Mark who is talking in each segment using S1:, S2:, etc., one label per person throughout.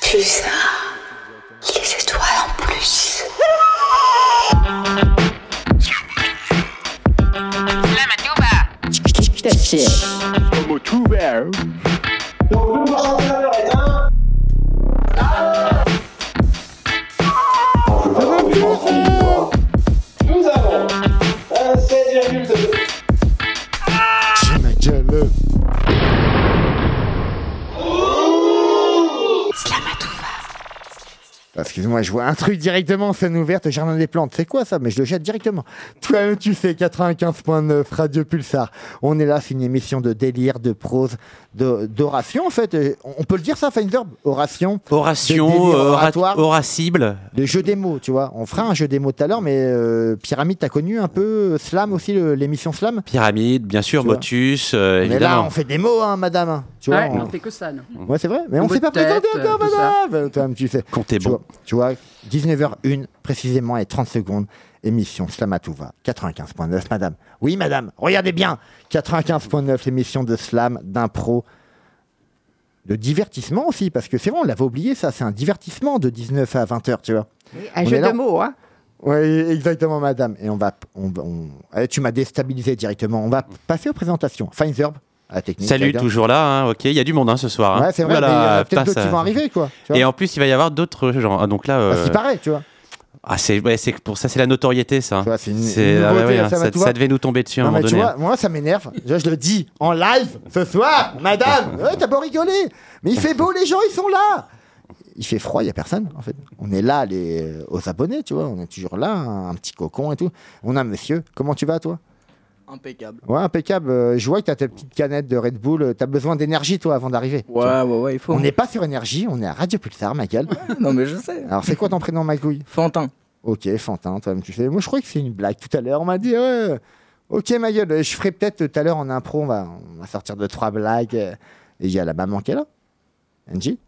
S1: plus. Il les étoiles en plus.
S2: Nous avons un 16,2.
S3: Excuse-moi, je vois un truc directement, scène ouverte, jardin des plantes. C'est quoi ça Mais je le jette directement. Toi-même, tu sais, 95.9, Radio Pulsar. On est là, c'est une émission de délire, de prose, de- d'oration, en fait. Euh, On peut le dire ça, Feinberg Oration,
S4: Oration,
S3: Des délires
S4: euh, ora-
S3: oratoires.
S4: oracible.
S3: le jeu des mots, tu vois. On fera un jeu des mots tout à l'heure, mais euh, Pyramide, t'as connu un peu euh, Slam aussi, le- l'émission Slam
S4: Pyramide, bien sûr,
S3: Tu vois.
S4: Motus, euh,
S3: Mais là,
S4: évidemment.
S3: on fait des mots, hein, madame. Tu vois,
S5: Ouais,
S3: on-
S5: on fait que ça, non
S6: Mhm.
S3: Ouais, c'est vrai, mais on
S5: Vos
S3: s'est pas
S5: têtes,
S3: présenté
S5: euh,
S3: encore,
S5: tout ça.
S3: madame. Toi-même, tu sais.
S4: Comptez
S3: Tu
S4: bon.
S3: vois, tu vois, 19h01 précisément et 30 secondes, émission Slam à tout va, 95.9, madame. Oui, madame, regardez bien, 95.9, l'émission de slam, d'impro, de divertissement aussi, parce que c'est vrai, on l'avait oublié, ça, c'est un divertissement de 19 à 20h, tu vois.
S6: Un
S3: On est
S6: jeu
S3: là.
S6: de mots, hein.
S3: Oui, exactement, madame. Et on va. On, va- on- Eh, tu m'as déstabilisé directement. On va passer aux présentations. Feinzerb, à la technique.
S4: Salut,
S3: d'ailleurs.
S4: toujours là, hein, ok. Il y a du monde hein, ce soir. hein.
S3: Ouais, c'est vrai,
S4: Ouh là
S3: mais il y en
S4: là,
S3: a peut-être
S4: putain,
S3: d'autres
S4: ça-
S3: qui vont arriver, quoi. tu vois.
S4: euh, Et en plus, il va y avoir d'autres gens. Ah, donc là,
S3: Ah,
S4: euh,
S3: c'est pareil, tu vois.
S4: ah, c'est ouais, c'est- pour ça, c'est la notoriété, ça.
S3: Tu vois, c'est une-
S4: C'est-
S3: une
S4: ah ouais,
S3: nouveauté,
S4: ouais,
S3: ça
S4: ça,
S3: va, tu
S4: ça
S3: vois.
S4: devait nous tomber dessus à un
S3: Non, mais
S4: moment
S3: tu
S4: donné. hein.
S3: vois, moi ça m'énerve. Je, je le dis en live ce soir, madame. Euh, Ouais, T'as beau rigoler, mais il fait beau, les gens ils sont là. Il fait froid, il y a personne en fait. On est là, les euh, aux abonnés, tu vois. On est toujours là, un, un petit cocon et tout. On a un monsieur. Comment tu vas toi
S7: Impeccable.
S3: Ouais, impeccable. Euh, je vois que t'as ta petite canette de Red Bull. Euh, T'as besoin d'énergie toi avant d'arriver. tu vois.
S7: Ouais, ouais, ouais, il faut.
S3: On n'est pas sur énergie, on est à Radio Pulsar, ma gueule.
S7: Non, mais je sais.
S3: Alors c'est quoi ton prénom, Magouille
S7: Fantin.
S3: Ok, Fantin, toi-même, tu fais. Moi, je crois que c'est une blague. Tout à l'heure, on m'a dit, ouais, ok, ma gueule, euh, je ferai peut-être euh, tout à l'heure en impro, on va, on va sortir deux, trois blagues. euh. Et il y a la maman qui est là, Angie.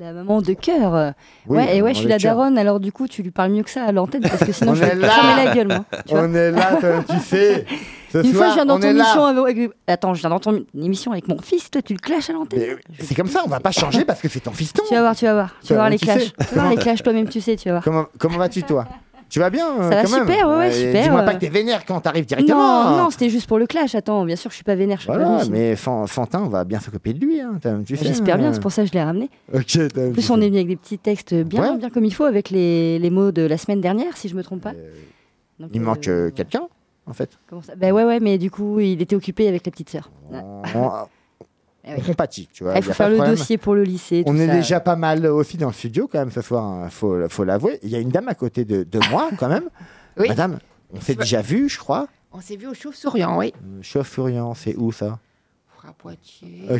S8: La maman de cœur.
S3: Oui,
S8: ouais, et ouais, je
S3: on
S8: suis
S3: est
S8: la
S3: tiens.
S8: daronne, alors du coup, tu lui parles mieux que ça à l'antenne, parce que sinon,
S3: On
S8: je
S3: est
S8: vais te
S3: là.
S8: fermer la gueule, moi. tu vois.
S3: On est là, toi, tu sais. Ce
S8: Une
S3: soir,
S8: fois, je viens dans
S3: on
S8: ton
S3: est là.
S8: émission avec... Attends, je viens dans ton émission avec mon fils, toi, tu le clashes à l'antenne.
S3: Mais, euh, C'est comme ça, on va pas changer parce que c'est ton fiston.
S8: Tu vas voir, tu vas voir. Tu
S3: Ça,
S8: vas voir les
S3: Bah, tu sais.
S8: clashs. Tu vas voir les clashs, toi-même, tu sais, tu vas voir.
S3: Comment, comment vas-tu, toi Tu vas bien euh,
S8: Ça va
S3: quand même
S8: super, ouais, ouais,
S3: Euh,
S8: super,
S3: Dis-moi
S8: euh.
S3: pas que t'es vénère quand t'arrives directement.
S8: Non, non, c'était juste pour le clash. Attends, bien sûr, je suis pas vénère, je suis pas
S3: Voilà,
S8: hallucinée.
S3: mais Fan- Fantin, on va bien se copier de lui. Hein, toi-même, tu sais,
S8: J'espère bien,
S3: hein.
S8: c'est pour ça que je l'ai ramené.
S3: Ok, toi-même,
S8: En
S3: tu
S8: plus,
S3: sais.
S8: on est venu avec des petits textes bien,
S3: Ouais.
S8: bien comme il faut, avec les, les mots de la semaine dernière, si je me trompe pas. Donc,
S3: Il
S8: euh,
S3: manque euh, quelqu'un, en fait.
S8: comment ça- Bah ouais, ouais, mais du coup, il était occupé avec la petite sœur. Ouais.
S3: on,
S8: Eh
S3: on
S8: oui.
S3: compatit, tu vois.
S8: Ah, il
S3: bah, y
S8: faut
S3: a pas
S8: faire
S3: de
S8: le
S3: problème.
S8: dossier pour le lycée.
S3: On
S8: tout
S3: est
S8: ça.
S3: déjà pas mal aussi dans le studio quand même ce soir, hein, faut, faut l'avouer. Il y a une dame à côté de, de moi quand même.
S6: Oui.
S3: Madame, on s'est déjà vu, je crois.
S6: On s'est vu au Chauve-Souriant, oui.
S3: Euh, Chauve Furiant, c'est où ça
S6: À Poitiers.
S5: Euh,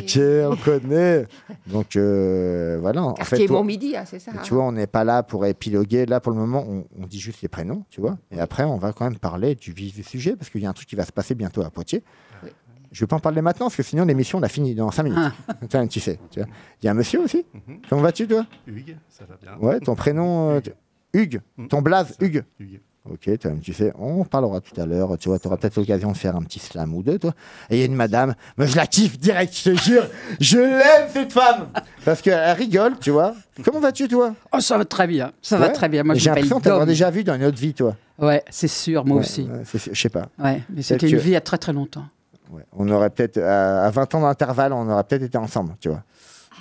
S3: Ok, on connaît. Donc euh, voilà, en
S6: Quartier
S3: fait, toi-
S6: Midi, c'est ça. hein.
S3: tu vois, on n'est pas là pour épiloguer. Là, pour le moment, on, on dit juste les prénoms, tu vois. Et après, on va quand même parler du vif du sujet parce qu'il y a un truc qui va se passer bientôt à Poitiers.
S6: Oui.
S3: Je vais pas en parler maintenant parce que sinon l'émission on la finit dans 5 minutes.
S5: Ah.
S3: Tiens, tu sais. tu vois. Il y a un monsieur aussi. Comment vas-tu toi
S9: Mhm. Hugues, ça va bien.
S3: Ouais, ton prénom euh, tu- Hugues,
S9: Mm.
S3: ton blaze
S9: Ça,
S3: Hugues.
S9: Hugues.
S3: Ok, toi, tu sais, on parlera tout à l'heure. Tu vois, tu auras peut-être l'occasion de faire un petit slam ou deux, toi. Et il y a une madame, mais je la kiffe direct, je te jure, je l'aime cette femme parce qu'elle rigole, tu vois. Comment vas-tu, toi
S5: Oh, ça va très bien. Ça va
S3: Ouais.
S5: très bien. Moi, je
S3: J'ai
S5: m'appelle
S3: l'impression de t'avoir
S5: Dom.
S3: déjà vu dans une autre vie, toi.
S5: Ouais, c'est sûr, moi
S3: Ouais,
S5: aussi.
S3: ouais, c'est- je sais pas.
S5: Ouais, mais c'était
S3: que-
S5: une vie à très très longtemps.
S3: Ouais. On aurait peut-être, à, à 20 ans d'intervalle, on aurait peut-être été ensemble, tu vois.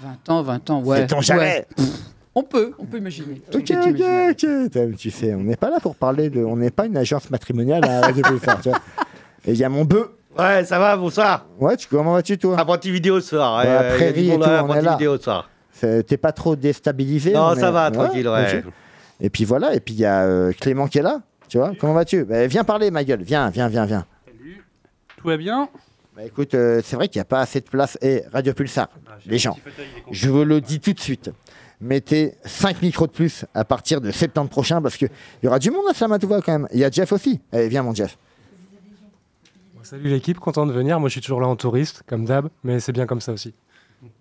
S5: 20 ans, 20 ans, ouais.
S3: C'est ton
S5: Ouais.
S3: jamais
S5: On peut, on peut imaginer. Tout
S3: Ok,
S5: est
S3: ok,
S5: imaginable.
S3: ok. T'as- Tu sais, on n'est pas là pour parler de. On n'est pas une agence matrimoniale à Radio Pulsar, tu vois. Et il y a mon bœuf.
S9: Ouais, ça va, bonsoir.
S3: Ouais, tu, comment vas-tu, toi
S9: Apprenti vidéo ce soir. euh,
S3: Bah,
S9: il y a
S3: prairie
S9: du
S3: et
S9: monde
S3: tout,
S9: à
S3: on est
S9: apprenti
S3: là.
S9: vidéo ce soir.
S3: C'est- T'es pas trop déstabilisé
S9: non,
S3: on
S9: ça
S3: est-
S9: va, tranquille, ouais.
S3: ok. Et puis voilà, et puis il y a euh, Clément qui est là, tu vois. Comment vas-tu Bah, Viens parler, ma gueule. Viens, viens, viens, viens.
S10: Tout va bien
S3: Bah, écoute, euh, c'est vrai qu'il n'y a pas assez de place. Et Radio Pulsar, les gens, je vous le dis tout de suite. Mettez 5 micros de plus à partir de septembre prochain parce qu'il y aura du monde à Slamatouva quand même. Il y a Jeff aussi. Allez, viens, mon Jeff.
S10: Bon, Salut l'équipe, content de venir. Moi je suis toujours là en touriste, comme d'hab, mais c'est bien comme ça aussi.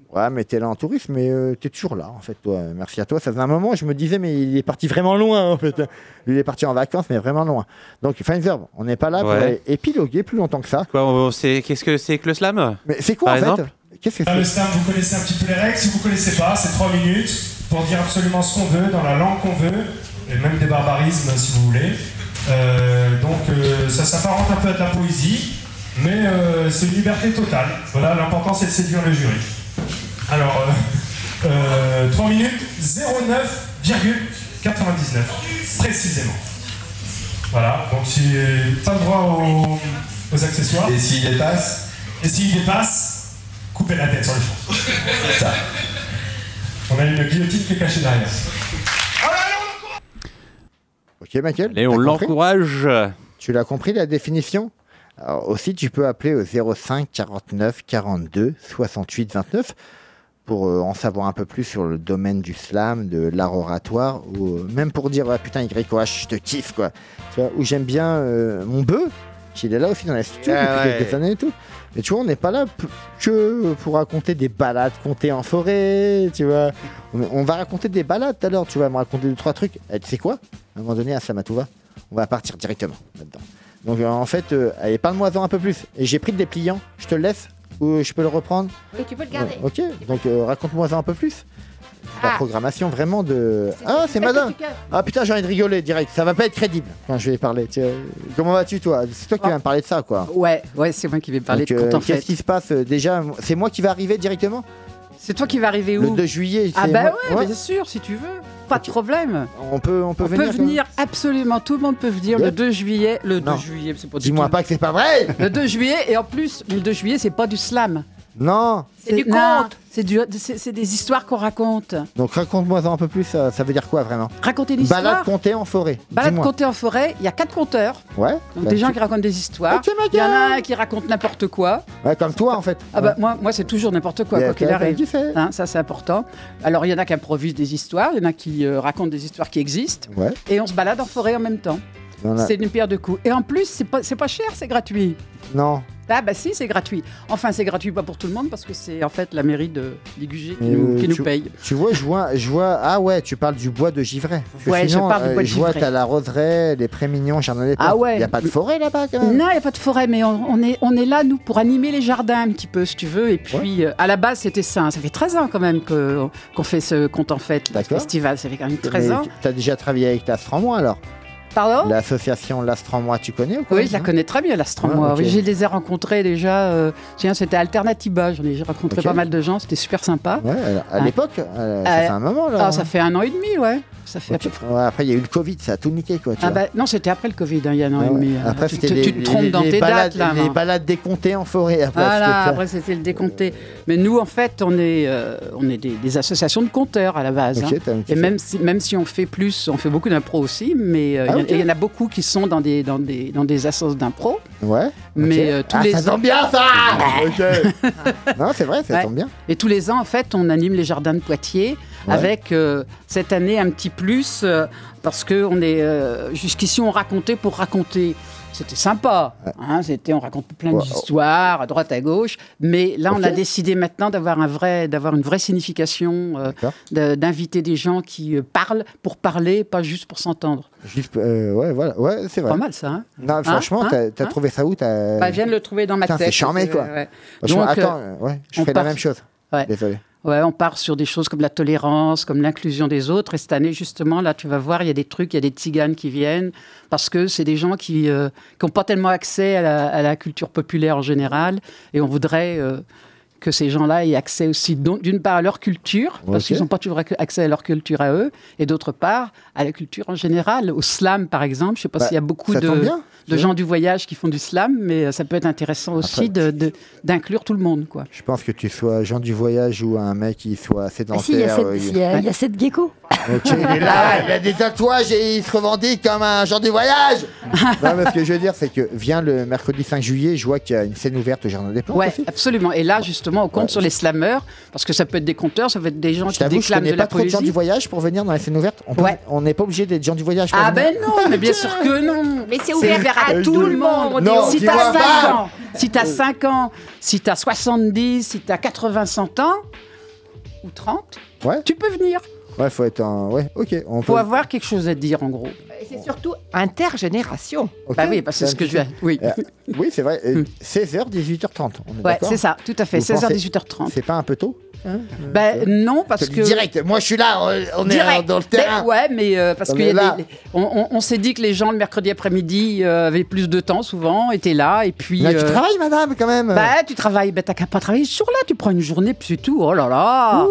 S3: Ouais, mais t'es là en tourisme, mais euh, t'es toujours là, en fait, toi. Merci à toi. Ça faisait un moment, je me disais, mais il est parti vraiment loin, en fait. Lui, Il est parti en vacances, mais vraiment loin. Donc, Feinzerb, on n'est pas là pour
S4: Ouais.
S3: euh, épiloguer plus longtemps que ça.
S4: Quoi, on- on sait- Qu'est-ce que c'est que le slam
S3: Mais c'est quoi,
S4: Par
S3: en fait
S4: exemple
S3: Qu'est-ce que
S11: Ah, Le
S3: c'est
S11: slam, vous connaissez un petit peu les règles. Si vous connaissez pas, c'est 3 minutes. pour dire absolument ce qu'on veut, dans la langue qu'on veut, et même des barbarismes si vous voulez. Euh, donc euh, ça s'apparente un peu à de la poésie, mais euh, c'est une liberté totale. Voilà, l'important c'est de séduire le jury. Alors, euh, euh, 3 minutes 09,99 précisément. Voilà, donc j'ai pas le droit aux, aux accessoires. Et s'il dépasse Et s'il dépasse, coupez la tête sur le champ. C'est ça. On a une guillotine qui est cachée derrière.
S3: Ok, Michael
S4: Allez,
S3: t'as
S4: on
S3: compris
S4: l'encourage.
S3: Tu l'as compris la définition Alors, Aussi, tu peux appeler au 05 49 42 68 29 pour euh, en savoir un peu plus sur le domaine du slam, de l'art oratoire, ou euh, même pour dire ah, putain YOH, je te kiffe quoi. Tu vois, ou j'aime bien euh, mon bœuf, il est là aussi dans la structure
S9: Ouais,
S3: depuis
S9: ouais.
S3: quelques années et tout. Mais tu vois, on n'est pas là p- que pour raconter des balades comptées en forêt, tu vois. On, on va raconter des balades tout à l'heure, tu vas me raconter deux, trois trucs. Et tu sais quoi À un moment donné, à Samatouva, on va partir directement là-dedans. Donc euh, en fait, euh, allez, parle-moi-en un peu plus. Et j'ai pris des pliants, je te le laisse, ou je peux le reprendre
S6: Oui, tu peux le garder.
S3: Ouais, ok, donc euh, raconte-moi ça un peu plus. La
S6: Ah.
S3: programmation vraiment de. Ah, c'est madame Ah putain, j'ai envie de rigoler direct, ça va pas être crédible quand je vais parler. Tu vois. Comment vas-tu toi C'est toi qui vas me parler de ça quoi.
S5: Oh. Ouais, ouais, c'est moi qui vais parler
S3: Donc,
S5: de
S3: euh,
S5: compte en
S3: Qu'est-ce
S5: fait.
S3: qui se passe euh, déjà C'est moi qui vais arriver directement
S5: C'est toi qui vas arriver
S3: Le
S5: où
S3: 2 juillet.
S5: Ah
S3: c'est
S5: bah
S3: moi-
S5: ouais, bien sûr, si tu veux. Pas de problème.
S3: On peut, on peut
S5: On
S3: venir.
S5: peut
S3: quand même
S5: venir, absolument, tout le monde peut venir
S3: Yeah.
S5: le 2 juillet. Le
S3: Non.
S5: 2 juillet, c'est pas du
S3: Dis-moi
S5: tout-
S3: pas que c'est pas vrai
S5: Le 2 juillet, et en plus, le 2 juillet, c'est pas du slam.
S3: Non
S5: C'est
S6: du
S5: non,
S6: conte.
S5: C'est du- c'est- c'est des histoires qu'on raconte.
S3: Donc raconte-moi ça un peu plus, ça, ça veut dire quoi vraiment
S5: Raconter une histoire.
S3: Balade comptée en forêt.
S5: Balade
S3: dis-moi.
S5: comptée en forêt, il y a quatre conteurs.
S3: Ouais
S5: Donc
S3: bah,
S5: des gens
S3: tu-
S5: qui racontent des histoires.
S3: Ok, ma
S5: Il y en
S3: gueule.
S5: a un qui raconte n'importe quoi.
S3: Ouais, comme toi en fait.
S5: Ah bah moi, moi c'est toujours n'importe quoi, quoi qu'il arrive.
S3: Tu fais.
S5: Hein, ça c'est important. Alors il y en a qui improvisent des histoires, il y en a qui euh, racontent des histoires qui existent.
S3: Ouais.
S5: Et on se balade en forêt en même temps.
S3: on a-
S5: C'est une pierre de coups. Et en plus, c'est pas, c'est pas cher, c'est gratuit.
S3: Non.
S5: Ah bah si, c'est gratuit. Enfin, c'est gratuit pas pour tout le monde parce que c'est en fait la mairie de Ligugé qui,
S3: Mais,
S5: nous,
S3: euh,
S5: qui nous paye.
S3: Tu vois, je vois, je vois. Ah ouais, tu parles du bois de Givray. Parce que
S5: Ouais, je
S3: sinon, euh,
S5: parle du bois de
S3: Je vois,
S5: Givray.
S3: t'as la roseraie, les prémignons, Chardonnay.
S5: Ah ouais.
S3: Il y a pas de forêt là-bas quand même.
S5: Non, il n'y a pas de forêt, mais on, on est, on est là, nous, pour animer les jardins un petit peu, si tu veux. Et puis, euh, à la base, c'était ça. hein. Ça fait 13 ans, quand même, que- qu'on fait ce compte en fête, le
S3: D'accord.
S5: festival. Ça fait quand même 13
S3: Mais
S5: ans.
S3: tu- T'as déjà travaillé avec l'Astremois alors
S5: Pardon
S3: L'association l'Astremois, tu connais ou quoi
S5: Oui, je la connais très bien, l'astromoire.
S3: Ah, ok.
S5: Oui, J'ai les ai rencontrés déjà. euh, tiens, c'était Alternatiba. J'en ai j'ai rencontré
S3: Ok.
S5: pas mal de gens. C'était super sympa.
S3: Ouais, alors, à
S5: Ah.
S3: l'époque, euh, ça fait un moment là.
S5: Ah, ça fait un an et demi, ouais. Ça fait à peu près-
S3: Ouais, après, il y a eu le Covid, ça a tout niqué quoi. tu
S5: Ah
S3: vois. Ah,
S5: bah, non, c'était après le Covid, hein, il y a un an
S3: Ouais,
S5: et
S3: ouais.
S5: demi.
S3: Après,
S5: tu,
S3: c'était
S5: tu-
S3: les,
S5: tu te
S3: les-
S5: trompes
S3: les-
S5: dans
S3: les
S5: tes
S3: balades,
S5: dates, là.
S3: les
S5: hein.
S3: balades décomptées en forêt. Après, parce
S5: Voilà,
S3: que ça-
S5: après c'était le décompté. Mais nous, en fait, on est, euh, on est des, des associations de compteurs à la base. hein.
S3: Ok, t'as-
S5: Et même si, même si on fait plus, on fait beaucoup d'impro aussi, mais euh, il
S3: Ah,
S5: y a-
S3: ok.
S5: il y, en a beaucoup qui sont dans des, dans des, dans des assos d'impro.
S3: Ouais.
S5: Mais,
S3: ok.
S5: euh, tous
S3: ah,
S5: les-
S3: ça tombe bien ça. Ok. non, c'est vrai, ça
S5: Ouais.
S3: tombe bien.
S5: Et tous les ans, en fait, on anime les jardins de Poitiers
S3: Ouais.
S5: avec euh, cette année un petit plus euh, parce que on est euh, jusqu'ici on racontait pour raconter. C'était sympa, hein, c'était on raconte plein
S3: Ouais.
S5: d'histoires à droite à gauche, mais là on
S3: Ok.
S5: a décidé maintenant d'avoir un vrai, d'avoir une vraie signification, euh,
S3: D'accord.
S5: de- d'inviter des gens qui euh, parlent pour parler, pas juste pour s'entendre.
S3: Juste, euh, ouais, voilà, ouais, c'est vrai.
S5: Pas mal ça. Hein
S3: Non, franchement,
S5: hein,
S3: t'as t'as
S5: hein.
S3: trouvé ça où t'as...
S5: bah, viens de le trouver dans ma
S3: Euh, Putain, c'est
S5: tête.
S3: charmé,
S5: Ouais,
S3: quoi.
S5: ouais.
S3: Franchement,
S5: Donc,
S3: attends,
S5: euh,
S3: euh, ouais, je
S5: on
S3: fais
S5: part-
S3: la même chose.
S5: Ouais.
S3: Désolé.
S5: Ouais, on part sur des choses comme la tolérance, comme l'inclusion des autres. Et cette année, justement, là, tu vas voir, il y a des trucs, il y a des tziganes qui viennent, parce que c'est des gens qui n'ont pas tellement accès à la, à la culture populaire en général. Et on voudrait euh, que ces gens-là aient accès aussi, donc, d'une part, à leur culture, parce
S3: Ok.
S5: qu'ils n'ont pas toujours acc- accès à leur culture à eux, et d'autre part, à la culture en général. Au slam, par exemple, je ne sais pas
S3: Bah,
S5: s'il y a beaucoup
S3: ça tombe
S5: de,
S3: bien.
S5: de gens du voyage qui font du slam, mais euh, ça peut être intéressant aussi de- de- d'inclure tout le monde, quoi.
S3: Je pense que tu sois gens du voyage ou un mec qui soit
S8: Ah
S3: sédentaire.
S8: si, il y a
S3: euh,
S8: cette- il y a-
S5: ouais.
S8: il y a cette gecko.
S3: Ok, il est là, il a des tatouages et il se revendique comme un genre du voyage. non, mais ce que je veux dire, c'est que vient le mercredi 5 juillet, je vois qu'il y a une scène ouverte au Jardin des Plantes.
S5: Ouais,
S3: aussi.
S5: absolument. Et là, justement, on compte
S3: Ouais.
S5: sur les slameurs, parce que ça peut être des conteurs, ça peut être des gens
S3: Je
S5: qui
S3: t'avoue, je
S5: déclament
S3: connais
S5: de
S3: pas
S5: la
S3: trop de gens du
S5: poésie.
S3: voyage pour venir dans les scènes ouvertes. On peut-
S5: Ouais.
S3: on n'est pas obligé d'être gens du voyage pour
S5: Ah
S3: venir.
S5: ben non, mais bien sûr que non.
S6: Mais c'est ouvert à tout le monde.
S3: Non,
S5: si
S3: tu
S5: t'as
S3: vois
S5: 5
S3: pas.
S5: ans, si t'as 5 ans, si t'as 70, si t'as 80, 100 ans, ou 30,
S3: Ouais.
S5: tu peux venir.
S3: Ouais, faut être un... Ouais, ok. On
S5: Faut
S3: peut...
S5: avoir quelque chose à dire, en gros.
S6: Et c'est surtout
S12: intergénération.
S5: Bah oui, parce que c'est ce que je viens- Oui,
S3: Euh,
S5: Hmm.
S3: oui c'est vrai. euh, 16h, 18h30. on est
S5: Ouais,
S3: d'accord
S5: c'est ça, tout à fait,
S3: Vous
S5: 16h,
S3: pensez-
S5: 18h30.
S3: C'est pas un peu tôt
S5: Ben non, parce
S3: te
S5: que.
S3: dis Hein Euh, direct, moi, je suis là, on- on est, euh, dans le
S5: Mais
S3: terrain.
S5: ouais, mais euh, parce
S3: On
S5: qu'on
S3: est là.
S5: on, on- on s'est dit que les gens le mercredi après-midi euh, avaient plus de temps souvent, étaient là, et puis. euh,
S3: Mais tu travailles, madame, quand même
S5: Bah, tu travailles, ben t'as qu'à pas travailler ce jour-là, tu prends une journée, puis c'est tout, oh là là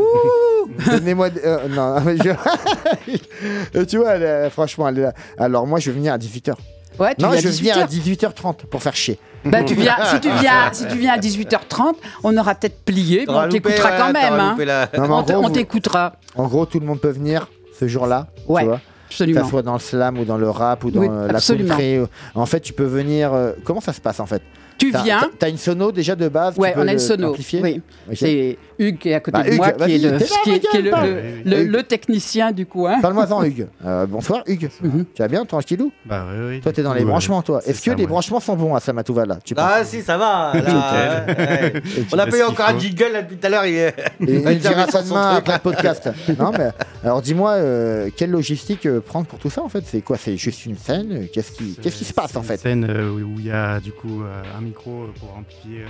S3: Donnez-moi. des- euh, non, mais je- tu vois, elle, euh, franchement, elle est là. Alors, moi, je vais venir à 18h.
S5: Ouais, tu
S3: non,
S5: viens à
S3: je vais venir à
S5: 18h.
S3: 18h30 pour faire chier.
S5: Bah, tu viens, si, tu viens, si tu viens à 18h30, on aura peut-être plié, mais
S3: T'auras
S5: on
S3: loupé,
S5: t'écoutera
S3: ouais,
S5: quand même.
S3: t'auras
S5: hein.
S3: loupé la- Non, mais en
S5: On t-
S3: gros,
S5: on
S3: vous-
S5: t'écoutera.
S3: En gros, tout le monde peut venir ce jour-là.
S5: Ouais,
S3: tu vois
S5: absolument.
S3: Que ça soit dans le slam ou dans le rap ou dans
S5: Oui,
S3: euh, la
S5: absolument.
S3: country. ou- En fait, tu peux venir. euh, Comment ça se passe en fait
S5: Tu
S3: T'as-
S5: viens.
S3: t'as- T'as une sono déjà de base tu
S5: Ouais,
S3: peux
S5: on a
S3: le-
S5: une sono.
S3: amplifier
S5: Oui.
S3: Ok.
S5: C'est Hugues qui est à côté
S3: Bah,
S5: de
S3: Hugues,
S5: moi, qui
S3: vas-y,
S5: est le,
S3: t'es là,
S5: qui est- qui est le-
S3: regarde,
S5: le-
S3: parle.
S5: le-
S3: Hugues.
S5: le technicien du hein. coin.
S3: Parle-moi-en, Hugues. Euh, bonsoir, Hugues.
S5: Mhm.
S3: Tu vas bien, tranquillou
S9: Bah oui, oui.
S3: Toi, t'es dans les
S9: Ouais,
S3: branchements, toi.
S9: c'est
S3: Est-ce que
S9: ça,
S3: les
S9: ouais.
S3: branchements sont bons à Samatouva là tu
S9: Ah
S3: penses
S9: si, ça va. là,
S3: Nickel.
S9: ouais, ouais.
S3: Et tu
S9: On a payé
S3: fais ce qu'il
S9: encore un
S3: faut.
S9: jingle là depuis tout à l'heure. Il est...
S3: Et il
S9: il a
S3: nous dira
S9: terminé
S3: ça
S9: son
S3: demain
S9: truc.
S3: après le podcast. non, mais alors dis-moi, euh, quelle logistique euh, prendre pour tout ça en fait C'est quoi C'est juste une scène euh, Qu'est-ce qui, qu'est-ce qui se passe en fait
S13: Scène euh, où où il y a du coup euh, un micro euh, pour amplifier. euh,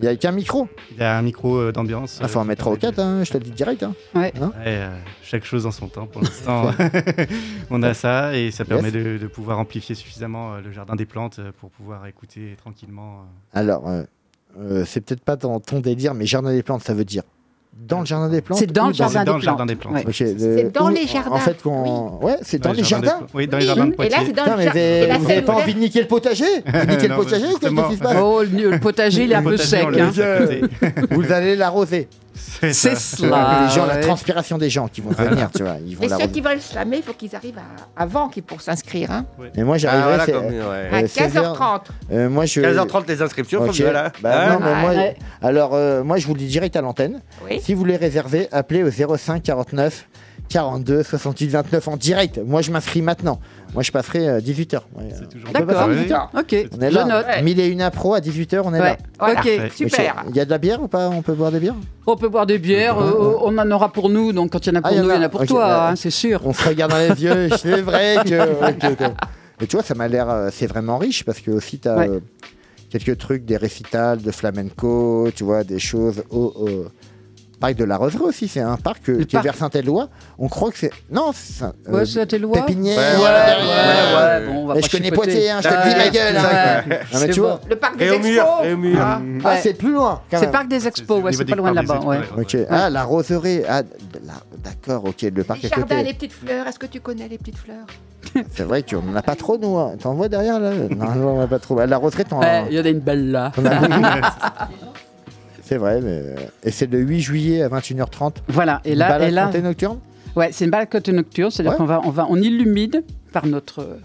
S3: Il y a qu'un micro
S13: Il y a un micro euh, d'ambiance.
S3: Il Ah, faut en mettre 3 ou 4, je te le dis direct. hein. Hein
S13: Ouais, euh, chaque chose en son temps pour l'instant. On a ça et ça permet de, de pouvoir amplifier suffisamment euh, le jardin des plantes euh, pour pouvoir écouter tranquillement. euh,
S3: Alors, euh, euh, c'est peut-être pas dans ton délire, mais jardin des plantes, ça veut dire dans le jardin des plantes.
S13: C'est dans
S3: ou
S13: le jardin C'est dans des le jardin plantes. des plantes.
S3: Ok,
S13: C'est
S3: euh,
S13: C'est dans
S3: ou-
S13: les
S3: en- En
S13: jardins,
S3: fait, qu'on- ouais, c'est dans
S13: le
S3: les
S13: jardin des
S3: jardins.
S13: plantes. Oui, dans les jardins de
S3: Et
S13: Poitiers.
S3: là, c'est dans le jardin.
S13: et la
S3: Vous avez
S13: scène
S3: pas
S13: ouverte.
S3: envie de niquer le potager Vous niquez le
S13: Non,
S3: potager ou qu'est-ce qui se passe
S5: Oh, le, le potager, il est un peu sec. hein.
S3: Vous allez l'arroser.
S5: C'est cela,
S3: Les gens, la
S5: ouais.
S3: transpiration des gens qui vont venir, tu vois. Ils vont
S12: Mais ceux
S3: l'arroser.
S12: qui veulent slammer, il faut qu'ils arrivent à- avant qu'ils pour s'inscrire. hein.
S3: Mais moi,
S9: Ah,
S3: j'arriverai
S9: voilà,
S3: c'est,
S9: comme-
S3: euh,
S9: ouais.
S12: À
S3: euh, 16h30. Euh, moi, je...
S9: 15h30 les inscriptions, faut
S3: Ok.
S9: que je- voilà.
S3: Bah,
S9: Ah,
S3: non, mais
S9: ouais.
S3: moi,
S9: Ouais.
S3: Alors, euh, moi, je vous le dis direct à l'antenne. Si vous voulez réserver, appelez au 05 49 42 68 29 en direct. Moi, je m'inscris maintenant. Moi, je passerai euh, 18h.
S5: D'accord, ok,
S3: On est
S5: je
S3: là.
S5: note.
S3: 1000 et une impro à 18h, on est
S5: Ouais.
S3: là.
S5: Voilà. Ok, super.
S3: Il y a de la bière ou pas On peut boire des bières
S5: On peut boire des bières, euh, on en aura pour nous, donc quand il y en a pour
S3: Ah, y en
S5: nous, il y en
S3: a,
S5: a pour
S3: ok,
S5: toi,
S3: euh,
S5: hein, c'est sûr.
S3: On se regarde dans les yeux, c'est vrai que. ok, ok. Mais tu vois, ça m'a l'air. euh, C'est vraiment riche parce que aussi, tu as
S5: Ouais.
S3: quelques trucs, des récitals de flamenco, tu vois, des choses au. au Parc de la Roseraie aussi, c'est un parc euh, qui
S5: parc.
S3: est vers Saint-Éloi. On croit que c'est. Non, c'est. Saint-
S5: Ouais,
S3: euh,
S5: Saint-Éloi.
S3: Pépinière.
S5: Ouais, ouais, ouais, ouais, bon, on va
S3: Mais
S5: pas
S3: je connais
S5: chipoter.
S3: Poitiers, hein, je te le dis
S5: Ouais,
S3: ma gueule. hein.
S5: ouais.
S3: Non, mais
S5: C'est
S3: tu
S5: bon.
S3: vois.
S5: Le parc des Et au expos. mur, et au mur.
S3: Ah,
S5: Ouais.
S3: ah, c'est plus loin. quand
S5: C'est
S3: même.
S5: parc des expos, Oh, ouais, c'est pas loin de là-bas. ouais.
S3: Ok. Ah, la roserie. Ah, la- d'accord, ok, le parc
S12: Les
S3: à côté.
S12: jardins, les petites fleurs, est-ce que tu connais les petites fleurs
S3: C'est vrai qu'on n'en a pas trop, nous. hein. T'en vois derrière, là Non, non, on n'en a pas trop. À la retraite, on
S5: Ouais, Il y en a une belle là.
S3: C'est vrai, mais... euh, Et c'est le 8 juillet à 21h30.
S5: Voilà, et
S3: Une
S5: là-
S3: balade
S5: et là-
S3: comptée nocturne
S5: Ouais, c'est une balade nocturne, c'est-à-dire
S3: Ouais.
S5: qu'on va, on va, on illumine par notre euh,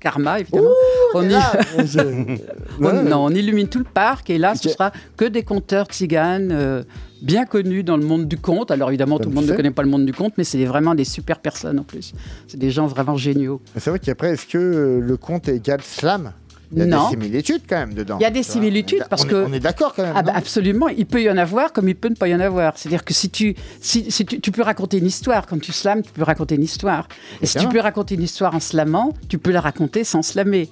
S5: karma évidemment. on, y- on-
S3: Ouais.
S5: non, on illumine tout le parc et là, ce sera que des conteurs tziganes euh, bien connus dans le monde du conte. Alors évidemment, tout
S3: Comme
S5: le monde
S3: tu
S5: ne
S3: sais.
S5: connaît pas le monde du conte, mais c'est vraiment des super personnes en plus. C'est des gens vraiment géniaux.
S3: Mais C'est vrai qu'après, est-ce que euh, le compte égale slam Il y a
S5: Non.
S3: des similitudes quand même dedans.
S5: Il y a des
S3: tu vois.
S5: similitudes
S3: On est-
S5: parce
S3: on est-
S5: que
S3: On est d'accord quand même.
S5: Ah
S3: non
S5: bah absolument, il peut y en avoir comme il peut ne pas y en avoir. C'est-à-dire que si tu, si, si tu, tu peux raconter une histoire, quand tu slams, tu peux raconter une histoire. Et si tu peux raconter une histoire en slamant, tu peux la raconter sans slammer.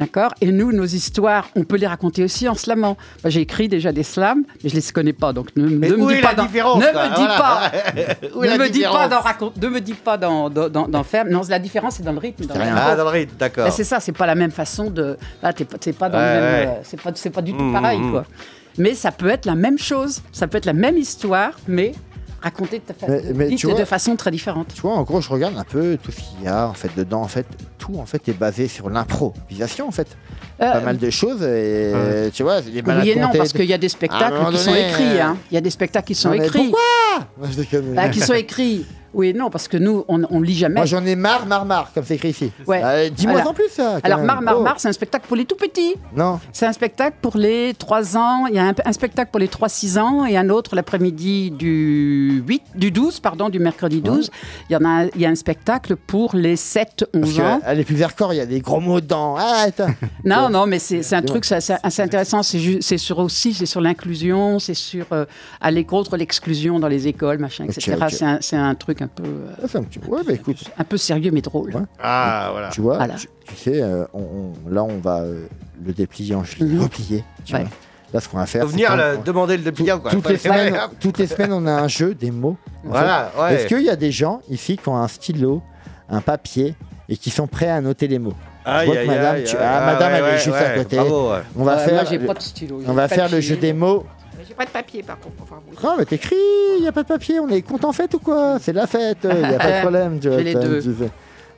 S5: D'accord Et nous, nos histoires, on peut les raconter aussi en slamant. Moi, J'ai écrit déjà des slams, mais je ne les connais pas, donc ne, ne
S9: où
S5: me
S9: est
S5: dis pas
S9: la
S5: d'en-
S9: différence,
S5: ne
S9: quoi
S5: me dis
S9: Ah, Voilà.
S5: pas-
S9: Où est
S5: ne
S9: la
S5: me dis pas
S9: différence
S5: d'en racon- ne me dis pas d'en- d'en d'en- d'en faire. Non, la différence, c'est dans le rythme. dans le tempo.
S9: Ah, dans le rythme, d'accord.
S5: Bah, c'est ça, c'est pas la même façon de. Là, t'es pas, t'es pas dans
S9: Ouais,
S5: le même.
S9: ouais.
S5: euh, c'est, pas, c'est pas du tout
S9: Mmh,
S5: pareil,
S9: mmh.
S5: quoi. Mais ça peut être la même chose, ça peut être la même histoire, mais racontée de, ta fa-
S3: Mais- mais
S5: dite
S3: tu vois-
S5: de façon très différente.
S3: Tu vois, en gros, je regarde un peu tout ce qu'il y a en fait dedans. En fait, tout en fait est basé sur l'improvisation en fait.
S5: Euh,
S3: Pas mal de choses et tu vois, les balades
S5: Oui et non,
S3: comptées,
S5: parce
S3: tout-
S5: qu'il y a des
S3: À un
S5: spectacles
S3: moment
S5: qui sont
S3: donné,
S5: écrits.
S3: euh,
S5: hein. Il y a des spectacles qui sont
S3: Non, mais
S5: écrits.
S3: Pourquoi Moi, je déconne.
S5: Bah, qui sont écrits. Oui et non, parce que nous, on, on lit jamais.
S3: Moi, j'en ai marre, marre, marre, comme c'est écrit ici.
S5: Ouais.
S3: Euh, Dis-moi
S5: Voilà.
S3: en plus. ça, quand
S5: Alors,
S3: même.
S5: Mar Mar
S3: Oh.
S5: Mar, c'est un spectacle pour les tout petits.
S3: Non.
S5: C'est un spectacle pour les 3 ans. Il y a un, un spectacle pour les 3-6 ans et un autre l'après-midi du 8, du 12, pardon, du mercredi 12. Il y en a, il y a un spectacle pour les 7-11 ans.
S3: Parce que, à les plus hardcore, il y a des gros mots dedans. Ah, attends.
S5: Non, non, mais c'est c'est un truc, c'est assez, assez intéressant. C'est ju- c'est sur aussi, c'est sur l'inclusion, c'est sur euh, aller contre l'exclusion dans les écoles, machin,
S3: Ok,
S5: etc.
S3: ok.
S5: C'est un- C'est un, truc truc un peu. euh,
S3: un petit ouais, bah, écoute.
S5: Un peu sérieux mais drôle.
S9: Ah, voilà.
S3: Tu vois,
S5: Voilà.
S3: tu, tu sais, euh, on, on- là, on va euh, le déplier en je l'ai replié. tu
S5: Mhm. Ouais.
S3: vois. Là, ce qu'on va faire.
S9: Faut
S3: c'est
S9: venir
S3: qu'on-
S9: le- demander le dépliant, quoi.
S3: Toutes
S9: Faut
S3: les,
S9: aller-
S3: semaines,
S9: Allez, hop.
S3: toutes les semaines, on a un jeu des mots. En
S9: Voilà,
S3: fait,
S9: ouais.
S3: Est-ce qu'il y a des gens ici qui ont un stylo, un papier et qui sont prêts à noter les mots
S9: Aïe,
S3: Je vois que
S9: aïe,
S3: madame,
S9: aïe,
S3: tu-
S9: aïe,
S3: ah, madame,
S9: ouais,
S3: elle est
S9: ouais,
S3: juste à
S9: ouais,
S3: côté.
S9: bravo, ouais.
S3: On va
S5: Ouais,
S3: faire,
S5: Bah, moi, j'ai
S3: le-
S5: pas de stylo, j'ai
S3: on va
S5: pas
S3: faire
S5: de
S3: le jeu
S5: papier.
S3: des mots.
S12: Mais J'ai pas de papier par contre. Enfin, oui.
S3: Ah, mais t'écris, il n'y a pas de papier, on est content fête ou quoi C'est la fête, il n'y a pas de problème. tu vois,
S5: J'ai les
S3: t'as-
S5: deux.
S3: tu sais.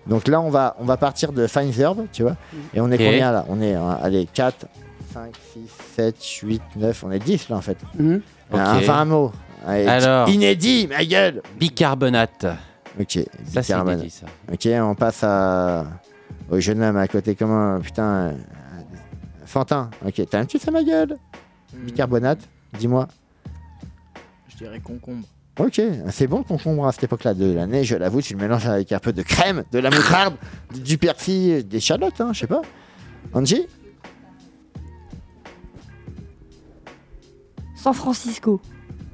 S3: Donc là, on va, on va partir de Fine Herb, tu vois. Et on est
S4: Ok.
S3: combien là On est, euh, allez, 4, 5, 6, 7, 8, 9, on est 10 là en fait.
S5: Mhm.
S3: Hein, Un,
S4: Ok.
S3: 20 mots. Allez,
S4: Alors.
S3: Inédit, ma gueule
S4: Bicarbonate.
S3: Ok,
S4: Ça, c'est
S3: bicarbonate.
S4: inédit, ça.
S3: Ok, on passe à... au jeune homme à côté, comment Putain. euh, Fantin, ok, t'as un petit ça, ma gueule Bicarbonate, dis-moi.
S7: Hmm, Je dirais concombre.
S3: Ok, c'est bon le concombre à cette époque-là de l'année, je l'avoue, tu le mélanges avec un peu de crème, de la moutarde, du persil, des chalotes, hein, je sais pas. Angie
S8: San Francisco.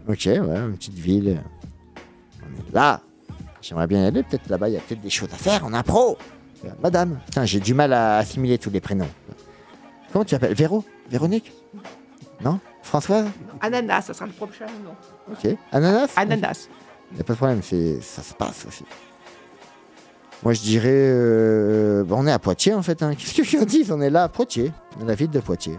S3: Ok, ouais, une petite ville. On est là. J'aimerais bien y aller, peut-être là-bas, il y a peut-être des choses à faire en impro. Euh, Madame, putain, j'ai du mal à assimiler tous les prénoms. Comment tu t'appelles Véro Véronique Non Françoise
S12: Ananas, ça sera le prochain nom.
S3: Ok. Ananas
S12: Ananas.
S3: Y a pas de problème, c'est ça se passe aussi. Moi je dirais, euh, bah, on est à Poitiers en fait. hein. Qu'est-ce que je dis On est là à Poitiers, dans la ville de Poitiers.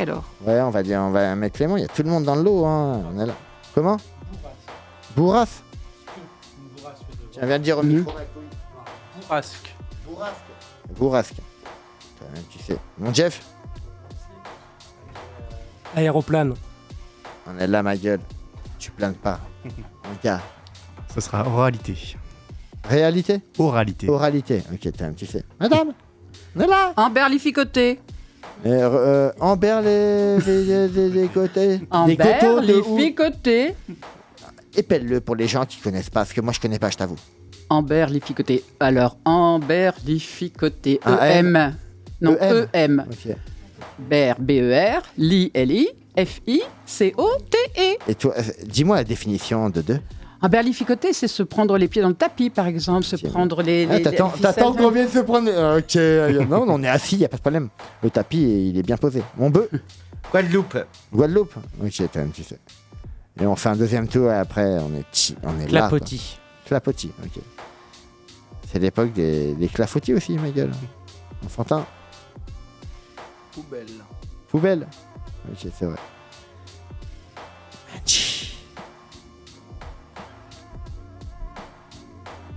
S12: alors.
S3: Ouais, on va dire, on va mettre Clément. Il y a tout le monde dans le lot, hein. On est là. Comment Bourras. Tiens, viens de dire au micro.
S4: Bourrasque.
S3: Bourrasque. Putain, même, Tu sais. Mon Jeff,
S10: Aéroplane.
S3: on est là, ma gueule. Tu planes pas. Mon gars.
S13: Ce sera oralité.
S3: Réalité
S13: Oralité.
S3: Oralité. Ok, t'as un petit fait. Madame On est là
S5: Amber Lificoté.
S3: Et, euh, Amber les, les, les- les côtés. les
S5: Amber
S3: coteaux de où
S5: Lificoté.
S3: Épelle-le pour les gens qui connaissent pas, parce que moi je connais pas, je t'avoue.
S5: Amber Lificoté. Alors, Amber Lificoté.
S3: Un
S5: E-M. Non,
S3: E-M.
S5: E-M.
S3: E Ok.
S5: Ber, E B-E-R, Li-L-I, F-I-C-O-T-E.
S3: Et toi, euh, dis-moi la définition de deux.
S5: Un berlificoté, c'est se prendre les pieds dans le tapis, par exemple, se prendre les.
S3: Ah,
S5: les-
S3: t'attends,
S5: les
S3: t'attends
S5: ficelles.
S3: qu'on vienne se prendre. euh, Ok, euh, non, on est assis, y a pas de problème. Le tapis, il est bien posé. Mon bœuf,
S9: Guadeloupe.
S3: Guadeloupe. Ok, t'as un petit fait. Et on fait un deuxième tour et après, on est, chi- on est là. quoi.
S4: Clapotis.
S3: Clapotis, ok. C'est l'époque des, des clafoutis aussi, ma gueule. Enfantin,
S7: Poubelle.
S3: poubelle. Ok, c'est vrai.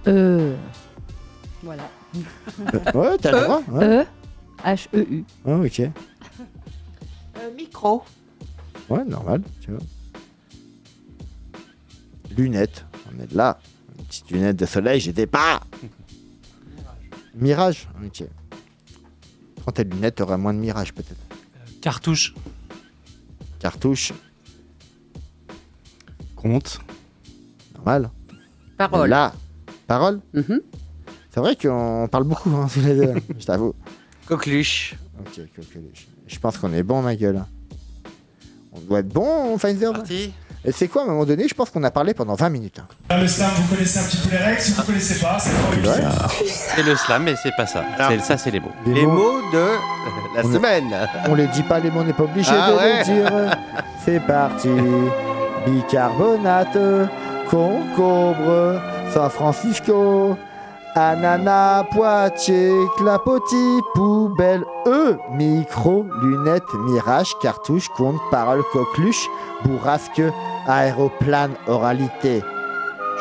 S8: Euh. Voilà.
S3: Ouais, t'as le droit. ouais.
S8: E. H-E-U.
S3: Ouais, ok.
S12: Euh, micro.
S3: Ouais, normal, tu vois. Lunettes, on est là. Une petite lunette de soleil, j'étais pas. Mirage, ok. Prends tes lunettes, t'auras moins de mirage peut-être.
S13: Cartouche.
S3: Cartouche,
S13: Compte.
S3: normal.
S5: Parole.
S3: Mais Là, parole.
S5: Mhm.
S3: C'est vrai qu'on parle beaucoup, hein, tous les deux, je t'avoue.
S9: Coqueluche.
S3: Ok, ok, ok. Je pense qu'on est bon, ma gueule. On doit être bon, Pfizer.
S4: Parti.
S3: Et c'est quoi, à un moment donné, je pense qu'on a parlé pendant 20 minutes. hein.
S11: Dans le Ah, slam, vous connaissez un petit peu les règles, si vous connaissez pas, c'est pas
S3: Ouais.
S11: utile.
S4: C'est le slam, mais c'est pas ça. C'est- ça, c'est les mots.
S3: Des
S9: Les
S3: mots-
S9: mots de la
S3: On est-
S9: semaine.
S3: On les dit pas, les mots, on n'est pas obligé
S9: Ah
S3: de
S9: ouais.
S3: les dire. C'est parti. Bicarbonate, concombre, San Francisco, ananas, Poitiers, clapotis, poubelle, E, micro, lunettes, mirage, cartouche, compte, parole, coqueluche, bourrasque, aéroplane, oralité.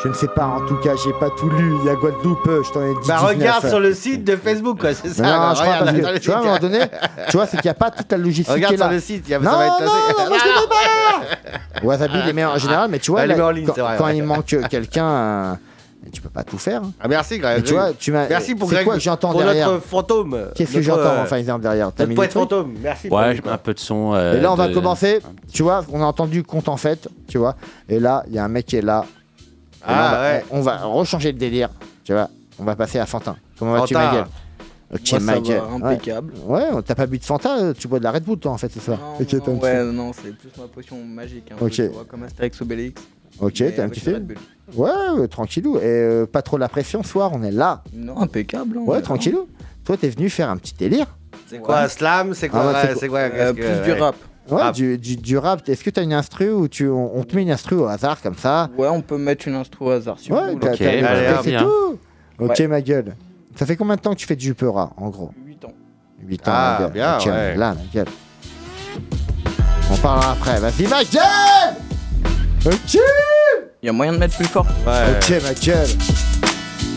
S3: Je ne sais pas, en tout cas, j'ai pas tout lu. Il y a Guadeloupe, je t'en ai dit.
S9: Bah
S3: 19.
S9: regarde sur le site de Facebook, quoi, c'est ça.
S3: Non,
S9: là,
S3: je crois
S9: regarde,
S3: parce que,
S9: sur le
S3: tu vois, à un
S9: site.
S3: moment donné, tu vois, c'est qu'il n'y a pas toute la logistique.
S9: Regarde
S3: qui est
S9: sur
S3: là.
S9: le site, il y a- ça
S3: non,
S9: va être
S3: non,
S9: placé.
S3: non, moi, je connais pas Bah, Wasabi, les meilleurs en général, mais tu vois,
S9: Ah, les
S3: là,
S9: meilleurs en ligne,
S3: quand,
S9: c'est vrai,
S3: quand
S9: ouais.
S3: il manque quelqu'un, euh, tu peux pas tout faire. hein.
S9: Ah, merci, Greg.
S3: Mais tu vois, tu m'as-
S9: Merci pour
S3: c'est
S9: Greg.
S3: quoi que j'entends
S9: pour
S3: derrière
S9: notre fantôme.
S3: Qu'est-ce que
S9: Notre,
S3: j'entends
S9: euh,
S3: en Pfizer derrière T'as
S9: Notre
S3: mis
S9: poète
S3: des trucs
S9: fantôme. Merci. pour
S4: Ouais,
S9: Greg.
S4: je mets un peu de son. euh,
S3: Et là, on va
S4: de-
S3: commencer. Tu vois, on a entendu compte en fait, tu vois. Et là, il y a un mec qui est là. Et là,
S9: Ah,
S3: on va-
S9: ouais.
S3: eh, on, va rechanger le délire. Tu vois, on va passer à Fantin. Comment vas-tu,
S9: Fantin.
S3: ma gueule Ok,
S7: Moi, ça
S3: ma
S7: va,
S3: gueule. Ouais.
S7: impeccable.
S3: Ouais, t'as pas bu de Fanta, euh, tu bois de la Red Bull, toi, en fait, c'est ça
S7: Non,
S3: Ok,
S7: non,
S3: t'as une-
S7: ouais, non, c'est plus ma potion magique. hein. Un
S3: Ok.
S7: peu, tu vois, comme Astérix Obélix.
S3: Ok,
S7: Mais
S3: t'as un
S7: avec
S3: petit
S7: le
S3: film
S7: Red Bull.
S3: Ouais, euh, tranquillou. Et euh, pas trop la pression, ce soir, on est là.
S7: Non, impeccable. hein,
S3: ouais,
S7: on est là.
S3: tranquillou. Toi, t'es venu faire un petit délire.
S9: C'est quoi,
S3: Ouais.
S9: slam C'est quoi,
S3: Ah ouais,
S9: euh,
S3: c'est
S9: c'est quoi,
S3: quoi
S9: qu'est-ce
S3: Euh,
S9: que-
S3: plus du
S9: ouais.
S3: rap. Ouais, du, du, du rap. Est-ce que t'as une instru ou tu, on, on te met une instru au hasard comme ça
S7: Ouais, on peut mettre une instru au hasard. Si
S3: Ouais,
S7: vous
S3: t'as-
S7: voulez.
S9: bah,
S3: t'as- t'as-
S7: Allez, hop.
S3: c'est tout. Ok,
S7: Ouais.
S3: ma gueule. Ça fait combien de temps que tu fais du Pera, en gros 8
S7: ans.
S3: 8 ans,
S9: Ah,
S3: ma gueule.
S9: bien,
S3: Ok,
S9: ouais.
S3: Là, ma gueule. On parlera après. Vas-y, ma gueule Ok
S7: Y a moyen de mettre plus fort Ouais.
S3: Ok, ma gueule.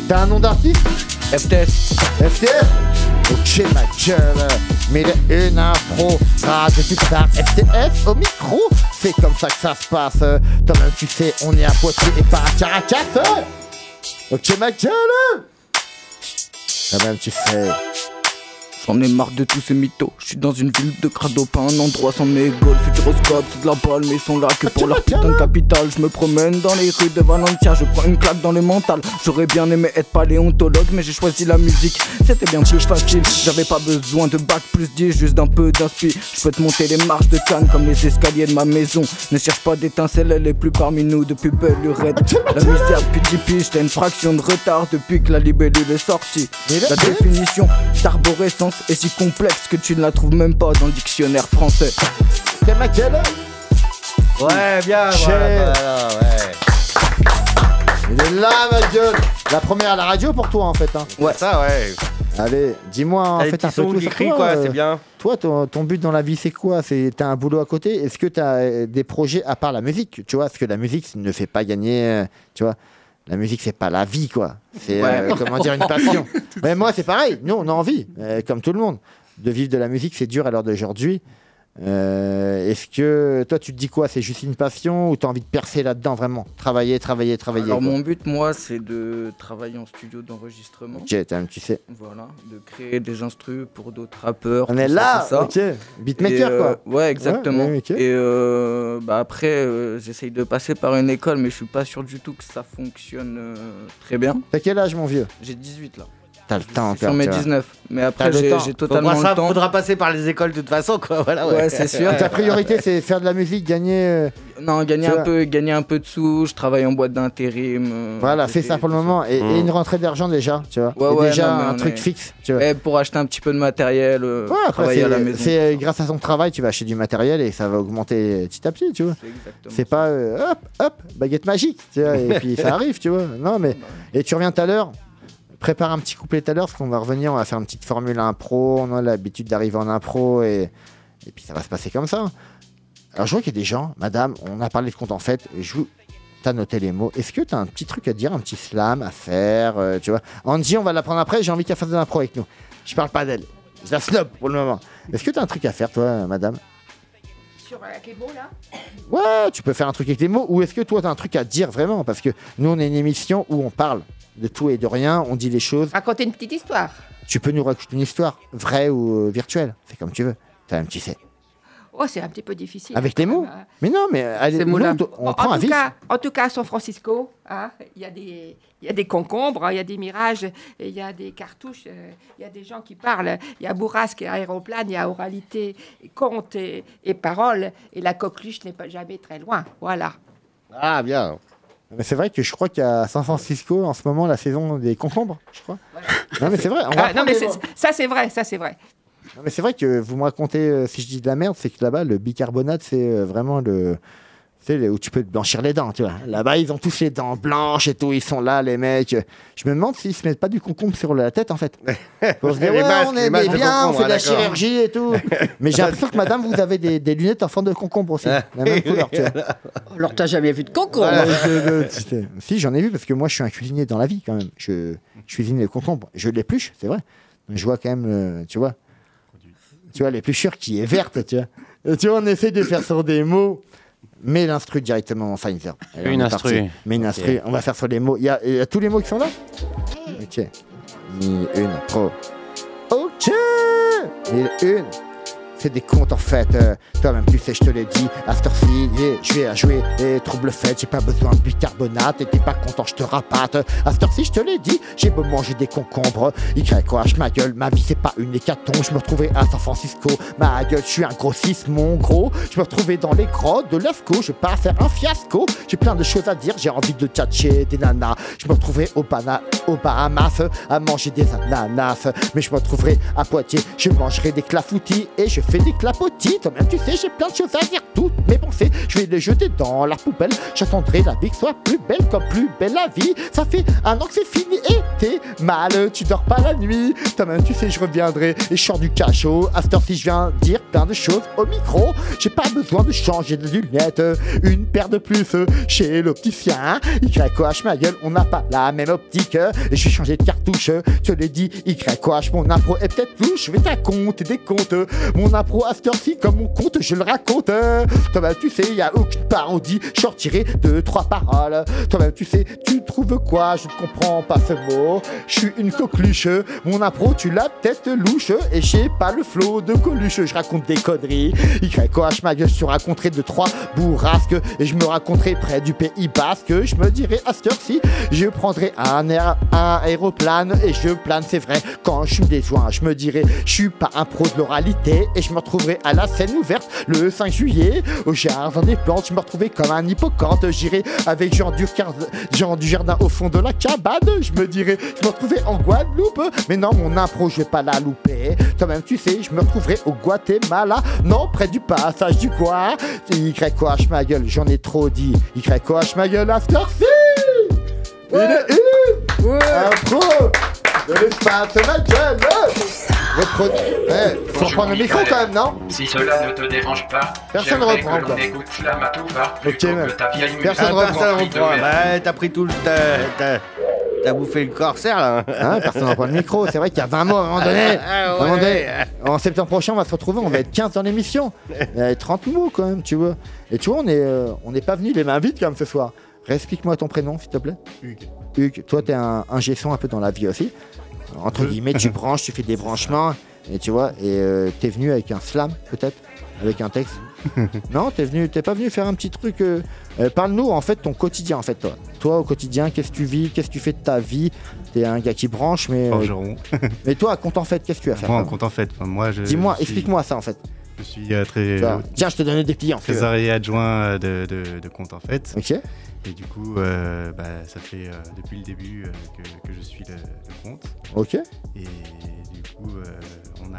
S3: T'as un nom d'artiste
S7: FTS.
S3: FTS Ok, ma gueule. Mais il est une impro. Ah, de superstar FTS au micro. C'est comme ça que ça se passe. Toi-même, tu sais, on est à Poitiers et pas à Caracas. hein. Ok, ma gueule. Toi-même, tu sais.
S7: J'en ai marre de tous ces mythos. Je suis dans une ville de crado, pas un endroit sans mégots. Le futuroscope, c'est de la balle, mais ils sont là que
S3: Ah,
S7: pour leur putain
S3: hein
S7: de capitale. Je me promène dans les rues de Valencia, je prends une claque dans le mental. J'aurais bien aimé être paléontologue, mais j'ai choisi la musique. C'était bien plus facile, j'avais pas besoin de bac plus 10, juste d'un peu d'inspi. Je peux te monter les marches de Cannes comme les escaliers de ma maison. Ne cherche pas d'étincelles, elle est plus parmi nous depuis belle lurette. La misère depuis 10 piges, t'as une fraction de retard depuis que la libellule est sortie. La définition d'arborescence est si complexe que tu ne la trouves même pas dans le dictionnaire français.
S3: T'es ma gueule hein.
S9: Ouais, bien, voilà, voilà, ouais.
S3: Il est là, ma gueule. La première à la radio pour toi, en fait. Hein.
S9: Ouais. Ça, ouais.
S3: Allez, dis-moi en
S9: T'as des
S3: fait un
S9: petits
S3: peu
S9: sons
S3: tout
S9: qui
S3: sur
S9: crient,
S3: toi, euh.
S9: quoi, c'est bien.
S3: Toi, ton, ton but dans la vie, c'est quoi C'est t'as un boulot à côté. Est-ce que t'as euh, des projets à part la musique Tu vois, parce que la musique ça ne fait pas gagner. euh, tu vois, la musique c'est pas la vie, quoi. C'est euh,
S9: Ouais.
S3: comment dire une passion. Mais moi, c'est pareil. Nous, on a envie, euh, comme tout le monde, de vivre de la musique. C'est dur à l'heure d'aujourd'hui. Euh, Est-ce que toi, tu te dis quoi C'est juste une passion ou t'as envie de percer là-dedans vraiment Travailler, travailler, travailler.
S7: Alors
S3: quoi.
S7: mon but, moi, c'est de travailler en studio d'enregistrement.
S3: Ok, t'as- tu sais.
S7: Voilà, de créer des instrus pour d'autres rappeurs.
S3: On est
S7: tout
S3: là,
S7: tout ça.
S3: ok. Beatmaker,
S7: Et, euh,
S3: quoi.
S7: Ouais, exactement.
S3: Ouais, ouais, ok.
S7: Et euh, bah après, euh, j'essaye de passer par une école, mais je suis pas sûr du tout que ça fonctionne euh, très bien.
S3: T'as quel âge, mon vieux
S7: J'ai 18 là.
S3: T'as le temps encore.
S7: Sur mes
S3: tu vois.
S7: 19. Mais
S3: T'as
S7: après,
S3: le
S7: j'ai
S3: temps.
S7: j'ai totalement
S9: Faudra-
S7: le temps.
S9: Faudra passer par les écoles de toute façon, quoi. Voilà, ouais.
S7: Ouais, c'est sûr.
S3: Ta priorité, c'est faire de la musique, gagner. euh,
S7: Non, gagner
S3: tu
S7: un,
S3: vois.
S7: peu, gagner un peu de sous, je travaille en boîte d'intérim. euh,
S3: Voilà, fais ça pour le moment. Et, et une rentrée d'argent déjà, tu vois.
S7: Ouais,
S3: Et
S7: ouais,
S3: déjà
S7: non, mais
S3: un
S7: on
S3: truc
S7: est-
S3: fixe, tu vois.
S7: Eh, pour acheter un petit peu de matériel, euh,
S3: Ouais, après,
S7: travailler
S3: c'est-
S7: à la maison.
S3: c'est euh, grâce à son travail, tu vas acheter du matériel et ça va augmenter petit à petit, tu vois. C'est pas euh, hop, hop, baguette magique, tu vois, et puis ça arrive, tu vois. Non, mais. Et tu reviens tout à l'heure, prépare un petit couplet tout à l'heure, parce qu'on va revenir, on va faire une petite formule impro, on a l'habitude d'arriver en impro, et... et puis ça va se passer comme ça. Alors je vois qu'il y a des gens, madame, on a parlé de compte en fait, et je vous. T'as noté les mots. Est-ce que t'as un petit truc à dire, un petit slam à faire, euh, tu vois Angie, on va la prendre après, j'ai envie qu'elle fasse de l'impro avec nous. Je parle pas d'elle. Je la snob pour le moment. Est-ce que t'as un truc à faire, toi, euh, madame
S12: Sur euh, les mots, là
S3: Ouais, tu peux faire un truc avec des mots. Ou est-ce que toi, t'as un truc à dire vraiment Parce que nous, on est une émission où on parle de tout et de rien, on dit les choses.
S12: Raconter une petite histoire.
S3: Tu peux nous raconter une histoire, vraie ou euh, virtuelle. C'est comme tu veux. T'as un petit sais.
S12: Oh, c'est un petit peu difficile. hein,
S3: Avec les mots Mais non, mais euh, allez, nous, on, t- on
S12: Bon,
S3: prend
S12: en,
S3: un
S12: tout
S3: vif.
S12: cas, en tout cas, à San Francisco, hein, il y a des il y a des concombres, hein, il y a des mirages, et il y a des cartouches, euh, il y a des gens qui parlent, il y a bourrasque et aéroplane, il y a oralité, conte et, et parole, et la coqueluche n'est pas jamais très loin. Voilà.
S3: Ah, bien. Mais c'est vrai que je crois qu'à San Francisco, en ce moment, la saison des concombres, je crois. Non, mais c'est vrai. on va
S12: Ah,
S3: prendre
S12: non, mais
S3: les
S12: c'est-
S3: mots.
S12: ça, c'est vrai, ça, c'est vrai.
S3: Non, mais c'est vrai que vous me racontez, euh, si je dis de la merde, c'est que là-bas, le bicarbonate, c'est euh, vraiment le. C'est le- où tu peux te blanchir les dents, tu vois. Là-bas, ils ont tous les dents blanches et tout, ils sont là, les mecs. Je me demande s'ils se mettent pas du concombre sur la tête, en fait. Pour se dire,
S9: Les
S3: ouais,
S9: masques,
S3: on
S9: les
S3: est
S9: masques
S3: des
S9: de
S3: biens, on
S9: concombre,
S3: fait de la
S9: ah, d'accord.
S3: chirurgie et tout. Mais j'ai l'impression que madame, vous avez des, des lunettes en forme de concombre aussi. La même couleur, tu vois.
S5: Alors, t'as jamais vu de concombre
S3: Voilà, je- je- c'était- si, j'en ai vu parce que moi, je suis un cuisinier dans la vie quand même. Je, je cuisine les concombres. Je l'épluche, c'est vrai. Mais je vois quand même, euh, tu vois, tu vois l'épluchure qui est verte, tu vois. Et tu vois, on essaie de faire sur des mots. Mais l'instru directement en Pfizer. Allez,
S4: Une
S3: on est parti.
S4: instru.
S3: Mais une
S4: Ok.
S3: instru, on va faire sur les mots. Il y, a, il y a tous les mots qui sont là Ok. Mille et une pro. Ok Mille et une. c'est des comptes en fait. euh, Toi-même, tu sais, je te l'ai dit, à cette heure-ci, yeah, je vais à jouer et trouble fait, j'ai pas besoin de bicarbonate, et t'es pas content, je te rapate. À cette heure-ci, je te l'ai dit, j'ai beau manger des concombres. YOH, ma gueule, ma vie, c'est pas une hécatombe. Je me retrouvais à San Francisco, ma gueule, je suis un grossiste, mon gros. Je me retrouvais dans les grottes de l'AFCO, je pars faire un fiasco. J'ai plein de choses à dire, j'ai envie de tchatcher des nanas. Je me retrouvais au, Bana- au Bahamas à manger des ananas. Mais je me retrouverai à Poitiers, je mangerai des clafoutis et je fais des clapotis. Toi-même, tu sais, j'ai plein de choses à dire, toutes mes pensées, je vais les jeter dans la poubelle. J'attendrai la vie que soit plus belle comme plus belle la vie. Ça fait un an que c'est fini et t'es mal, tu dors pas la nuit. Toi-même, tu sais, je reviendrai et je sors du cachot. À cette heure-ci, je viens dire plein de choses au micro. J'ai pas besoin de changer de lunettes, une paire de plus euh, chez l'opticien. YOH, ma gueule, on n'a pas la même optique. euh, Et je vais changer de cartouche, euh, je te l'ai dit. YOH, mon impro est peut-être louche, je vais t'aconter des comptes. euh, Mon impro à cette heure-ci, comme mon compte, je le raconte. euh. Toi-même, tu sais, y a aucune parodie, je sortirai deux, trois paroles. Toi-même, tu sais, tu trouves quoi Je ne comprends pas ce mot. Je suis une coqueluche, euh, mon impro, tu l'as peut-être louche. euh, Et j'ai pas le flot de coluche, je raconte des conneries. YOH, ma gueule, je te raconterai deux, trois bourrasques. Et je me raconterai près du pays basque. Je me dirai à cette heure-ci, je prendrai un, air, un aéroplane et je plane, c'est vrai. Quand je me déjoins, je me dirai, je suis pas un pro de l'oralité. Et je me retrouverai à la scène ouverte le 5 juillet. Au jardin des plantes, je me retrouvais comme un hippocampe. J'irai avec Jean du, Jean du jardin au fond de la cabane. Je me dirai, je me retrouvais en Guadeloupe. Mais non, mon impro, je vais pas la louper. Toi-même, tu sais, je me retrouverai au Guatemala. Non, près du passage du quoi YOH, ma gueule, j'en ai trop dit. YOH, ma gueule, after Il est une Impro de l'espace, ma gueule Reprodu- Ouais, faut reprendre le micro quand même, non
S14: Si cela ne te dérange pas,
S3: Personne
S14: j'aimerais
S3: reprend,
S14: que l'on
S3: quoi.
S14: écoute Slamatouva plutôt
S3: Ok,
S14: que ta vieille musique.
S9: Personne ne reprend.
S14: remplie de merde.
S9: Bah, t'as pris tout le. T'as, t'as- t'as bouffé le corsaire là.
S3: Hein, personne n'a pas le micro, c'est vrai qu'il y a 20 mois à un moment donné.
S9: Ah, ah,
S3: À un moment donné,
S9: ouais.
S3: En septembre prochain, on va se retrouver, on va être 15 dans l'émission. Euh, 30 mots quand même, tu vois. Et tu vois, on n'est on n'est pas venu les mains vides quand même ce soir. Réexplique-moi ton prénom, s'il te plaît.
S13: Hugues.
S3: Hugues, toi, t'es un, un gesson un peu dans la vie aussi. Entre guillemets, tu branches, tu fais des branchements, et tu vois, et euh, t'es venu avec un slam, peut-être, avec un texte. non, t'es venu, t'es pas venu faire un petit truc. euh, euh, Parle-nous en fait ton quotidien, en fait toi. Toi au quotidien, qu'est-ce que tu vis, qu'est-ce que tu fais de ta vie. T'es un gars qui branche, mais. euh,
S13: Forgeron.
S3: mais toi, à compte en fait, qu'est-ce que tu as fait
S13: Moi, en compte en fait, enfin, moi, je.
S3: Dis-moi,
S13: je suis-
S3: explique-moi ça en fait.
S13: Je suis euh,
S3: Tu
S13: très.
S3: vois, Tiens, je te donnais des clients. si tu veux.
S13: trésorier adjoint euh, de, de, de compte en fait.
S3: Ok.
S13: Et du coup, euh, bah, ça fait euh, depuis le début euh, que, que je suis le, le compte.
S3: Ok.
S13: Et du coup, euh, on a.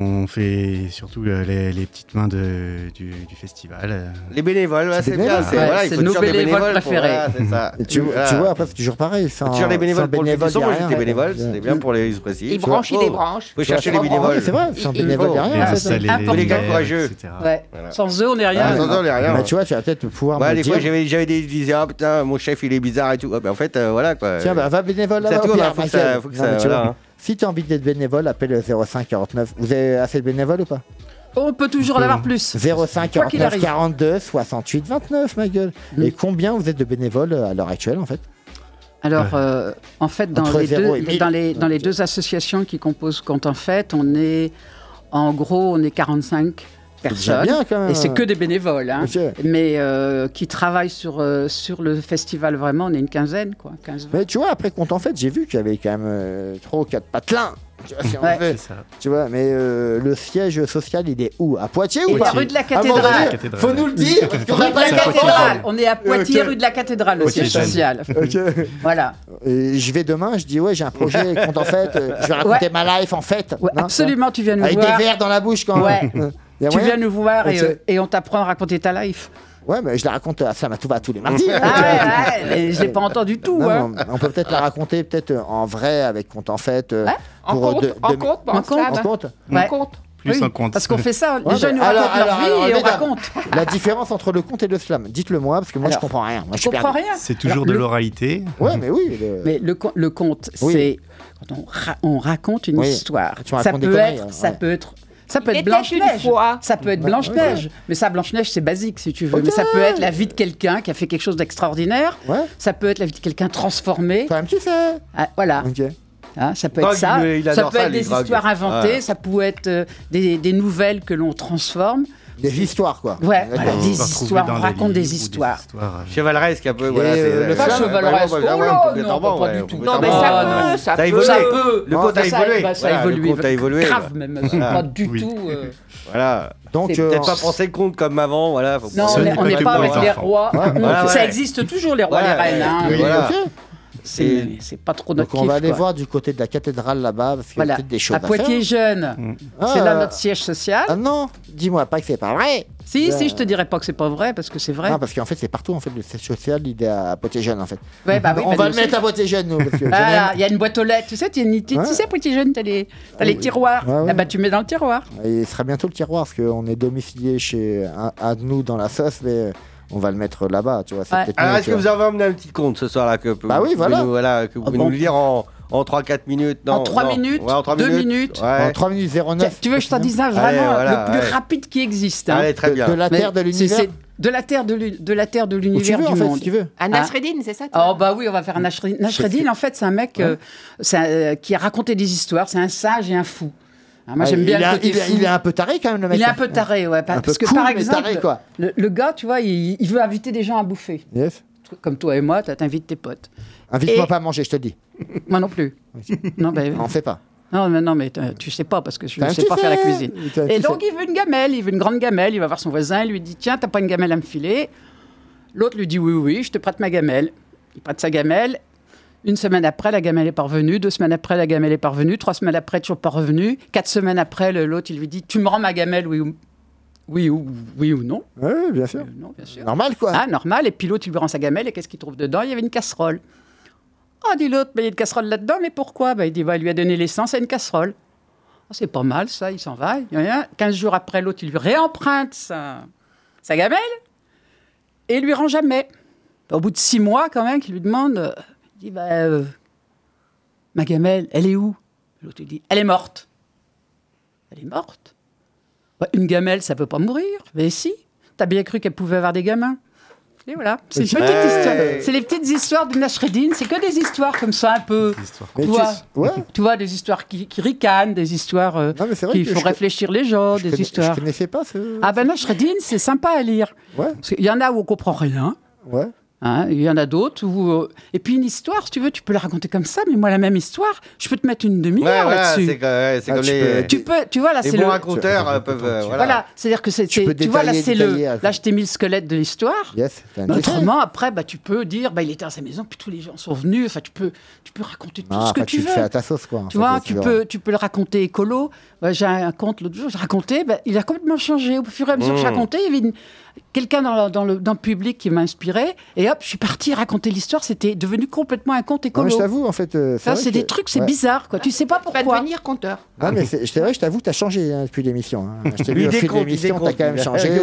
S13: On fait surtout euh, les, les petites mains de, du, du festival. euh.
S9: Les bénévoles, ouais, c'est, bien. C'est, voilà, il faut toujours des pour- voilà, c'est ça.
S3: Et tu,
S9: Voilà.
S3: tu vois, après, c'est toujours pareil. Sans,
S9: Faut toujours les bénévoles
S3: sans
S9: pour le
S3: bénévole,
S9: festival.
S3: y a
S9: Moi,
S3: rien,
S9: j'étais
S3: ouais.
S9: bénévole, c'était bien pour les expressifs.
S12: Il
S9: tu vois.
S12: branche, il
S9: Faut-
S12: débranche.
S9: Faut chercher
S12: Ouais,
S9: les bénévoles.
S3: C'est vrai, sans
S12: Et- et-
S3: bénévole, y a rien. en
S9: Ah,
S3: fait.
S9: ça, les-
S12: Important.
S9: les gars courageux.
S5: Ouais.
S9: Voilà.
S5: Sans eux, on est rien.
S9: Ah, sans eux, on est rien.
S3: Bah, tu vois, tu vas peut-être pouvoir.
S9: Bah,
S3: me
S9: des
S3: dire-
S9: fois, j'avais, j'avais des, je disais, ah putain, mon chef il est bizarre et tout. Ah, bah, en fait, euh, voilà quoi.
S3: Tiens, bah, va bénévole
S9: Ça
S3: là-bas. au
S9: tourne,
S3: pire,
S9: hein, faut que
S3: Michael.
S9: ça- faut que
S3: Non,
S9: ça-
S3: mais tu vois,
S9: voilà, hein.
S3: Si t'as envie d'être bénévole, appelle le 05 49. Vous avez assez de bénévoles ou pas
S5: On peut toujours en avoir plus.
S3: 05
S5: Quoi qu'il
S3: 49
S5: arrive. Mm.
S3: 42 68 29, ma gueule. Et combien vous êtes de bénévoles euh, à l'heure actuelle en fait
S5: Alors, euh, en fait, dans
S3: Entre
S5: les,
S3: zéro et
S5: deux,
S3: mille.
S5: dans, les, dans les deux associations qui composent Compte en Fête, on est, en gros, on est 45
S3: déjà
S5: personnes.
S3: bien, quand même.
S5: Et c'est que des bénévoles, hein.
S3: Ok.
S5: mais euh, qui travaillent sur, euh, sur le festival vraiment, on est une quinzaine, quoi. 15,
S3: Mais tu vois, après compte en fait, j'ai vu qu'il y avait quand même 3 ou 4 patelins. Tu vois, si on
S5: Ouais.
S3: veut. Tu vois, mais euh, le siège social, il est où À Poitiers
S5: Et
S3: ou
S5: la
S3: pas
S5: rue de la
S3: À un moment
S5: cathédrale.
S3: donné, Faut nous le dire parce qu'on
S5: Rue
S3: n'a
S5: de
S3: pas
S5: la
S3: le
S5: cathédrale. On est à Poitiers,
S3: Ok.
S5: rue de la cathédrale, le
S3: Ok.
S5: siège social.
S3: Ok.
S5: Voilà.
S3: Euh, je vais demain, je dis ouais, j'ai un projet, compte en fait, euh, je vais raconter
S5: Ouais.
S3: ma life en fait.
S5: absolument, tu viens nous
S3: Avec
S5: voir.
S3: des verres dans la bouche quand Euh,
S5: Ouais.
S3: Y a
S5: Tu
S3: moyen
S5: viens nous voir et,
S3: Ok.
S5: euh, et on t'apprend à raconter ta life.
S3: Ouais, mais je la raconte à Samatouba tous les mardis. Euh, hein.
S5: Ah ouais, ouais, mais je l'ai pas entendu tout,
S3: Non,
S5: hein.
S3: mais on, on peut peut-être la raconter peut-être euh, en vrai avec compte en fait. euh,
S5: en
S3: pour, euh,
S5: compte,
S3: de-
S5: en
S3: de-
S5: compte, pas en slam.
S3: En compte.
S5: Ouais. En compte.
S13: Plus en compte.
S5: Parce qu'on fait ça, les
S3: Ouais,
S5: gens
S3: mais
S5: nous
S3: alors,
S5: racontent leur
S3: alors, alors,
S5: vie et on
S3: mesdames,
S5: raconte.
S3: La différence entre le compte et le slam, dites-le moi parce que moi je comprends rien. Moi, je suis
S5: comprends
S3: perdu.
S5: rien.
S13: C'est toujours de l'oralité.
S3: Ouais, mais oui. le-
S5: Mais le, con- le conte,
S3: Euh, Oui.
S5: c'est quand on, ra- on raconte une
S3: Oui.
S5: histoire.
S3: Tu
S5: Ça
S3: racontes des
S5: peut,
S3: conneries,
S5: être,
S3: hein,
S5: ça
S3: ouais.
S5: peut être. Ça peut
S12: Il
S5: être
S12: était une
S5: Blanche-Neige.
S12: fois.
S5: Ça peut être
S12: Ouais,
S5: Blanche-Neige.
S12: ouais.
S5: Mais ça, Blanche-Neige, c'est basique, si tu veux. Mais ça
S12: Ok.
S5: peut être la vie de quelqu'un qui a fait quelque chose d'extraordinaire.
S3: Ouais.
S5: Ça peut être la vie de quelqu'un transformé. Ah,
S3: Toi-même, tu sais.
S5: voilà.
S3: Ok.
S5: Hein, ça peut
S9: Non,
S5: être ça.
S9: il- il
S5: ça
S9: adore
S5: peut
S9: ça,
S5: être
S9: les
S5: des
S9: drogues.
S5: histoires inventées,
S9: Ouais.
S5: ça peut être euh, des, des nouvelles que l'on transforme.
S3: Des histoires, quoi.
S5: Ouais, voilà,
S9: On va
S5: des histoires,
S9: trouver
S5: on
S9: dans les
S5: raconte
S9: livres
S5: des histoires.
S9: Chevaleresque un peu, voilà.
S5: Et,
S9: c'est-
S5: euh, le
S9: ouais,
S5: pas
S9: ouais,
S5: chevaleresque,
S9: ouais, ouais, ouais,
S5: oh là,
S9: complètement,
S5: non, pas
S9: ouais,
S5: du tout.
S9: complètement.
S5: Non, mais ça
S9: Ah,
S5: peut, ça
S9: a
S5: peut,
S9: évolué.
S5: ça peut.
S9: Le
S5: Non,
S9: conte a
S5: ça,
S9: évolué.
S5: bah, ça a
S9: Voilà, le
S5: évolué,
S9: conte a évolué.
S5: grave même, euh,
S9: Voilà.
S5: pas du
S9: Oui.
S5: tout, euh.
S9: Voilà.
S3: Donc,
S9: Donc,
S5: euh,
S9: peut-être pas penser le conte comme avant, voilà. faut
S5: Non,
S9: penser-
S5: on est- on n'est pas avec les rois.
S9: Ouais,
S5: On-
S9: voilà,
S5: Ça
S9: ouais.
S5: existe toujours, les rois,
S9: Ouais,
S5: les reines.
S9: ouais,
S5: hein,
S9: oui,
S5: mais-
S9: voilà.
S5: C'est c'est pas trop
S3: Donc
S5: notre
S3: on va
S5: kiff,
S3: aller
S5: quoi.
S3: voir du côté de la cathédrale là-bas, parce qu'il y a
S5: Voilà.
S3: peut-être des choses
S5: À
S3: faire.
S5: Poitiers Jeune, c'est
S3: Ah,
S5: là
S3: euh,
S5: notre siège social.
S3: Ah non, dis-moi pas que c'est pas vrai.
S5: Si,
S3: Euh,
S5: si, je te dirais pas que c'est pas vrai, parce que c'est vrai.
S3: Non, parce qu'en fait, c'est partout, en fait, le siège social, il est à Poitiers Jeune, en fait.
S5: Ouais, bah oui,
S3: on
S5: bah
S3: va le
S5: nous aussi.
S3: mettre à Poitiers Jeune, nous. Parce que je
S5: Voilà,
S3: l'aime.
S5: il y a une boîte aux lettres, tu sais, tu, tu- tu
S3: Ouais.
S5: sais, Poitiers Jeune, t'as les, t'as les tiroirs.
S3: Ah Ouais, ouais.
S5: Là-bas, tu mets dans le tiroir.
S3: Et il sera bientôt le tiroir, parce qu'on est domicilié chez un, un de nous dans la sauce, mais euh, on va le mettre là-bas, tu vois. c'est
S5: Ouais.
S3: peut-être
S9: Alors,
S3: mieux,
S9: Ah, est-ce
S3: tu
S9: que
S3: vois.
S9: vous avez emmené un petit conte ce soir-là que vous-
S3: Bah oui,
S9: vous
S3: voilà.
S9: pouvez nous, voilà, que vous
S3: Ah
S9: pouvez
S3: bon.
S9: nous lire en, en 3-4 minutes non,
S5: En trois
S9: non.
S5: minutes,
S9: Ouais, en trois
S5: deux
S9: minutes.
S5: minutes.
S9: Ouais.
S3: En 3 minutes 09.
S5: Tu veux que je t'en dise un vraiment
S9: Allez, voilà,
S5: le plus
S9: ouais.
S5: rapide qui existe hein.
S9: Allez, très bien.
S3: de la
S5: Mais
S3: Terre, de
S5: c'est-
S3: l'univers
S5: c'est De la Terre de l'u- de la Terre de l'univers
S3: veux,
S5: du
S3: en fait,
S5: monde.
S3: si tu veux.
S12: Un
S5: Hein
S12: Nasreddin, c'est ça toi
S5: Oh bah oui, on va faire un Nashreddin. Nashreddin, en fait, c'est un mec euh, c'est un, euh, qui a raconté des histoires. C'est un sage et un fou. Ah, moi,
S3: Ah,
S5: j'aime bien
S3: il
S5: le
S3: a-
S5: côté
S3: il a-
S5: fou.
S3: il est un peu taré, quand même, le mec.
S5: Il est un peu taré, ouais. pa-
S3: Un peu
S5: parce que
S3: cool,
S5: par
S3: mais
S5: exemple,
S3: taré, quoi.
S5: Le, le gars, tu vois, il, il veut inviter des gens à bouffer.
S3: Yes.
S5: Comme toi et moi, t'as- t'invites tes potes.
S3: Invite-moi
S5: Et-
S3: pas à manger, je te le dis.
S5: Moi non plus. non, ben,
S3: On fait pas.
S5: non, mais, non, mais euh, tu sais pas, parce que je
S3: T'as
S5: ne
S3: un
S5: sais
S3: petit
S5: pas faire la
S3: fait.
S5: cuisine.
S3: T'as un
S5: Et
S3: petit
S5: donc,
S3: fait.
S5: il veut une gamelle, il veut une grande gamelle. Il va voir son voisin, il lui dit Tiens, t'as pas une gamelle à me filer L'autre lui dit Oui, oui, je te prête ma gamelle. Il prête sa gamelle. Une semaine après, la gamelle est parvenue. Deux semaines après, la gamelle est parvenue. Trois semaines après, toujours pas revenue. Quatre semaines après, le- l'autre, il lui dit Tu me rends ma gamelle, oui ou, oui ou, oui ou non
S3: Oui, bien sûr.
S5: Non, bien sûr.
S3: Normal, quoi.
S5: Ah, normal. Et puis l'autre, il lui rend sa gamelle et qu'est-ce qu'il trouve dedans Il y avait une casserole. Oh, dit l'autre, mais il y a une casserole là-dedans, mais pourquoi bah, Il dit bah, il lui a donné l'essence à une casserole. Oh, c'est pas mal, ça, il s'en va. Il y en a un. 15 jours après, l'autre, il lui réemprunte sa, sa gamelle et il lui rend jamais. Ben, Au bout de six mois, quand même, qu'il lui demande euh, il dit bah, euh, Ma gamelle, elle est où L'autre, il dit Elle est morte. Elle est morte Bah, Une gamelle, ça peut pas mourir. Mais si, t'as bien cru qu'elle pouvait avoir des gamins. Et voilà, c'est une
S3: Ouais.
S5: petite histoire. C'est les petites histoires de Nashreddin, c'est que des histoires comme ça, un peu.
S3: Mais tu-
S5: Tu vois,
S3: ouais.
S5: tu vois, des histoires qui, qui ricanent, des histoires euh,
S3: Non, mais c'est vrai
S5: qui
S3: que
S5: font
S3: je-
S5: réfléchir les gens,
S3: Je
S5: des
S3: connais-
S5: histoires.
S3: Je connaissais pas ce.
S5: Ah ben Nashreddin, c'est sympa à lire.
S3: Ouais.
S5: Parce qu'il y en a où on comprend rien.
S3: Ouais.
S5: hein, Il y en a d'autres où. euh, Et puis une histoire, si tu veux, tu peux la raconter comme ça, mais moi, la même histoire, je peux te mettre une
S9: Ouais,
S5: demi-heure
S9: voilà,
S5: là-dessus.
S9: c'est comme, ouais, c'est
S3: Ah,
S9: comme
S3: tu
S9: les.
S3: peux-
S5: Tu peux, tu vois, là,
S9: les
S5: c'est
S9: bons
S5: le.
S9: raconteurs euh, peuvent. euh,
S5: Voilà,
S9: voilà.
S5: c'est-à-dire que c'est.
S3: Tu peux
S5: c'est- Tu vois, là,
S3: détailler,
S5: c'est le.
S3: détailler, hein. après.
S5: Là, je t'ai mis le squelette de l'histoire.
S3: Yes. t'as un
S5: Mais
S3: détail.
S5: autrement, après, bah, tu peux dire, bah, il était à sa maison, puis tous les gens sont venus. Enfin, tu peux, tu peux raconter tout
S3: Ah,
S5: ce que
S3: après,
S5: tu
S3: le
S5: veux.
S3: fais à ta sauce, quoi. en
S5: Tu
S3: fait,
S5: vois,
S3: et
S5: tu
S3: vas-
S5: peux, tu peux le raconter écolo. Bah, j'ai un conte l'autre jour, je racontais, bah, il a complètement changé. Au fur et à mesure que je
S9: Mm.
S5: racontais, il y avait une- quelqu'un dans, le- dans le, dans le public qui m'a inspiré. Et hop, je suis parti raconter l'histoire. C'était devenu complètement un conte
S3: Non, mais
S5: écolo.
S3: je t'avoue, en fait. euh,
S5: Ça,
S3: vrai
S5: c'est
S3: que-
S5: des trucs, c'est
S3: ouais.
S5: bizarre, quoi. Tu sais pas
S12: Va
S5: pourquoi.
S12: Bah, devenir conteur.
S3: Non, mais c'est c'est vrai, je t'avoue, t'as changé hein, depuis l'émission. hein. Je t'ai vu
S9: Lui,
S3: au
S9: il
S3: fil de
S9: décompte, il
S3: l'émission, t'as
S9: décompte.
S3: quand même changé.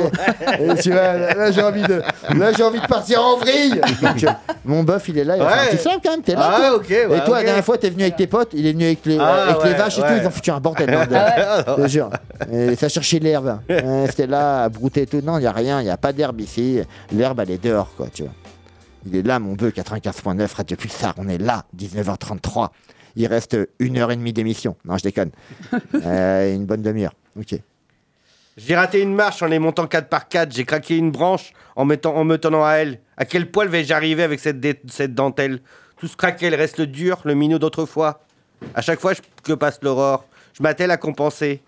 S3: Et tu vois, là, là, j'ai envie de, là, j'ai envie de partir en vrille. Donc, euh, mon bœuf, il est là, il va
S9: Ouais.
S3: faire un petit slam, quand même, hein, t'es là.
S9: Ah,
S3: toi.
S9: ok, ouais,
S3: et toi, la
S9: ok.
S3: dernière fois, t'es venu avec tes potes, il est venu avec les,
S9: Ah,
S3: avec les
S9: ouais,
S3: vaches et
S9: ouais.
S3: tout, ils ont foutu un bordel. bordel.
S9: Ah,
S3: Je te jure. Et ça cherchait l'herbe. Hein, C'était là, à brouter et tout. Non, il n'y a rien, il n'y a pas d'herbe ici. L'herbe, elle est dehors, quoi, tu vois. Il est là, mon bœuf, 95.9, Radio Pulsar. On est là, 19h33. Il reste une heure et demie d'émission. Non, je déconne. Euh, une bonne demi-heure. Ok.
S9: J'ai raté une marche en les montant 4 par 4. J'ai craqué une branche en, mettant, en me tenant à elle. À quel poil vais-je arriver avec cette, dé- cette dentelle Tout se craquait, il reste le dur, le minot d'autrefois. À chaque fois je- que passe l'aurore, je m'attelle à compenser.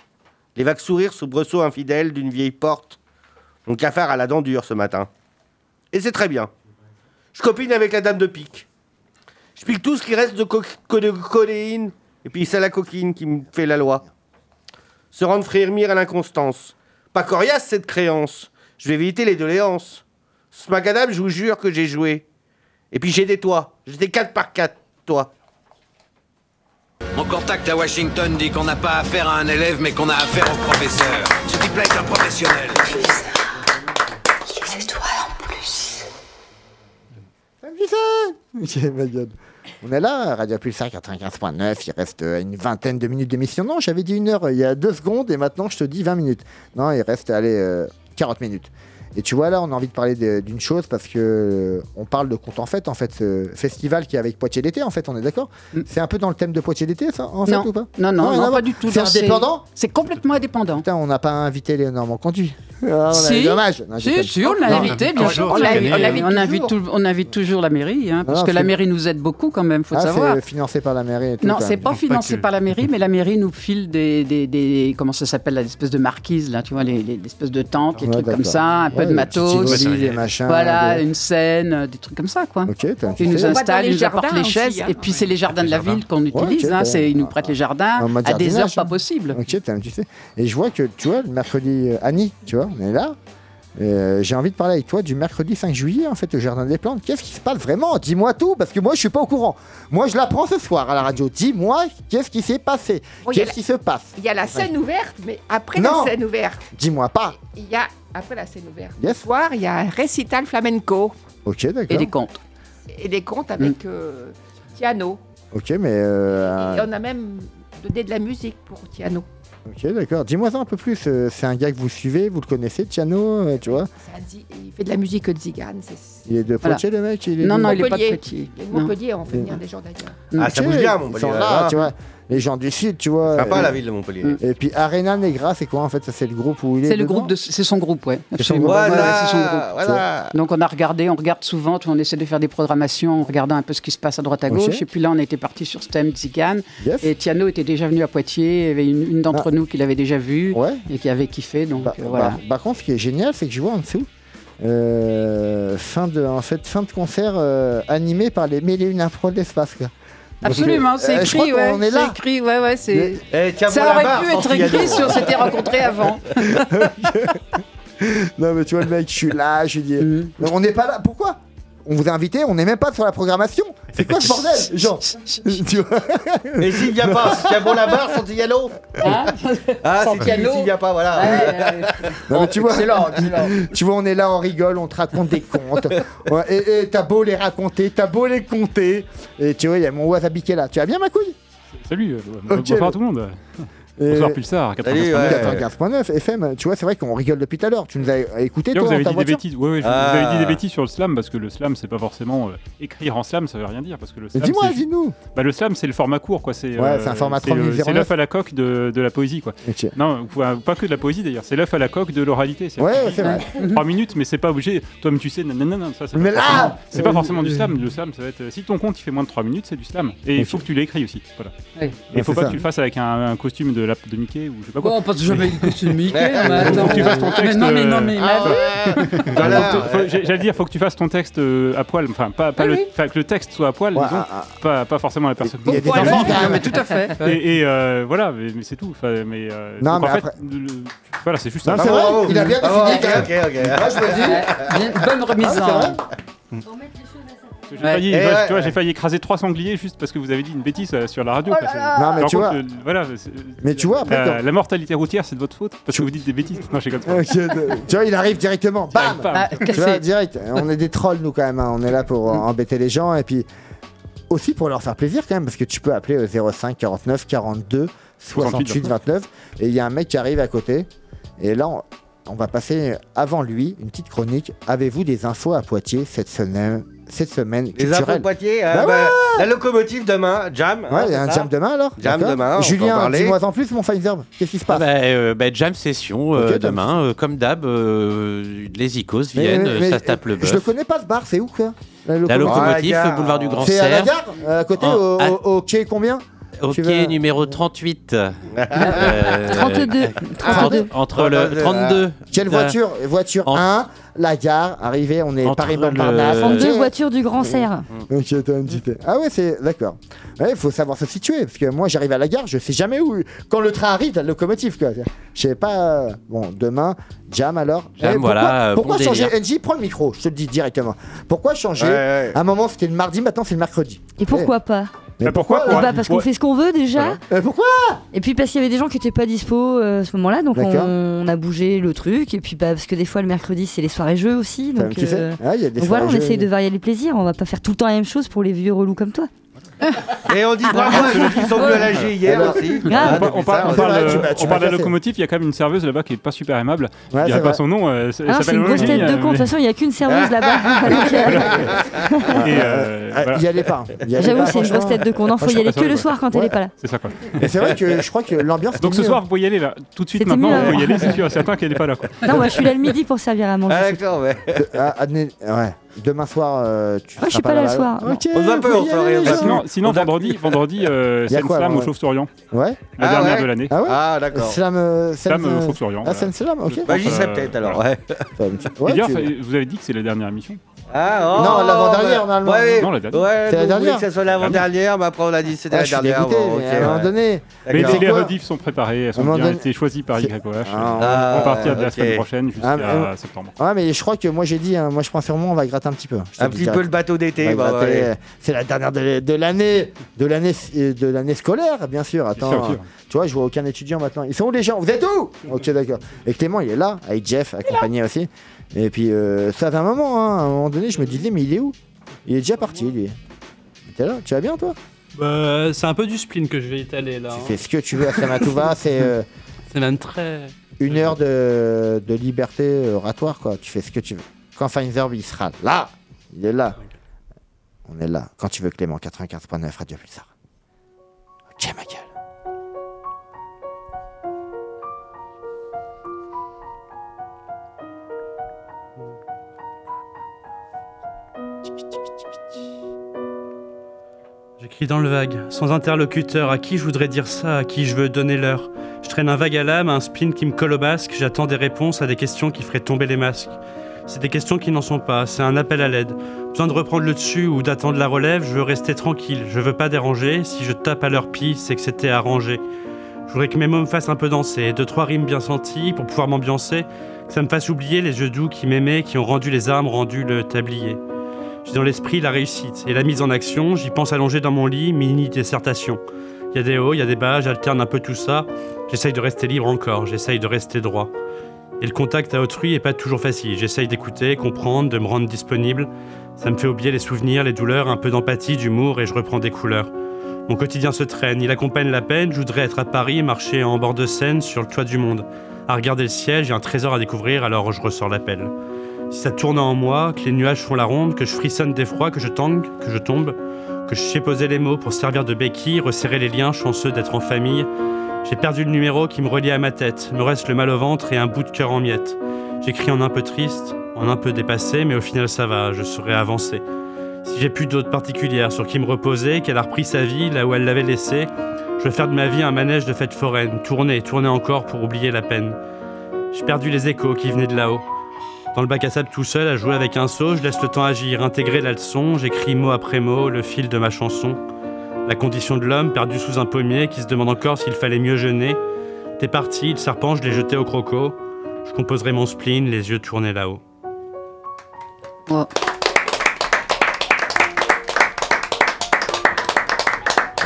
S9: Les vagues sourires soubresauts infidèles d'une vieille porte. Mon cafard a la dent dure ce matin. Et c'est très bien. Je copine avec la dame de pique. Je pique tout ce qui reste de, co- co- de codéine. Et puis c'est la coquine qui me fait la loi se rendre frémir à l'inconstance. Pas coriace cette créance, je vais éviter les doléances. Ce macadam, je vous jure que j'ai joué. Et puis j'ai des toits, j'étais 4 par 4, toi.
S15: Mon contact à Washington dit qu'on n'a pas affaire à un élève, mais qu'on a affaire au professeur. Ce type-là est un professionnel.
S1: Les étoiles en plus.
S3: Ok, ma gueule. On est là, Radio Pulsar 95.9, il reste euh, une vingtaine de minutes d'émission. Non, j'avais dit une heure euh, il y a deux secondes et maintenant je te dis 20 minutes. Non, il reste, allez, euh, 40 minutes. Et tu vois, là, on a envie de parler de- d'une chose parce que euh, on parle de compte en fait, en fait, ce festival qui est avec Poitiers d'été, en fait, on est d'accord C'est un peu dans le thème de Poitiers d'été, ça, en
S5: Mm. non.
S3: fait, ou pas
S5: non, non,
S3: rien
S5: non,
S3: à
S5: pas
S3: voir.
S5: du tout.
S3: C'est
S5: Non,
S3: indépendant
S5: C'est complètement indépendant.
S3: Putain, on n'a pas invité Léonore Monconduit. Ah, on a-
S5: Si.
S3: dommage. Non, je
S5: Si,
S3: déconne.
S5: si, on l'a
S3: Non,
S5: invité,
S3: non,
S5: bien sûr.
S3: non,
S5: On
S3: non,
S5: l'a-
S3: non,
S5: on
S3: non,
S5: l'a-
S3: non.
S5: on invite tout- on invite toujours la mairie, hein, parce
S3: Non,
S5: que la
S3: c'est-
S5: mairie nous aide beaucoup quand même, faut
S3: Ah,
S5: le savoir.
S3: C'est financé par la mairie. Et tout,
S5: Non,
S3: quand
S5: c'est
S3: même.
S5: pas financé par la mairie, mais la mairie nous file des, des, des- comment ça s'appelle, là, des espèces de marquises, là, tu vois, les, les- des espèces de tentes, des
S3: Ouais,
S5: trucs comme
S3: d'accord.
S5: ça, un peu
S3: Ouais,
S5: de
S3: des petits
S5: matos,
S3: goodies, des machins,
S5: voilà,
S3: des-
S5: une scène, euh, des trucs comme ça, quoi.
S3: Ok, t'as un petit
S5: Ils nous
S3: fait.
S5: installent,
S12: les
S5: ils nous apportent
S12: jardins
S5: les
S12: aussi,
S5: chaises,
S12: hein.
S5: et puis c'est les jardins de la ville qu'on utilise,
S3: ok,
S5: hein,
S3: bon.
S5: c'est- ils nous prêtent les jardins
S3: En mode
S5: à des heures
S3: jardinage,
S5: pas
S3: hein.
S5: possibles.
S3: Ok, t'as un petit fait. Et je vois que, tu vois, le mercredi, euh, Annie, tu vois, on est là. Euh, J'ai envie de parler avec toi du mercredi 5 juillet, en fait, au Jardin des Plantes. Qu'est-ce qui se passe vraiment Dis-moi tout, parce que moi, je suis pas au courant. Moi, je l'apprends ce soir à la radio. Dis-moi, qu'est-ce qui s'est passé
S12: Bon, Oh, il y a
S3: Qu'est-ce qui
S12: la-
S3: se passe
S12: Il y a la scène ouverte, mais après
S3: Non.
S12: la scène ouverte,
S3: Dis-moi pas.
S12: il y a, après la scène ouverte,
S3: Yes.
S12: ce soir, il y a un récital flamenco
S3: Ok, d'accord.
S5: Et des comptes.
S12: et des contes
S3: Mm.
S12: avec euh, Tiano.
S3: Ok, mais. euh,
S12: Et on a même donné de la musique pour Tiano.
S3: Ok, d'accord. Dis-moi ça un peu plus. Euh, C'est un gars que vous suivez, vous le connaissez, Tiano, euh, tu vois
S12: C'est un zi- Il fait de la musique tzigane. c'est-
S3: Il est de
S12: Voilà.
S3: Poitiers, le mec il est
S12: Non,
S3: d'où
S12: non, il est pas de Montpellier. Poitiers. Il est de
S3: Non. Mm.
S12: Montpellier, on fait venir des gens d'ailleurs.
S5: Mm.
S9: Ah, ça
S3: Ok,
S9: bouge bien, Montpellier,
S3: Ils sont
S9: là,
S3: là,
S9: hein.
S3: tu vois. Les gens du Sud, tu vois.
S9: Sympa,
S3: euh,
S9: la ville de Montpellier.
S3: Et puis Arena Negra, c'est quoi en fait Ça, c'est le groupe où il est.
S5: Mm. C'est le
S3: dedans
S5: groupe de, c'est son groupe, ouais.
S3: C'est son
S5: Absolument.
S3: groupe.
S5: Ouais, ouais,
S3: Voilà,
S5: c'est son groupe.
S3: voilà.
S5: Donc on a regardé, on regarde souvent, tu vois, on essaie de faire des programmations, en regardant un peu ce qui se passe à droite à gauche.
S3: Ok.
S5: Et puis là, on était parti sur ce thème Zigane. Et Tiano était déjà venu à Poitiers. Il y avait une, une d'entre
S3: Ah.
S5: nous qui l'avait déjà vu et qui avait kiffé. Donc
S3: Bah,
S5: euh, voilà.
S3: Par, par contre, ce qui est génial, c'est que je vois en dessous. euh, fin de en fait fin de concert euh, animé par les mille et une impro de l'espace quoi. Donc,
S5: Absolument,
S3: euh,
S5: c'est
S3: euh, je
S5: écrit,
S3: crois
S5: ouais.
S3: qu'on est
S5: C'est
S3: là
S5: écrit, ouais, ouais, c'est.
S9: Eh, tiens,
S5: ça
S9: prends la
S5: aurait
S9: barre,
S5: pu être
S9: Santigano.
S5: écrit si on s'était rencontrés avant.
S3: non mais tu vois le mec je suis là je lui dis
S16: Mhm.
S3: Non, on n'est pas là pourquoi on vous a invité on n'est même pas sur la programmation c'est quoi ce bordel genre tu vois
S9: Et s'il n'y a pas, s'il y a bon la barre, Santigano Ah, c'est
S5: Santigano.
S9: S'il n'y a pas, voilà.
S3: Non, mais tu vois,
S9: excellent, excellent.
S3: tu vois, on est là, on rigole, on te raconte des contes. Ouais, et et t'as beau les raconter, t'as beau les compter. Et tu vois, il y a mon wasabi qui est là. Tu vas bien, ma couille
S16: Salut, euh,
S3: Ok,
S16: bonsoir
S3: le-
S16: à tout le monde.
S3: Et-
S16: Bonsoir Pulsar, 95.9.
S3: 95.9 FM. Tu vois, c'est vrai qu'on rigole depuis tout à l'heure. Tu nous as écouté,
S16: D'ailleurs,
S3: toi,
S16: vous avez
S3: dans ta
S16: dit des
S3: voiture
S16: bêtises. Ouais, ouais, je-
S3: Ah.
S16: Vous avez dit des bêtises sur le slam parce que le slam, c'est pas forcément euh, écrire en slam, ça veut rien dire parce que le slam.
S3: dis-moi,
S16: c'est-
S3: dis-nous.
S16: Bah, le slam, c'est le format court, quoi. C'est
S3: Ouais, c'est un format
S16: c'est, euh,
S3: 3009.
S16: C'est l'œuf à la coque de, de la poésie, quoi. Non, ou- euh, pas que de la poésie d'ailleurs. C'est l'œuf à la coque de l'oralité.
S3: Ouais, c'est vrai.
S16: 3 minutes, mais c'est pas obligé. Toi, mais tu sais, nanana, ça. C'est
S3: Mais
S16: pas
S3: là
S16: forcément- c'est
S3: Euh,
S16: pas forcément du
S3: euh,
S16: slam. Le slam, ça va être. euh, Si ton compte il fait moins de 3 minutes, c'est du slam. Et il faut que tu l'écris aussi. Voilà. Et
S5: Ouais. Ouais,
S16: il faut
S5: c'est
S16: pas
S5: ça.
S16: que tu le fasses avec un, un costume de, la, de Mickey ou je sais pas quoi.
S5: Bon, on passe jamais
S16: Mais-
S5: le costume Mickey, mais
S16: Faut
S5: attends.
S16: que tu fasses ton
S5: Mais
S16: texte.
S5: non, mais
S16: euh,
S5: non, mais
S16: ah
S5: imagine.
S16: ouais.
S5: Voilà.
S16: Faut- faut- j'ai- J'allais dire, faut que tu fasses ton texte euh, à poil. Enfin, pas, pas le, enfin, que le texte soit à poil, disons. Pas, pas forcément la personne.
S3: ah, Il y a des Au poil, enfants, oui, quand même. mais tout à fait.
S16: Et, et, euh, voilà, mais, mais c'est tout. Enfin, mais, euh,
S3: Non,
S16: donc,
S3: mais
S16: en fait,
S3: après-
S16: le- le- voilà, c'est juste
S3: Non,
S16: un-
S3: c'est vrai,
S16: Bravo.
S3: il a bien
S16: Bravo,
S3: défini.
S16: ok, ok, ok.
S3: Moi, je me dis.
S5: Bien- bonne remise
S3: Ah,
S5: en-
S3: c'est vrai.
S16: J'ai
S3: Ouais.
S16: failli,
S3: Eh
S16: tu vois,
S3: ouais,
S16: tu vois, j'ai
S3: ouais.
S16: failli écraser trois sangliers juste parce que vous avez dit une bêtise euh, sur la radio.
S3: Oh là
S16: parce que-
S3: là. Non, mais
S16: Par
S3: tu
S16: contre,
S3: vois-
S16: euh, voilà, c'est-
S3: Mais tu vois, après,
S16: la,
S3: quand-
S16: la mortalité routière, c'est de votre faute parce que vous dites des bêtises. Non, je rigole pas.
S3: Ok, de- tu vois, il arrive directement. Bam
S16: Bam. Ah,
S3: Tu
S16: cassé.
S3: vois, direct. On est des trolls, nous, quand même. hein. On est là pour euh, embêter les gens. Et puis, aussi pour leur faire plaisir, quand même, parce que tu peux appeler euh, au 05 49 42 68 29. Et il y a un mec qui arrive à côté. Et là, on, on va passer avant lui une petite chronique. Avez-vous des infos à Poitiers cette semaine cette semaine
S9: Les
S3: culturelle
S9: infos de Poitiers, euh,
S3: Bah
S9: bah,
S3: ouais.
S9: la locomotive demain, Jam. hein,
S3: Ouais, il y a un jam demain alors
S9: Jam
S3: D'accord.
S9: demain. on peut en
S3: Julien,
S9: parler.
S3: dis-moi en plus, mon Pfizer, qu'est-ce qui se passe
S4: Bah, euh, bah, jam session euh,
S3: Ok, jam
S4: demain, euh, comme d'hab, euh, les icos viennent,
S3: Mais- mais-
S4: ça se tape le
S3: Je le
S4: bœuf.
S3: connais pas ce bar, c'est où quoi
S4: La locomotive,
S3: Ah, la gare.
S4: boulevard du Grand
S3: C'est à la
S4: Cerf.
S3: gare euh, À côté,
S4: En-
S3: au,
S4: à-
S3: au- au quai combien
S4: Ok, numéro 38. Euh,
S3: 32.
S4: Entre le 32.
S3: Quelle voiture Voiture 1, la gare, arrivée, on est
S4: Entre
S3: Paris-Montparnasse.
S4: le-
S8: 32
S3: Ok.
S8: voitures du Grand Serre.
S3: Ok, Mm. t'as une petite- Ah ouais, c'est d'accord. Il faut savoir se situer parce que moi j'arrive à la gare, je sais jamais où. Quand le train arrive, la locomotive quoi. Je sais pas. euh, Bon, demain, Jam alors. Eh,
S4: Jam,
S3: pourquoi-
S4: voilà, euh,
S3: Pourquoi
S4: bon
S3: changer
S4: délire.
S3: NJ, prends le micro, je te le dis directement. Pourquoi changer
S4: Ouais, ouais.
S3: À un moment c'était le mardi, maintenant c'est le mercredi. Eh.
S8: Et pourquoi pas
S3: Mais pourquoi Euh,
S8: Bah, Parce qu'on fait ce qu'on veut déjà.
S3: pourquoi
S8: Et puis parce qu'il y avait des gens qui n'étaient pas dispo euh, à ce moment-là, donc on,
S3: D'accord.
S8: on a bougé le truc. Et puis bah, parce que des fois le mercredi c'est les soirées jeux aussi,
S3: T'as un
S8: donc, euh,
S3: petit fait Ah, il y a des
S8: donc voilà, on
S3: soirées jeux,
S8: essaye de
S3: oui.
S8: varier les plaisirs. On va pas faire tout le temps la même chose pour les vieux relous comme toi.
S9: Et on dit bravo à ceux qui sont venus à la G
S3: Eh
S9: hier
S3: ben,
S16: Alors,
S9: aussi.
S16: On, par-
S9: Ah,
S16: on par- on
S9: c'est
S16: parle,
S9: vrai,
S16: euh,
S9: tu m'as-
S16: on
S9: tu m'as
S16: parle de la
S9: cassé.
S16: locomotive, il y a quand même une serveuse là-bas qui est pas super aimable.
S3: il
S16: n'y
S3: c'est
S16: a pas
S3: vrai.
S16: son nom, euh, elle s- elle
S8: Ah, c'est
S16: s'appelle
S8: une grosse
S16: Aurélie,
S8: tête de
S16: euh,
S8: con. De toute
S16: mais-
S8: façon, il n'y a qu'une serveuse là-bas. Donc, euh,
S16: Et,
S3: euh, ah, y allez pas. y allez
S8: J'avoue,
S3: pas,
S8: c'est une grosse
S3: franchement.
S8: tête de con. Non,
S3: Moi,
S8: faut
S3: je
S8: y aller
S3: trouve
S8: que le
S3: ça drôle.
S8: soir quand elle
S3: Ouais.
S8: est pas là.
S16: C'est ça quoi.
S3: Et c'est vrai que je crois que l'ambiance.
S16: Donc
S3: était
S16: ce
S3: mieux,
S16: soir,
S3: hein.
S16: vous pouvez y aller là. Tout de suite
S3: C'était
S16: maintenant,
S3: mieux
S16: vous
S8: hein.
S16: pouvez y
S3: avant.
S16: aller, c'est sûr, certain qu'elle n'est pas là. Quoi.
S8: Non, moi, je suis là le midi pour servir à manger.
S9: Ah,
S8: c'est tout.
S9: d'accord, ouais.
S3: De- ah, Adné- ouais. Demain soir, euh, tu.
S8: Ah, je
S3: seras
S8: suis pas là le
S3: là-bas.
S8: soir.
S3: Ok,
S9: On va
S3: vous
S9: peu, on
S3: y
S9: s'en
S3: allez,
S9: rien.
S3: les
S9: Bah,
S3: gens.
S16: Sinon, sinon, vendredi, vendredi euh,
S3: Y a
S16: c'est une
S3: quoi,
S16: slam au
S3: vendredi
S16: Chauve-Souriant.
S3: Ouais.
S16: La
S9: Ah
S16: dernière
S9: ouais.
S16: de l'année.
S3: Ah ouais
S9: Ah, d'accord.
S3: Slam, euh,
S16: Slam,
S3: euh,
S16: euh, Faux-Furiant,
S3: Ah,
S16: voilà. Euh,
S3: Sam Slam, ok.
S9: Bah, j'y serais peut-être alors. Ouais.
S3: Ouais,
S16: Et d'ailleurs,
S3: tu-
S16: fa- vous avez dit que c'est la dernière émission.
S9: Ah, oh,
S3: Non, l'avant-dernière,
S9: ouais.
S3: normalement.
S9: Ouais,
S16: Non, la dernière.
S9: Ouais,
S3: C'est la
S9: vous voulez
S3: dernière.
S9: que ça soit l'avant-dernière, mais après on a dit que c'était
S3: Ah,
S9: la
S3: je suis
S9: dernière.
S3: dégoûté,
S9: bon,
S3: mais
S9: ok,
S3: à un moment
S9: ouais.
S3: donné.
S16: Mais
S9: D'accord.
S16: les, les
S3: quoi
S16: rediffs sont préparées, elles
S3: À un
S16: sont
S3: moment
S16: bien
S3: donné-
S16: été choisies par
S3: C'est-
S16: YOH
S3: Ah,
S16: à partir de la
S9: ok.
S16: semaine prochaine
S3: Ah,
S16: jusqu'à
S3: mais-
S16: euh, septembre.
S3: Ouais, mais je crois que moi j'ai dit, hein, moi je prends sur moi, on va gratter un petit peu. Je te
S9: Un
S3: dis
S9: petit
S3: direct.
S9: peu le bateau d'été.
S3: On va
S9: bah,
S3: gratter,
S9: ouais.
S3: euh, C'est la dernière de de l'année, de l'année, euh, de l'année scolaire, bien sûr. Attends,
S16: sûr, bien sûr.
S3: tu vois, je vois aucun étudiant maintenant. Ils sont où les gens Vous êtes où Ok, d'accord. Et Clément, il est là, avec Jeff, accompagné aussi. Et puis, euh, ça fait un moment, hein, à un moment donné, je me disais, mais il est où Il est déjà parti, lui. T'es là Tu vas bien, toi
S17: Bah, c'est un peu du spleen que je vais étaler là. hein.
S3: Fais ce que tu veux à Samatouva, c'est euh,
S17: C'est même très.
S3: une heure de, de liberté oratoire, quoi. Tu fais ce que tu veux. Quand Feinzerb, il sera là, il est là. On est là. Quand tu veux, Clément, 95.9, Radio Pulsar. Ok, ma gueule.
S17: J'écris dans le vague, sans interlocuteur, à qui je voudrais dire ça, à qui je veux donner l'heure. Je traîne un vague à l'âme, un spleen qui me colle au basque, j'attends des réponses à des questions qui feraient tomber les masques. C'est des questions qui n'en sont pas, c'est un appel à l'aide. Besoin de reprendre le dessus ou d'attendre la relève, je veux rester tranquille, je veux pas déranger, si je tape à leur pis, c'est que c'était arrangé. Je voudrais que mes mots me fassent un peu danser, deux trois rimes bien senties pour pouvoir m'ambiancer, que ça me fasse oublier les yeux doux qui m'aimaient, qui ont rendu les armes, rendu le tablier. J'ai dans l'esprit la réussite et la mise en action. J'y pense allongé dans mon lit, mini dissertation. Il y a des hauts, il y a des bas, j'alterne un peu tout ça. J'essaye de rester libre encore, j'essaye de rester droit. Et le contact à autrui est pas toujours facile. J'essaye d'écouter, comprendre, de me rendre disponible. Ça me fait oublier les souvenirs, les douleurs, un peu d'empathie, d'humour et je reprends des couleurs. Mon quotidien se traîne, il accompagne la peine. Je voudrais être à Paris, marcher en bord de Seine sur le toit du monde. À regarder le ciel, j'ai un trésor à découvrir, alors je ressors l'appel. Si ça tourne en moi, que les nuages font la ronde, que je frissonne d'effroi, que je tangue, que je tombe, que je sais poser les mots pour servir de béquille, resserrer les liens chanceux d'être en famille. J'ai perdu le numéro qui me relie à ma tête, me reste le mal au ventre et un bout de cœur en miettes. J'écris en un peu triste, en un peu dépassé, mais au final ça va, je saurai avancer. Si j'ai plus d'autres particulières sur qui me reposer, qu'elle a repris sa vie là où elle l'avait laissée, je vais faire de ma vie un manège de fête foraine, tourner, tourner encore pour oublier la peine. J'ai perdu les échos qui venaient de là-haut. Dans le bac à sable tout seul, à jouer avec un seau, je laisse le temps agir, intégrer la leçon, j'écris mot après mot le fil de ma chanson. La condition de l'homme perdu sous un pommier qui se demande encore s'il fallait mieux jeûner. T'es parti, le serpent, je l'ai jeté au croco. Je composerai mon spleen, les yeux tournés là-haut.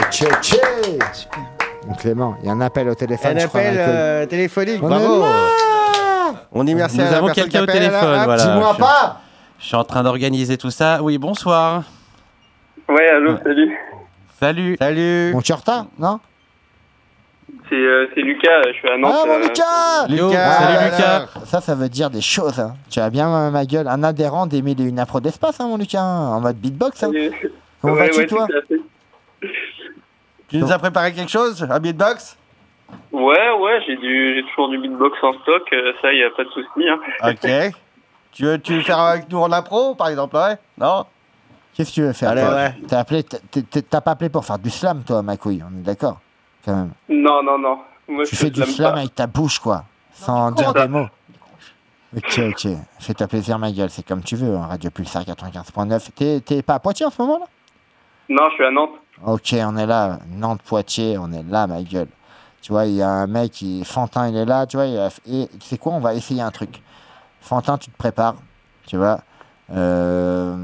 S3: Tché, tché. Donc, Clément, il y a un appel au téléphone.
S9: Un
S3: je crois,
S9: appel
S3: Michael.
S9: euh, téléphonique,
S3: On est
S9: bravo. On dit merci
S4: Nous
S9: à la
S4: avons
S9: personne
S4: quelqu'un au
S9: qui appelle,
S4: téléphone.
S9: hein.
S4: voilà.
S9: Dis-moi
S4: Je-
S9: pas
S4: Je suis en train d'organiser tout ça. Oui, bonsoir.
S18: Ouais, allô, salut.
S4: Salut.
S9: Salut.
S3: Mon Charta, non
S18: C'est euh, c'est Lucas, euh, je suis à Nantes.
S3: Ah, mon
S18: euh,
S3: Lucas euh,
S4: Yo, salut Lucas.
S3: Ça, ça veut dire des choses. hein. Tu as bien euh, ma gueule. Un adhérent des mille et une impro d'espace, hein, mon Lucas. hein, En mode beatbox. hein. Comment
S18: ouais,
S3: vas-tu,
S18: ouais,
S3: toi
S18: tout à fait.
S9: Tu nous as préparé quelque chose Un beatbox
S18: Ouais, ouais, j'ai du, j'ai toujours du beatbox en stock, euh, ça, y a pas de souci. Hein.
S9: Ok. tu, veux, tu veux faire avec nous en impro, par exemple, ouais Non
S3: Qu'est-ce que tu veux faire
S9: Allez,
S3: toi
S9: ouais.
S3: T'as appelé- t'as- t'es- t'es- t'as pas appelé pour faire du slam, toi, ma couille. On est d'accord, quand même.
S18: Non, non, non. Moi,
S3: Tu
S18: je
S3: fais
S18: de
S3: du
S18: la-
S3: slam avec ta bouche, quoi. Sans
S18: tu
S3: dire
S18: crois.
S3: des mots. Ok, ok. Fais-toi plaisir, ma gueule. C'est comme tu veux. hein. Radio Pulsar 95.9. T'es- T'es pas à Poitiers en ce moment, là
S18: Non, je suis à Nantes.
S3: Ok, on est là, Nantes-Poitiers, on est là, ma gueule. Tu vois, il y a un mec, qui... Fantin, il est là, tu vois, il a- et tu sais quoi, on va essayer un truc. Fantin, tu te prépares, tu vois. Euh,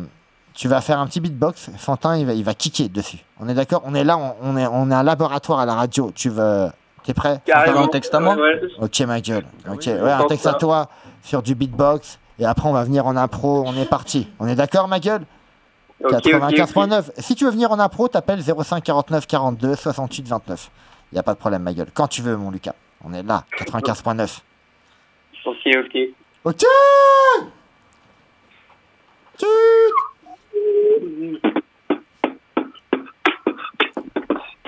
S3: Tu vas faire un petit beatbox, Fantin, il va, il va kicker dessus. On est d'accord On est là, on, on est, on est un laboratoire à la radio, tu veux... T'es prêt
S18: Carrément.
S3: Fantin
S18: Ouais, ouais.
S3: Ok, ma gueule. Ok,
S18: Ah oui,
S3: ouais, un
S18: j'entends
S3: texte à
S18: ça.
S3: toi, sur du beatbox, et après on va venir en impro, on est parti. On est d'accord, ma gueule
S18: Ok, ok,
S3: 95.9. Si tu veux venir en impro, t'appelles 05 49 42 68 29. Il n'y a pas de problème, ma gueule. Quand tu veux, mon Lucas. On est là, 95.9.
S18: Ok, ok.
S3: Ok Tut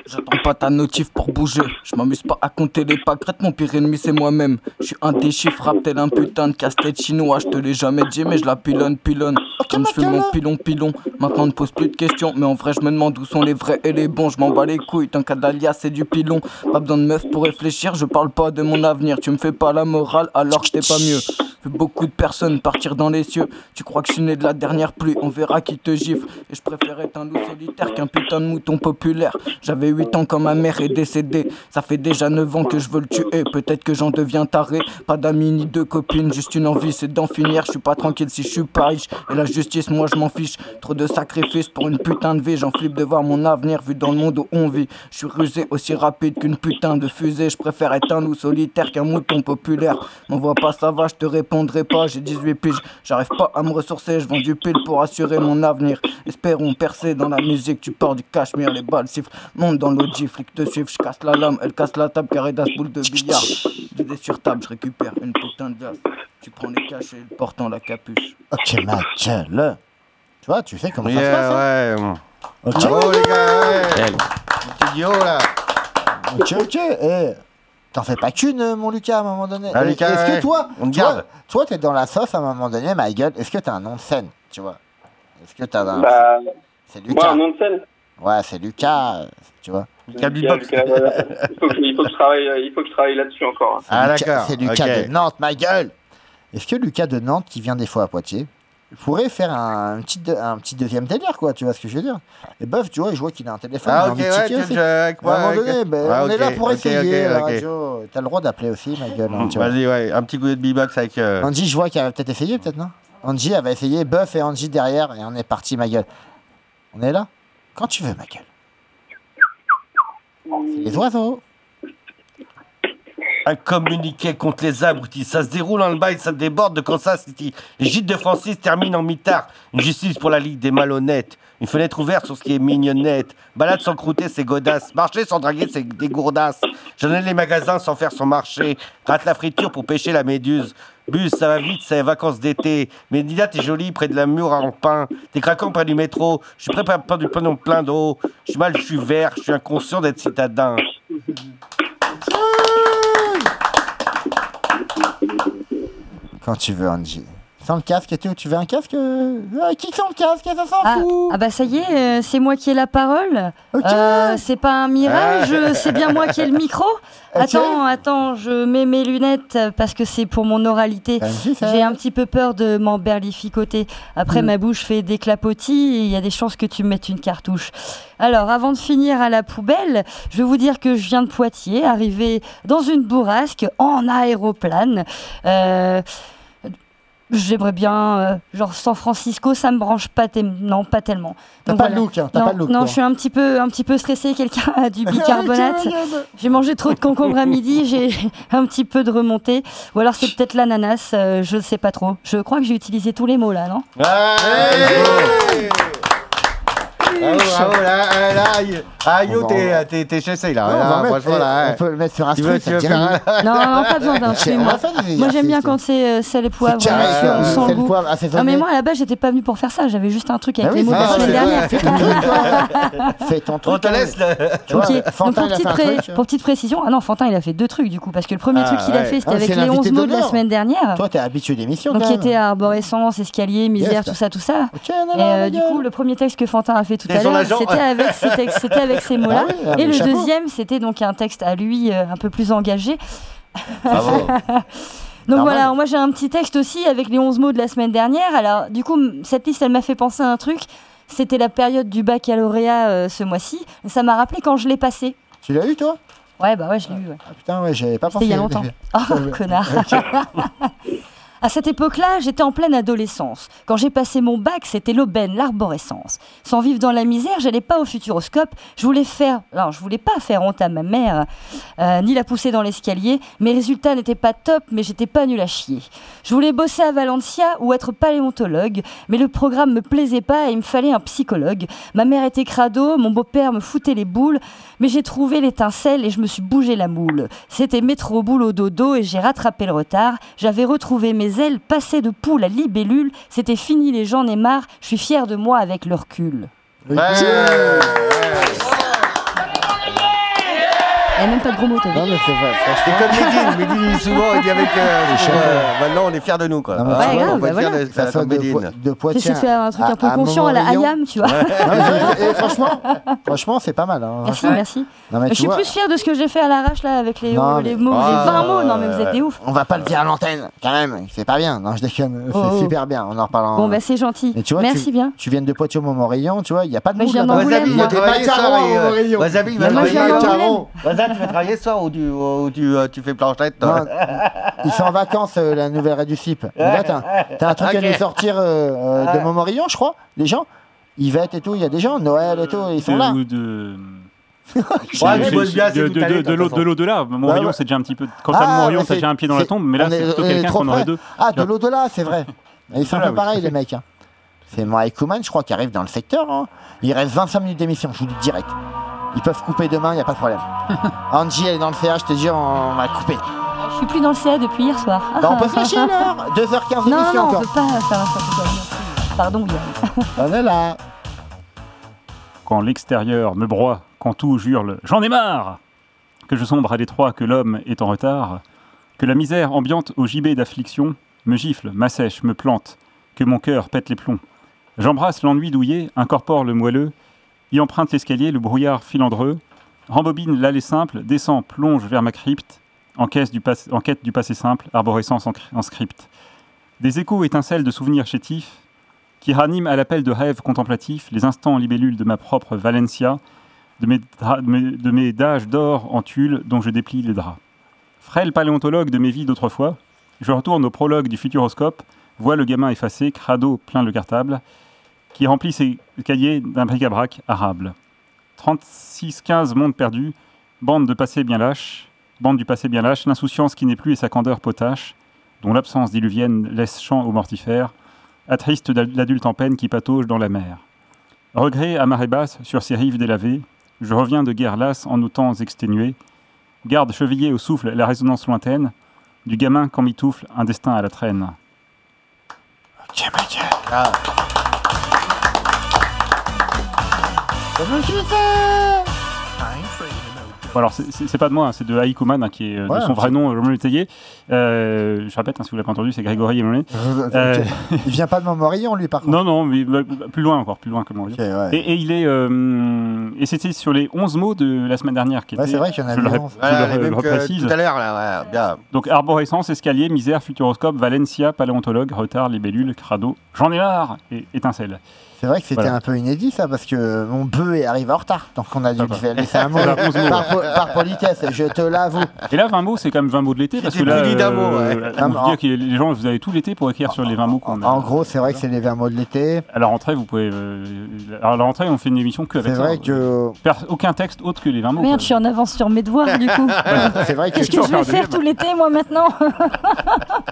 S7: J'attends pas ta notif pour bouger. Je m'amuse pas à compter les pâquerettes, mon pire ennemi c'est moi-même. Je suis indéchiffrable tel un putain de casse-tête chinois. Je te l'ai jamais dit, mais je la pilonne, pilonne. Comme je fais mon pilon, pilon. Maintenant ne pose plus de questions, mais en vrai je me demande où sont les vrais et les bons. Je m'en bats les couilles, tant qu'à d'alias c'est du pilon. Pas besoin de meuf pour réfléchir, je parle pas de mon avenir. Tu me fais pas la morale alors que t'es pas mieux. Vu beaucoup de personnes partir dans les cieux. Tu crois que je suis né de la dernière pluie, on verra qui te gifle. Et je préfère être un loup solitaire qu'un putain de mouton populaire. J'avais 8 ans quand ma mère est décédée. Ça fait déjà 9 ans que je veux le tuer. Peut-être que j'en deviens taré. Pas d'amis ni de copines, juste une envie, c'est d'en finir. Je suis pas tranquille si je suis pas riche. Et la justice, moi je m'en fiche. Trop de sacrifices pour une putain de vie. J'en flippe de voir mon avenir vu dans le monde où on vit. Je suis rusé aussi rapide qu'une putain de fusée. Je préfère être un loup solitaire qu'un mouton populaire. M'envoie pas ça va, je te répondrai pas. J'ai 18 piges, j'arrive pas à me ressourcer. Je vends du pile pour assurer mon avenir. Espérons percer dans la musique. Tu pars du cachemire, les balles sifflent. Monte dans l'audi, flic te suivent. Je casse la lame, elle casse la table. Carré d'as, boule de billard. Je vais sur table, je récupère une putain de glace. Tu prends les cachets, le portant la capuche.
S3: Ok, ma gueule. Tu vois, tu sais comment ça se
S9: Yeah,
S3: passe. hein
S9: ouais, bon.
S3: Ok.
S9: Bravo, les gars, ouais. Petit Guillaume, là.
S3: Ok, ok. eh, T'en fais pas qu'une, euh, mon Lucas, à un moment donné.
S9: Ah,
S3: Eh,
S9: Lucas,
S3: Est-ce
S9: ouais.
S3: que toi,
S9: On te
S3: toi-
S9: garde.
S3: toi, t'es dans la sauce à un moment donné, ma gueule. Est-ce que t'as un nom de scène, tu vois Est-ce que t'as un.
S18: Bah,
S3: c'est
S18: moi,
S3: Lucas.
S18: un nom de scène.
S3: Ouais, c'est Lucas, euh, tu vois.
S18: Lucas, voilà. il, faut que, il faut que je travaille, euh, il faut que je travaille là-dessus encore. hein.
S3: C'est Ah, Lucas- C'est Lucas
S9: Ah, ok.
S3: de Nantes, ma gueule. Est-ce que Lucas de Nantes, qui vient des fois à Poitiers, pourrait faire un, un petit, de- un petit deuxième délire, quoi Tu vois ce que je veux dire Et bof, tu vois, je vois qu'il a un téléphone.
S9: Ah,
S3: il a
S9: ok,
S3: envie de
S9: ouais,
S3: tiquer
S9: t'es
S3: aussi.
S9: Jack,
S3: À un
S9: ouais,
S3: moment
S9: ok.
S3: donné, ben,
S9: Ouais,
S3: on est là
S9: ok,
S3: pour
S9: ok,
S3: essayer
S9: ok,
S3: la
S9: ok.
S3: radio. T'as le droit d'appeler aussi, ma gueule. hein, tu vois.
S9: Vas-y, ouais, un petit coup de beatbox avec. euh,
S3: Angie, je vois qu'elle va peut-être essayer, peut-être, non Angie, elle va essayer. Buff et Angie derrière, et on est parti, ma gueule. On est là Quand tu veux, ma gueule. C'est les oiseaux.
S9: Un communiqué contre les abrutis. Ça se déroule en bail, ça déborde de Kansas City. Les gîtes de Francis termine en mitard. Une justice pour la Ligue des malhonnêtes. Une fenêtre ouverte sur ce qui est mignonnette. Balade sans croûter, c'est godasse. Marcher sans draguer, c'est des gourdasses. J'en les magasins sans faire son marché. Rate la friture pour pêcher la méduse. Bus, ça va vite, c'est les vacances d'été. Mais Nina, t'es jolie, près de la mur en pain. T'es craquant près du métro. Je suis prêt à prendre du pognon plein d'eau. Je suis mal, je suis vert, je suis inconscient d'être citadin.
S3: Quand tu veux, Angie. Sans le casque et tout, tu veux un casque euh, euh, Qui sent le casque Ça s'en
S8: Ah,
S3: fout
S8: ah bah ça y est, euh, c'est moi qui ai la parole. Euh, c'est pas un mirage,
S3: Ah.
S8: euh, c'est bien moi qui ai le micro. Attends, attends, je mets mes lunettes euh, parce que c'est pour mon oralité.
S3: Bah,
S8: J'ai un petit peu peur de m'emberlificoter.
S3: Mm.
S8: Après, ma bouche fait des clapotis et il y a des chances que tu me mettes une cartouche. Alors, avant de finir à la poubelle, je vais vous dire que je viens de Poitiers, arrivé dans une bourrasque en aéroplane. Euh, J'aimerais bien, euh, genre San Francisco, ça me branche pas, tel- non pas tellement.
S3: T'as
S8: Donc
S3: pas le
S8: voilà.
S3: look, hein, t'as
S8: non,
S3: pas le look,
S8: Non,
S3: toi.
S8: je suis un petit peu, un petit peu stressée. Quelqu'un a du
S3: Ah,
S8: bicarbonate.
S3: tiens, regarde.
S8: j'ai mangé trop de concombre à midi. J'ai un petit peu de remontée. Ou alors c'est peut-être l'ananas. euh, je ne sais pas trop. Je crois que j'ai utilisé tous les mots là, non
S9: Bravo, bravo, là, euh, là, aïe, aïe,
S3: On va-
S9: t'es- t'es- t'es chassé, là.
S3: Ouais, on
S9: là,
S3: va mettre-
S9: franchement, là,
S3: eh,
S9: ouais.
S3: on peut le mettre sur un
S9: Tu
S3: truc,
S9: veux-
S3: ça
S9: tu veux
S3: tient.
S9: faire un-
S8: Non, non, pas besoin d'un
S3: Ok,
S8: film.
S3: on
S8: Moi,
S3: va faire des
S8: Moi, j'aime
S3: exercices,
S8: bien quand c'est euh, sel et poivre,
S3: C'est carré,
S8: là-dessus, on
S3: euh,
S8: sent
S3: sel,
S8: le goût.
S3: poivre, assaisonné.
S8: Non, mais moi, à la base, j'étais pas venue pour faire ça. J'avais juste un truc
S3: Bah
S8: avec les
S3: oui,
S8: mots de
S3: ça,
S8: la
S3: c'est
S8: semaine
S3: vrai.
S8: dernière.
S3: Fais ton truc, toi. Fais ton truc. hein.
S9: On te laisse le.
S3: Tu vois,
S8: Ok, donc
S3: Fantin,
S8: pour
S3: il a
S8: petite,
S3: fait un
S8: pré-
S3: truc. hein.
S8: pour petite précision, ah non, Fantin il a fait deux trucs du coup, parce que le premier
S3: Ah,
S8: truc qu'il a
S3: ouais.
S8: fait c'était
S3: Ah,
S8: avec
S3: c'est
S8: les
S3: l'invité
S8: 11 mots de la
S3: d'honneur.
S8: semaine dernière.
S3: Toi, t'es habitué d'émission,
S8: Donc
S3: quand
S8: qui
S3: même.
S8: était arborescence, escalier, misère, tout ça, tout ça.
S3: non,
S8: et
S3: non,
S8: euh,
S3: les
S8: du
S3: gars.
S8: coup, le premier texte que Fantin a fait tout
S3: T'es
S8: à
S3: son
S8: l'heure,
S3: agent.
S8: c'était avec, ces textes- c'était avec ces mots-là.
S3: Ah oui, ah,
S8: et
S3: mais
S8: le
S3: chapeau.
S8: deuxième, c'était donc un texte à lui euh, un peu plus engagé.
S9: Bravo.
S8: Donc
S9: Normal.
S8: voilà, moi j'ai un petit texte aussi avec les 11 mots de la semaine dernière. Alors du coup, m- cette liste, elle m'a fait penser à un truc. C'était la période du baccalauréat euh, ce mois-ci. Ça m'a rappelé quand je l'ai passé.
S3: Tu l'as eu, toi
S8: Ouais, bah ouais, je l'ai eu. ouais. Ah,
S3: Putain, ouais, j'avais pas
S8: C'était
S3: pensé.
S8: il y a longtemps. Oh, connard. À cette époque-là, j'étais en pleine adolescence. Quand j'ai passé mon bac, c'était l'aubaine, l'arborescence. Sans vivre dans la misère, j'allais pas au futuroscope. Je voulais faire, non, je voulais pas faire honte à ma mère, euh, ni la pousser dans l'escalier. Mes résultats n'étaient pas top, mais j'étais pas nul à chier. Je voulais bosser à Valencia ou être paléontologue, mais le programme me plaisait pas et il me fallait un psychologue. Ma mère était crado, mon beau-père me foutait les boules, mais j'ai trouvé l'étincelle et je me suis bougé la moule. C'était métro boulot dodo et j'ai rattrapé le retard. J'avais retrouvé mes ailes passées de poule à libellule. C'était fini les gens ai marre. Je suis fière de moi avec le recul. Il n'y a même pas de gros mots, t'as vu
S3: Non, mais c'est vrai,
S9: C'est
S3: franchement.
S9: comme Medine, Medine souvent, il dit avec. euh,
S3: Les
S9: pour,
S3: chefs.
S9: euh, maintenant, on est fiers de nous, quoi.
S3: Non, mais
S9: Ah,
S3: tu vois,
S9: on
S3: bah
S9: va être
S3: voilà.
S9: fiers de-
S3: Ça
S9: de
S3: sonne de
S9: Medine.
S3: po- de poids-
S8: J'essaie de
S3: Tiens,
S8: faire un truc
S3: à-
S8: un peu
S3: à un
S8: conscient à la
S3: moment,
S8: IAM, tu vois.
S3: Non, mais c'est- et franchement, franchement, c'est pas mal. hein.
S8: Merci,
S3: Franchement.
S8: merci.
S3: Non, mais
S8: je
S3: tu
S8: suis
S3: vois-
S8: plus fière de ce que j'ai fait à l'arrache là avec les,
S3: Non,
S8: les
S3: mais-
S8: mots,
S3: Ah,
S8: les 20 mots. Non, mais vous êtes des
S3: ouais.
S8: ouf.
S3: On va pas le dire à l'antenne, quand même. C'est pas bien. Non, je déconne. C'est
S8: Oh, oh.
S3: super bien. On en reparle en-
S8: Bon, bah c'est gentil.
S3: Hein. Mais tu vois,
S8: merci
S3: tu,
S8: bien.
S3: Tu viens de Poitiers-Montmorillon, tu vois, il n'y a pas de
S8: Mais je
S3: moules
S8: viens
S3: là-bas.
S8: d'Angoulême,
S3: Il y a des
S9: moi.
S3: macarons
S9: Wasabi,
S3: à
S9: euh,
S3: Montmorillon.
S9: Wasabi,
S3: Il y a des
S9: Wasabi,
S3: macarons.
S9: Wasabi, tu vas travailler ce soir ou tu, ou tu, euh, tu fais planchette toi
S3: Non, Ils sont en vacances, euh, la nouvelle raid du CIP. Mais là, t'as- t'as un truc
S9: Ok.
S3: à nous sortir euh, euh, de Montmorillon, je crois. Les gens, Yvette et tout, il y a des gens, Noël et tout, ils sont
S16: De-
S3: là.
S16: ou de-
S3: Ouais,
S16: de-
S3: tu bosses bien, c'est
S16: de-
S3: tout à l'heure,
S16: de-
S3: de
S16: de
S3: toute
S16: l'autre- de
S3: façon.
S16: l'au-delà. Montmorillon,
S3: Bah ouais.
S16: c'est déjà un petit peu. Quand
S3: Ah,
S16: t'as Montmorillon,
S3: mais
S16: t'as
S3: c'est-
S16: déjà un pied dans la
S3: c'est-
S16: tombe, mais là,
S3: on
S16: c'est
S3: est-
S16: plutôt
S3: on est
S16: quelqu'un
S3: trop
S16: qu'on aurait
S3: près.
S16: deux.
S3: Ah, de
S16: Non.
S3: l'au-delà, c'est vrai. Ils sont un
S16: Ah,
S3: peu
S16: oui.
S3: pareils, les mecs. hein. C'est Mike Kouman, je crois, qui arrive dans le secteur. hein. Il reste 25 minutes d'émission, je vous le dis direct. Ils peuvent couper demain, il n'y a pas de problème. Angie, elle est dans le CA, je te dis, on va couper.
S8: Je suis plus dans le CA depuis hier soir.
S3: Bah, on peut flasher l'heure 2h15
S8: Non,
S3: d'émission
S8: non, on
S3: encore. Bah,
S8: peut pas faire n'importe quoi. Pardon, Yann.
S3: On est là.
S16: Quand l'extérieur me broie, quand tout jurle, j'en ai marre Que je sombre à l'étroit, que l'homme est en retard, que la misère ambiante au gibet d'affliction me gifle, m'assèche, me plante, que mon cœur pète les plombs. J'embrasse l'ennui douillé, incorpore le moelleux, y emprunte l'escalier, le brouillard filandreux, rembobine l'allée simple, descend, plonge vers ma crypte, en, caisse du pas- en quête du passé simple, arborescence en, cr- en script. Des échos étincelles de souvenirs chétifs, qui raniment à l'appel de rêves contemplatifs les instants libellules de ma propre Valencia, de mes, dra- de mes- de mes dages d'or en tulle dont je déplie les draps. Frêle paléontologue de mes vies d'autrefois, je retourne au prologue du futuroscope, vois le gamin effacé, crado plein le cartable, qui remplit ses cahiers d'un bric-à-brac arable. 36-15 mondes perdus, bande de passé bien lâche, bande du passé bien lâche, l'insouciance qui n'est plus et sa candeur potache, dont l'absence diluvienne laisse champ aux mortifères, attriste d'al- l'adulte en peine qui patauge dans la mer. Regret à marée basse sur ces rives délavées, je reviens de guerre lasse en nos temps exténués, garde chevillée au souffle la résonance lointaine, du gamin quand mitoufle un destin à la traîne.
S3: Ah. Je suis fait.
S16: Bon, alors, c'est- c'est c'est pas de moi, hein, c'est de Aïkoman, qui est euh,
S3: Ouais,
S16: de son vrai
S3: c'est-
S16: nom, Jean-Marie Tellier. Euh, je répète, hein, si vous l'avez pas entendu, c'est Grégory Emelé. Euh,
S3: Il vient pas de Montmorillon, lui, par contre.
S16: Non, non, mais bah, bah, plus loin encore, plus loin, comment on dit.
S3: ouais.
S16: et, et il est. euh, et c'était sur les 11 mots de la semaine dernière qui
S3: Ouais,
S16: était-
S3: c'est vrai qu'il y en
S16: je
S3: avait
S16: le ré-
S3: 11.
S16: je
S9: Voilà,
S16: le
S9: les
S16: ré-
S9: mêmes que
S16: reprécise.
S9: euh, tout à l'heure, là, ouais, bien.
S16: Donc arborescence, escalier, misère, futuroscope, Valencia, paléontologue, retard, libellule, crado, j'en ai marre et étincelle.
S3: C'est vrai que c'était
S16: Voilà.
S3: un peu inédit ça parce que mon bœuf est arrivé en retard donc on a dû lui faire laisser un mot
S16: Ça va, Ah bah. onze mots.
S3: par, po- par politesse, je te l'avoue.
S16: Et là 20 mots c'est quand même 20 mots de l'été parce que
S3: C'était
S16: là euh,
S3: plus dit d'un mot, ouais.
S16: on
S3: Non,
S16: peut dire que les gens vous avez tout l'été pour écrire sur les 20 mots qu'on a.
S3: En gros, c'est vrai que c'est les 20 mots de l'été.
S16: À la rentrée vous pouvez euh, à la rentrée on fait une émission que avec
S3: C'est
S16: ça.
S3: vrai que.
S16: Pers- aucun texte autre que les 20 mots.
S8: Merde,
S16: quoi.
S8: je suis en avance sur mes devoirs du coup.
S16: Voilà. C'est vrai que-
S8: Qu'est-ce que je vais faire tout l'été moi maintenant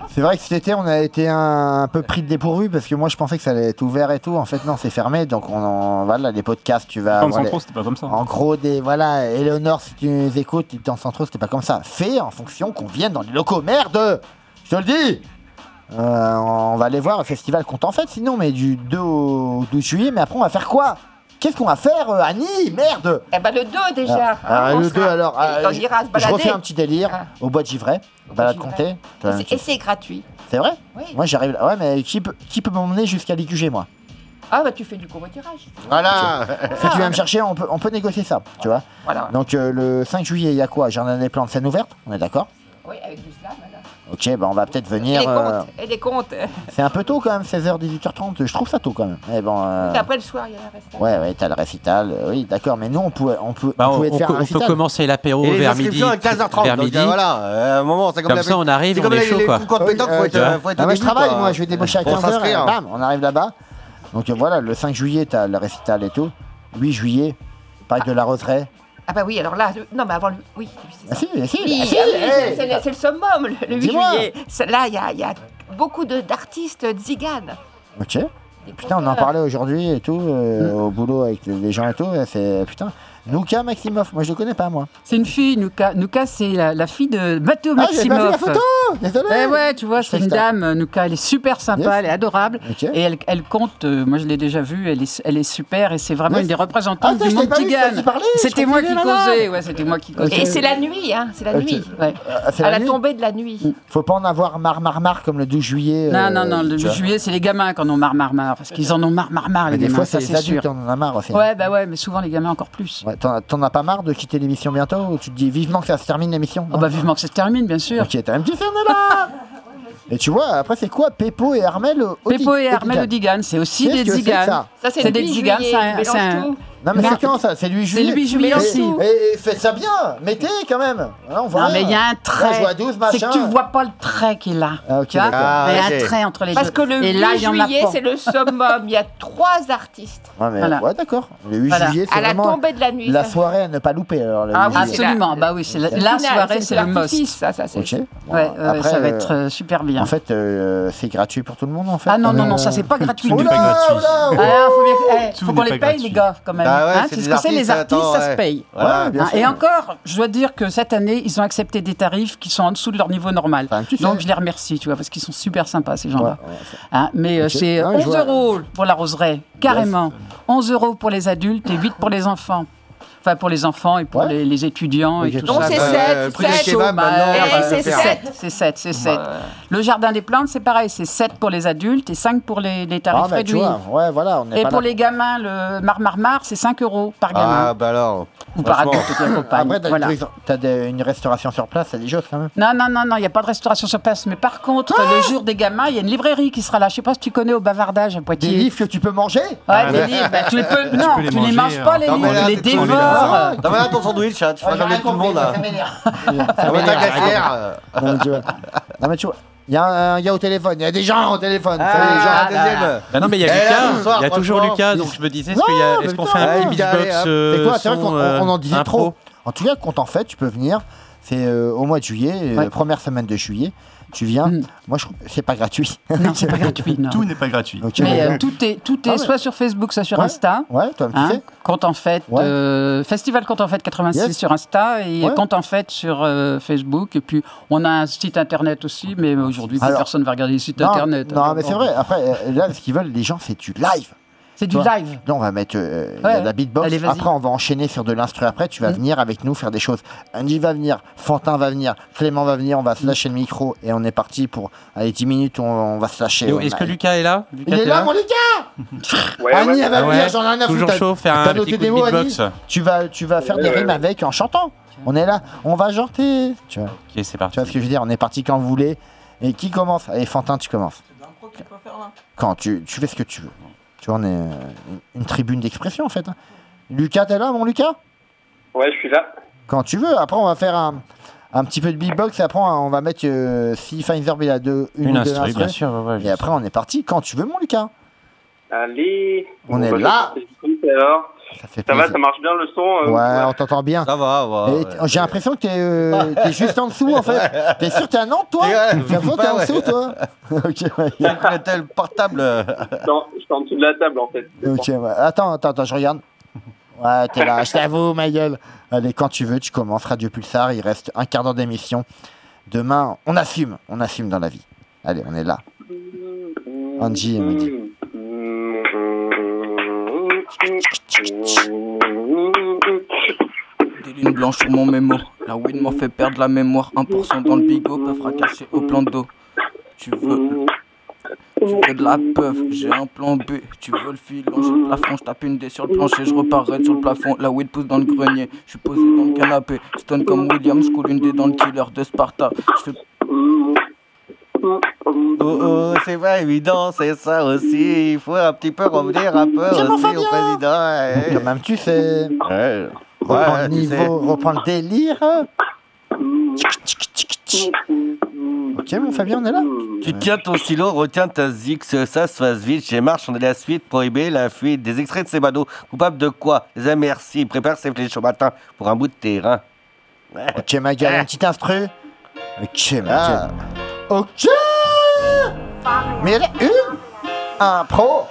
S3: C'est vrai que cet été, on a été un, un peu pris de dépourvu parce que moi, je pensais que ça allait être ouvert et tout. En fait, non, c'est fermé. Donc, on en, voilà, les ah, podcasts, tu vas.
S16: Comme
S3: voilà,
S16: Centro, c'était pas comme ça.
S3: En gros, des, voilà, Eleonore, si tu nous écoutes, tu t'en sens trop, c'était pas comme ça. Fais en fonction qu'on vienne dans les locaux. Merde Je te le dis Euh, On va aller voir un festival qu'on t'en fait, sinon, mais du 2 au 12 juillet. Mais après, on va faire quoi Qu'est-ce qu'on va faire, euh, Annie Merde
S12: Eh ben le 2 déjà.
S3: Ah,
S12: hein, on
S3: le
S12: sera-
S3: 2 alors,
S12: et
S3: ah,
S12: on
S3: je,
S12: ira se
S3: je
S12: balader.
S3: refais un petit délire
S12: Ah.
S3: au bois de Givray, balade comté.
S12: Et c'est- Et c'est gratuit.
S3: C'est vrai
S12: Oui.
S3: Moi j'arrive là. Ouais, mais qui peut, qui peut m'emmener jusqu'à l'IQG, moi
S12: Ah bah tu fais du covoiturage.
S3: Voilà Si tu viens me chercher, on peut, on peut négocier ça, tu vois.
S12: Voilà.
S3: Donc euh, le 5 juillet, il y a quoi Jardin des plantes, scène ouverte, on est d'accord
S12: Oui, avec du slam alors.
S3: Ok, bah on va peut-être venir.
S19: Et les
S3: euh,
S19: comptes, et les comptes.
S3: C'est un peu tôt quand même, 16h, 18h30. Je trouve ça tôt quand même. Eh ben, euh,
S19: Après le soir, il y a la resta.
S3: Ouais, ouais, t'as le récital. euh, Oui, d'accord, mais nous, on pouvait, on pouvait,
S4: Bah,
S3: on
S4: on-
S3: pouvait
S4: on
S3: faire
S4: co-
S3: un
S4: on peut
S3: récital.
S4: commencer l'apéro
S9: Et les
S4: vers midi.
S9: inscriptions à 15h30,
S4: vers
S9: donc,
S4: midi.
S9: euh, voilà, euh, à un moment, c'est comme la-
S4: ça, on arrive,
S9: c'est
S4: on
S9: comme
S4: est
S9: les-
S4: chaud,
S9: les
S4: quoi.
S9: concours de
S4: Ah oui,
S9: pétanque,
S4: euh,
S9: faut être,
S4: tu vois.
S9: euh, faut être
S3: Ah,
S9: au
S3: moi, je
S9: début,
S3: travaille,
S9: quoi.
S3: moi, je vais débaucher à
S9: Pour
S3: 15h et
S9: s'inscrire.
S3: bam, on arrive là-bas. Donc euh, voilà, le 5 juillet, t'as le récital et tout. 8 juillet, Pâques de la Roseraie.
S19: Ah bah oui, alors là, le- non mais avant le... Oui, oui, c'est
S3: Ah si, ah si,
S19: Oui, ah oui,
S3: ah si,
S19: c'est
S3: hey.
S19: c'est le, c'est le summum, le, le 8
S3: Dis-moi.
S19: juillet. C'est- Là, il y a, il y a beaucoup de- d'artistes tziganes.
S3: Ok. Putain, on en parlait aujourd'hui et tout, euh,
S9: Hmm.
S3: au boulot avec les gens et tout. et C'est putain. Nouka Maximoff, moi je le connais pas, moi.
S5: C'est une fille, Nuka. Nuka, c'est la, la fille de Matteo
S3: Ah, j'ai
S5: Maximoff.
S3: pas vu la photo Désolé
S5: Eh ouais, tu vois, c'est une dame, euh, Nuka. Elle est super sympa,
S3: Yes.
S5: elle est adorable.
S3: Ok.
S5: Et elle, elle compte, euh, moi je l'ai déjà vue, elle est, elle est super et c'est vraiment
S3: Yes.
S5: une des représentantes
S3: Attends,
S5: du
S3: je t'ai
S5: monde
S3: pas vu, c'est toi
S5: tzigane.
S3: qui parlais, je
S5: C'était
S3: croyais
S5: moi
S3: que
S5: qui
S3: t'étais là-bas.
S5: causais, ouais, c'était moi qui causais.
S19: Et c'est la nuit, hein, c'est la
S3: Ok.
S19: nuit.
S5: Ouais.
S3: Ah, c'est
S19: à
S3: la
S19: la
S3: nuit
S19: tombée de la nuit.
S3: Faut pas en avoir marre, marre, marre comme le 12 juillet.
S5: Non,
S3: euh,
S5: non, non, le
S3: tu vois.
S5: juillet, c'est les gamins qui en ont marre, marre, marre. Parce qu'ils en ont marre, marre, marre,
S3: Mais
S5: les
S3: des
S5: gamins.
S3: fois,
S5: ça,
S3: c'est les adultes,
S5: sûr.
S3: on en a marre aussi. hein.
S5: Ouais, bah ouais, mais souvent les gamins encore plus.
S3: Ouais, T'en t'en as pas marre de quitter l'émission bientôt ou tu te dis vivement que ça se termine l'émission hein
S5: Ah bah vivement que ça se termine, bien sûr.
S3: Ok, t'as même dit ça, on est là Et tu vois, après c'est quoi Péppo et Armel au- au-
S5: Peppo et
S3: au-
S5: Armel
S3: Digan.
S5: Odigan, c'est aussi
S3: Qu'est-ce
S5: des
S3: que c'est que
S5: Diganes.
S3: ça Ça, c'est le
S5: des
S3: 8
S5: Diganes,
S3: juillet,
S5: c'est un-
S3: mélange
S5: c'est un.
S3: tout. Non mais
S5: Mais-
S3: c'est quand ça C'est lui juillet
S5: C'est le 8 juillet
S3: Et-
S5: aussi.
S3: Et, et faites ça bien Mettez quand même Là, on voit
S5: Non, mais il y a un
S3: Là, je
S5: trait.
S3: vois 12
S5: C'est
S3: machin
S5: que tu vois pas le trait qui est là.
S3: Ah, ok,
S5: Tu vois
S3: d'accord. Ah,
S5: Il y a
S3: ok.
S5: un trait entre les
S19: Parce
S5: deux.
S19: que le
S5: Et
S19: 8
S5: là, il y en a
S19: juillet,
S5: pas.
S19: c'est le summum. Il y a trois artistes.
S3: Ouais, mais-
S5: Voilà.
S3: ouais, d'accord. Le 8
S5: Voilà.
S3: juillet, c'est
S19: À la
S3: vraiment
S19: tombée de la nuit, ça.
S3: soirée à ne pas louper. Alors, le
S5: Ah,
S3: 8 juillet.
S5: absolument. Bah oui, c'est la,
S3: C'est
S5: la
S19: final,
S5: soirée,
S19: c'est
S5: c'est le must.
S19: l'artifice, ça, ça, c'est-
S3: Ok. Bon,
S5: Ouais, ouais,
S3: après,
S5: ça va
S3: euh,
S5: être euh, super bien.
S3: En fait, euh, c'est gratuit pour tout le monde en fait. Euh, Oh
S5: ah non,
S3: quand
S5: non,
S3: même.
S5: non, ça c'est pas gratuit.
S3: Tout
S5: du
S3: n'est
S5: tout.
S3: pas gratuit.
S5: Ah, faut bien- eh,
S3: Tout
S5: faut
S3: n'est
S5: qu'on les
S3: pas
S5: paye,
S3: gratuit.
S5: les gars, quand même.
S3: Bah ouais,
S5: Hein,
S3: c'est
S5: parce
S3: des
S5: que c'est les
S3: artistes,
S5: artistes,
S3: attends,
S5: ça
S3: ouais.
S5: se paye.
S3: Voilà, bien
S5: et
S3: sûr.
S5: encore, je dois dire que cette année, ils ont accepté des tarifs qui sont en dessous de leur niveau normal. Donc je les remercie, tu vois, parce qu'ils sont super sympas, ces gens-là.
S3: bah,
S5: Hein, mais euh,
S3: Ok.
S5: c'est
S3: Ah, je
S5: 11
S3: vois.
S5: euros pour la roseraie, carrément. 11 euros pour les adultes et 8 pour les enfants. Enfin, pour les enfants et pour les, les étudiants et tout
S19: Donc
S5: ça.
S19: c'est
S5: quoi.
S19: sept, Euh, le prix des sept. kebabs, maintenant,
S5: Chômage,
S19: on va
S5: c'est
S19: faire.
S5: 7. C'est 7, c'est 7. Le jardin des plantes, c'est pareil, c'est 7 pour les adultes et 5 pour les, les tarifs
S3: Ah, bah, tu
S5: réduits.
S3: vois, ouais, voilà, on n'est
S5: Et
S3: pas
S5: pour
S3: là.
S5: les gamins, le marmar-mar, c'est 5 euros par gamin.
S9: Ah, bah alors.
S5: Ou par
S9: franchement.
S5: adulte qui accompagne.
S3: Après, t'as
S5: Voilà.
S3: une, t'as des- une restauration sur place, c'est des choses quand même.
S5: Non, non, non, non, il n'y a pas de restauration sur place. Mais par contre,
S3: Ah
S5: le jour des gamins, il y a une librairie qui sera là. Je sais pas si tu connais au bavardage à
S3: Des
S5: Poitiers.
S3: livres que tu peux manger Ah,
S5: Ouais, des livres. Bah, tu les peux- non, tu les
S4: hein.
S5: manges pas, les
S9: Non, mais
S5: livres,
S9: là,
S5: tu les
S9: t'es trop nul,
S5: dévores.
S3: Ah,
S9: hein. Non, mais là, ton sandwich, là, tu feras jamais Ah, tout le monde. là.
S3: Ça
S9: Ah, mais
S3: m'énerve.
S9: t'as qu'à faire.
S3: Non, mais tu vois. Non, mais tu vois, il y a un gars au téléphone, il y a des gens au téléphone.
S9: Ah,
S3: Salut, les gens.
S9: là, là. Deuxième.
S4: Bah non, mais il y a
S9: Eh, là,
S4: Lucas,
S9: ce soir,
S4: il y a toujours
S9: franchement.
S4: Lucas, donc je me disais, est-ce
S3: Non,
S4: qu'il y a-
S3: mais
S4: est-ce qu'on
S3: putain,
S4: fait un
S3: ouais,
S4: petit beatbox euh,
S3: C'est quoi C'est vrai
S4: son,
S3: qu'on
S4: euh,
S3: on en disait
S4: impro
S3: trop. En tout cas, quand t'en fait, tu peux venir. C'est euh, au mois de juillet, euh, première semaine de juillet. Tu viens. Moi, je trouve- c'est pas gratuit.
S5: Mm. Non, c'est pas gratuit. non.
S3: Tout
S16: n'est pas gratuit.
S5: Mais euh, tout est, tout est
S3: Ah ouais.
S5: soit sur Facebook, soit sur
S3: Ouais.
S5: Insta.
S3: Ouais, toi,
S19: Hein.
S3: tu sais.
S5: Compte en fête,
S3: Ouais.
S5: euh, Festival Compte en fête 86
S3: Yes.
S5: sur Insta et
S3: Ouais.
S5: Compte en fête sur euh, Facebook. Et puis, on a un site internet aussi, mais aujourd'hui, plus
S3: Alors-
S5: personne ne va regarder les sites
S3: Non,
S5: internet. hein.
S3: Non,
S5: Alors,
S3: mais c'est
S5: bon.
S3: vrai. Après, euh, là, ce qu'ils veulent, les gens, c'est du live.
S5: C'est
S3: Tu
S5: du
S3: vois
S5: live.
S3: Là, on va mettre euh,
S5: Ouais.
S3: la- la beatbox.
S5: Allez, vas-y. Mm.
S3: Après, on va enchaîner sur de l'instru. Après, tu vas venir avec nous faire des choses. Andy va venir, Fantin va venir, Clément va venir. On
S5: Mm.
S3: va se lâcher le micro et on est parti pour allez, 10 minutes. On, on va se lâcher.
S4: Et
S3: On
S4: Est-ce
S3: a-
S4: que Lucas est là
S3: Il est là, mon Lucas Annie, elle va
S4: Ah ouais.
S3: venir, j'en ai rien à foutre.
S4: Toujours
S3: T'as-
S4: chaud, faire
S3: t'as
S4: un
S3: noté
S4: petit coup
S3: des
S4: de
S3: mots,
S4: beatbox.
S3: Annie Tu vas, tu vas faire des
S4: Ouais,
S3: rimes
S4: ouais.
S3: avec en chantant. On est là, on va chanter. Tu vois,
S4: Ok, c'est parti.
S3: tu vois ce que je veux dire On est parti quand vous voulez. Et qui commence Allez, Fantin, tu commences. Quand tu, tu fais ce que tu veux. Tu vois, on est euh, une, une tribune d'expression en fait. hein. Lucas, t'es là, mon Lucas
S18: Ouais, je suis là.
S3: Quand tu veux. Après, on va faire un, un petit peu de beatbox. Et après, on va mettre euh, si Pfizer il a deux, une,
S4: Une
S3: ou deux
S4: instru, bien
S3: instrus.
S4: sûr, ouais, ouais,
S3: Et
S4: bien
S3: après, on est parti quand tu veux, mon Lucas.
S18: Allez.
S3: On
S18: Bon,
S3: est
S18: bah, je
S3: là.
S18: vais faire des trucs, alors.
S3: Ça,
S18: va,
S3: plaisir.
S18: ça marche bien le son euh,
S3: Ouais, on t'entend bien.
S9: Ça va, ouais,
S3: Et
S9: ouais.
S3: t- J'ai l'impression que t'es euh, t'es juste en dessous en fait. T'es sûr que t'es à Nantes toi
S9: Ouais,
S3: J'ai l'impression que t'es
S9: bah
S3: en
S9: ouais.
S3: dessous toi Ok, ouais.
S9: Le tel portable.
S18: Je suis en- je suis en dessous de la table en fait.
S3: Ok, ouais. Attends, attends, attends, je regarde. Ouais, t'es là, je t'avoue, ma gueule. Allez, quand tu veux, tu commences. Radio Pulsar, il reste un quart d'heure d'émission. Demain, on assume, on assume dans la vie. Allez, on est là. Angie, elle m'a dit.
S7: Des lignes blanches sur mon mémo. La weed m'en fait perdre la mémoire. 1% dans le bigot, peuvent fracasser au plan d'eau. Tu veux. Tu veux de la peuf, j'ai un plan B. Tu veux le filon, j'ai le plafond. Je tape une D sur le plancher, je reparais sur le plafond. La weed pousse dans le grenier, je suis posé dans le canapé. Stone comme William, je coule une D dans le killer de Sparta. Je fais
S9: Oh, oh, c'est pas évident, c'est ça aussi. Il faut un petit peu revenir un peu
S3: Clément
S9: aussi au président.
S3: Quand même, tu fais.
S9: Ouais.
S3: Reprends
S9: Ouais,
S3: le
S9: tu sais.
S3: niveau, reprends le délire. Ok, mon Fabien, on est là
S9: Tu tiens ton stylo, retiens ta zig, que ça se fasse vite. Chez Marche, on est la suite prohibée, la fuite. Des extraits de ces badauds. Coupable de quoi Les merci. Prépare ses flèches au matin pour un bout de terrain.
S3: Ok, ma gueule, un petit instru Ok,
S9: Ah.
S3: ma gueule. Ok Mais il y en a une Un pro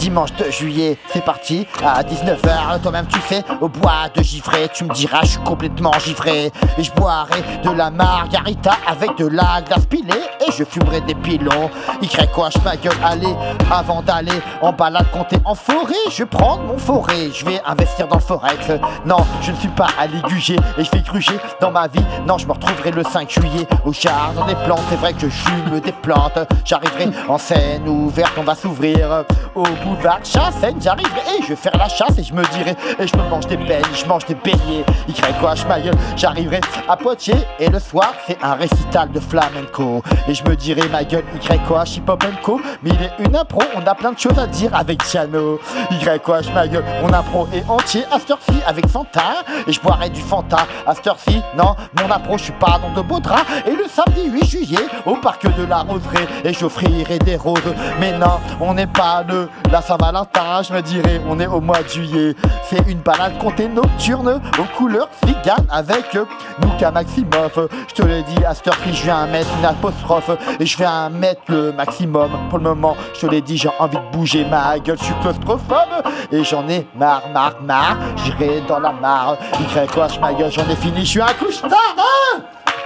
S3: Dimanche 2 juillet, c'est parti, à 19h, toi-même tu fais au bois de givré, tu me diras je suis complètement givré, et je boirai de la margarita avec de la glace pilée, et je fumerai des pilons, Y quoi, je ma gueule, allez, avant d'aller en balade, compter en forêt, je prends mon forêt, je vais investir dans le forex, non, je ne suis pas à l'iguger, et je vais gruger dans ma vie, non, je me retrouverai le 5 juillet au jardin des plantes, c'est vrai que je fume des plantes, j'arriverai en scène ouverte, on va s'ouvrir au boulevard Chassaigne, j'arriverai et je vais faire la chasse et je me dirai, et je me mange des peines, je mange des béliers, y quoi, je ma gueule, j'arriverai à Poitiers, et le soir, c'est un récital de flamenco, et je me dirai, ma gueule, y quoi, hip hop and co, mais il est une impro, on a plein de choses à dire avec Tiano, y quoi, je ma gueule, on impro est entier, à cette heure-ci, avec Fanta, et je boirai du Fanta, à cette heure-ci, non, mon impro, je suis pas dans de beaux draps, et le samedi 8 juillet, au parc de la Roseraie, et j'offrirai des roses, mais non, on n'est pas le la Saint-Valentin, je me dirais, on est au mois de juillet. C'est une balade comptée nocturne aux couleurs ciganes avec euh, Nuka Maximoff. Euh, Je te l'ai dit, à cette heure-ci, je viens mettre une apostrophe et je viens mettre le maximum. Pour le moment, je te l'ai dit, j'ai envie de bouger ma gueule, je suis claustrophobe et j'en ai marre, marre, marre. J'irai dans la mare, y quoi, je ma gueule, j'en ai fini, je suis un couche hein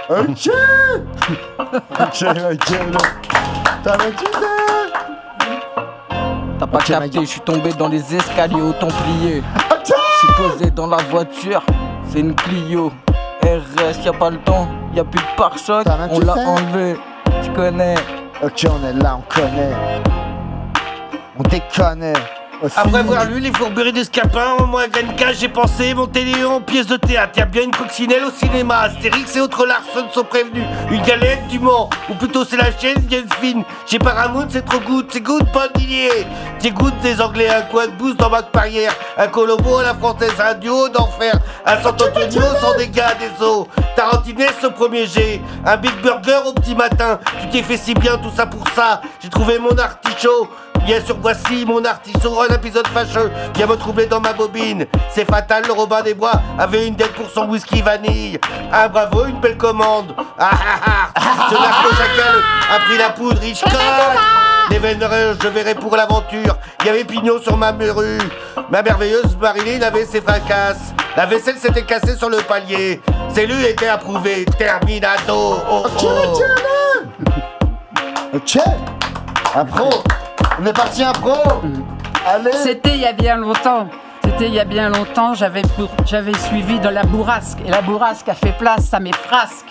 S3: Ok Ok, ok, T'as tu sais
S7: T'as pas capté, je suis tombé dans les escaliers au Templier. Je suis posé dans la voiture, c'est une Clio. RS, y a pas le temps, y a plus de pare-choc, on
S3: tu
S7: l'a
S3: sais.
S7: enlevé. Je connais.
S3: Ok, on est là, on connaît. On déconne. Aussi.
S9: Après avoir lu les fourberies d'Escapin, au moins Ganka, j'ai pensé monter Léon en pièce de théâtre. Y a bien une coccinelle au cinéma. Astérix et autres Larson sont prévenus. Une galette du Mans, ou plutôt c'est la chaîne Fine. Chez Paramount, c'est trop good, c'est good, bon idée. J'écoute des Anglais, un coin de bouse dans ma Parrière, un Colombo à la française, un duo d'enfer, un Santo Antonio sans dégâts des eaux. Tarantinès au premier G, un Big Burger au petit matin. Tu t'es fait si bien, tout ça pour ça. J'ai trouvé mon artichaut. Bien sûr, voici mon artichaut, un épisode fâcheux. Viens me troubler dans ma bobine. C'est fatal, le Robin des Bois avait une dette pour son whisky vanille. Ah bravo, une belle commande. Ah ah ah Ce narco chacal a pris la poudre, il Les vénéreux, je verrai pour l'aventure. Il y avait pignon sur ma rue. Ma merveilleuse Marilyn avait ses fracasses. La vaisselle s'était cassée sur le palier. Ses lus étaient approuvés. Terminato. Oh, oh.
S3: Ok Un pro On est parti un pro
S9: Mm.
S20: C'était il y a bien longtemps. C'était il y a bien longtemps, j'avais pour- j'avais suivi dans la bourrasque. Et la bourrasque a fait place à mes frasques.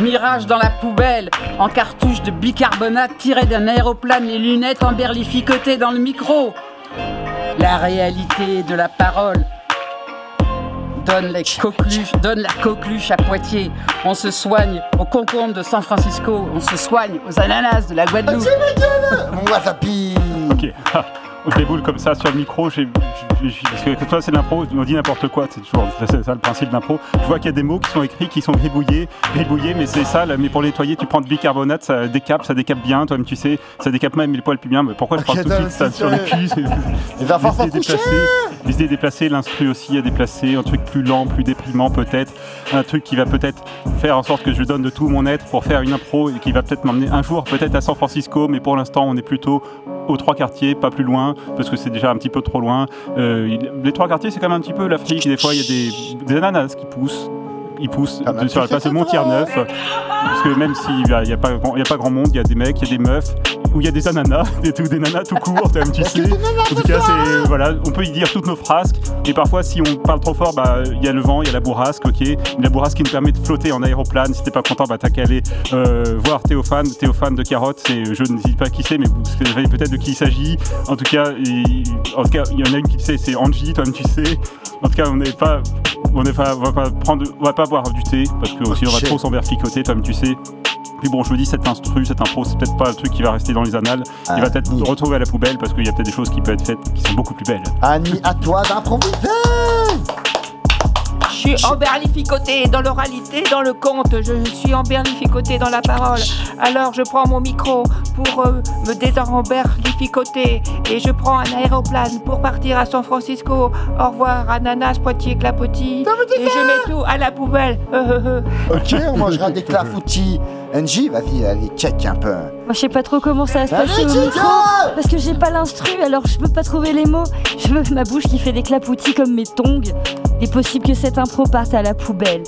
S20: Mirage dans la poubelle, en cartouche de bicarbonate tiré d'un aéroplane, les lunettes emberlificotées dans le micro. La réalité de la parole donne, les coqueluches, donne la coqueluche à Poitiers. On se soigne aux concombres de San Francisco, on se soigne aux ananas de la Guadeloupe.
S3: Mon wasabi
S16: Ok. Je déboule comme ça sur le micro, j'ai- j'ai- j'ai- parce que que toi c'est de l'impro, on dit n'importe quoi, c'est toujours c'est ça le principe de l'impro. Je vois qu'il y a des mots qui sont écrits, qui sont gribouillés, gribouillés, mais c'est ça, là, mais pour nettoyer tu prends du bicarbonate, ça décape, ça décape bien, toi-même tu sais, ça décape même les poils plus bien, mais pourquoi je parle tout de suite ça sur le cul c'est-
S3: Il va falloir s'en coucher
S16: les idées déplacées, l'instru aussi à déplacer, un truc plus lent, plus déprimant peut-être, un truc qui va peut-être faire en sorte que je donne de tout mon être pour faire une impro et qui va peut-être m'emmener un jour peut-être à San Francisco, mais pour l'instant on est plutôt aux trois quartiers, pas plus loin, parce que c'est déjà un petit peu trop loin. Euh, il- les trois quartiers c'est quand même un petit peu l'Afrique, des fois il y a des, des ananas qui poussent. Ils poussent de- sur la place de Montier-Neuf. Parce que même s'il n'y a, il y a pas grand- il y a pas grand monde, il y a des mecs, il y a des meufs, où il y a des ananas, des, tout- des nanas tout court, t'as un petit sais. En tout cas, c'est, euh, voilà, on peut y dire toutes nos frasques. Et parfois, si on parle trop fort, bah, il y a le vent, il y a la bourrasque, ok. Mais La bourrasque qui nous permet de flotter en aéroplane. Si t'es pas content, bah, t'as qu'à aller euh, voir Théophane, Théophane de Carotte. C'est, je ne sais pas qui c'est, mais vous savez peut-être de qui il s'agit. En tout cas, il, en tout cas, il y en a une qui sait, c'est Angie, toi-même tu sais. En tout cas, on n'est pas, on n'est pas, on va pas prendre, on va pas boire du thé parce que sinon on va
S3: Ok.
S16: trop s'emberficoter, toi-même tu sais. Puis bon, je me dis, cette instru, cette impro, c'est peut-être pas le truc qui va rester dans les annales. il
S3: Ah,
S16: va peut-être retrouver à la poubelle parce qu'il y a peut-être des choses qui peuvent être faites qui sont beaucoup plus belles.
S3: Annie, à toi d'improviser
S12: Je suis emberlificotée dans l'oralité, dans le conte. Je suis emberlificotée dans la parole. Alors je prends mon micro pour euh, me désemberlificoter et je prends un aéroplane pour partir à San Francisco. Au revoir, ananas, Poitiers, clapotis. Et je mets tout à la poubelle. Euh, euh, euh.
S3: Ok, on mangera des clafoutis. NJ, vas-y, allez, check un peu.
S8: Moi, je sais pas trop comment ça va se
S3: Allez,
S8: passer au
S3: Chica
S8: micro, parce que j'ai pas l'instru, alors je peux pas trouver les mots. Je veux ma bouche qui fait des clapoutis comme mes tongs. Il est possible que cette impro parte à la poubelle.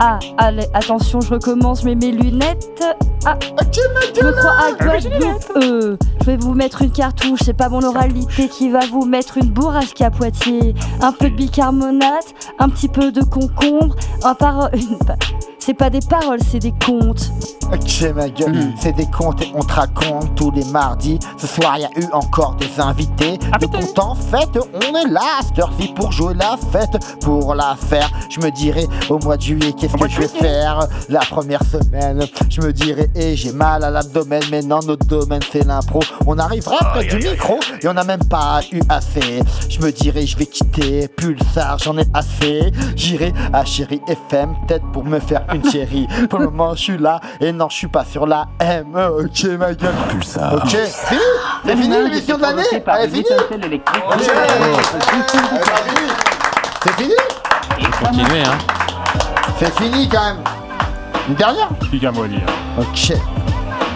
S8: Ah, allez, attention, je recommence, je mets mes lunettes. Ah, je me crois à
S1: Avec
S8: God, donc, euh, Je vais vous mettre une cartouche, c'est pas mon oralité qui va vous mettre une bourrasque à Poitiers. Un peu de bicarbonate, un petit peu de concombre, un paro- une pa- C'est pas des paroles, c'est des contes.
S3: Ok, ma gueule, c'est des comptes et on te raconte tous les mardis. Ce soir, il y a eu encore des invités. De compte en fête, on est là, à cette heure-ci, pour jouer la fête, pour la faire. Je me dirais, au mois de juillet, qu'est-ce que je vais faire la première semaine Je me dirais, et j'ai mal à l'abdomen, mais non, notre domaine, c'est l'impro. On arrivera près du micro, et on n'a même pas eu assez. Je me dirais, je vais quitter Pulsar, j'en ai assez. J'irai à Chérie FM, peut-être pour me faire une chérie. Pour le moment, je suis là, et non, je suis pas sur la M. Ok, ma gueule.
S16: Pulsar.
S3: Ok, fini
S9: Ah.
S3: C'est fini l'émission de l'année Elle est finie Ok. C'est fini
S4: Continuez, hein.
S3: C'est fini quand même Une dernière
S16: Plus qu'à moi dire.
S3: Ok.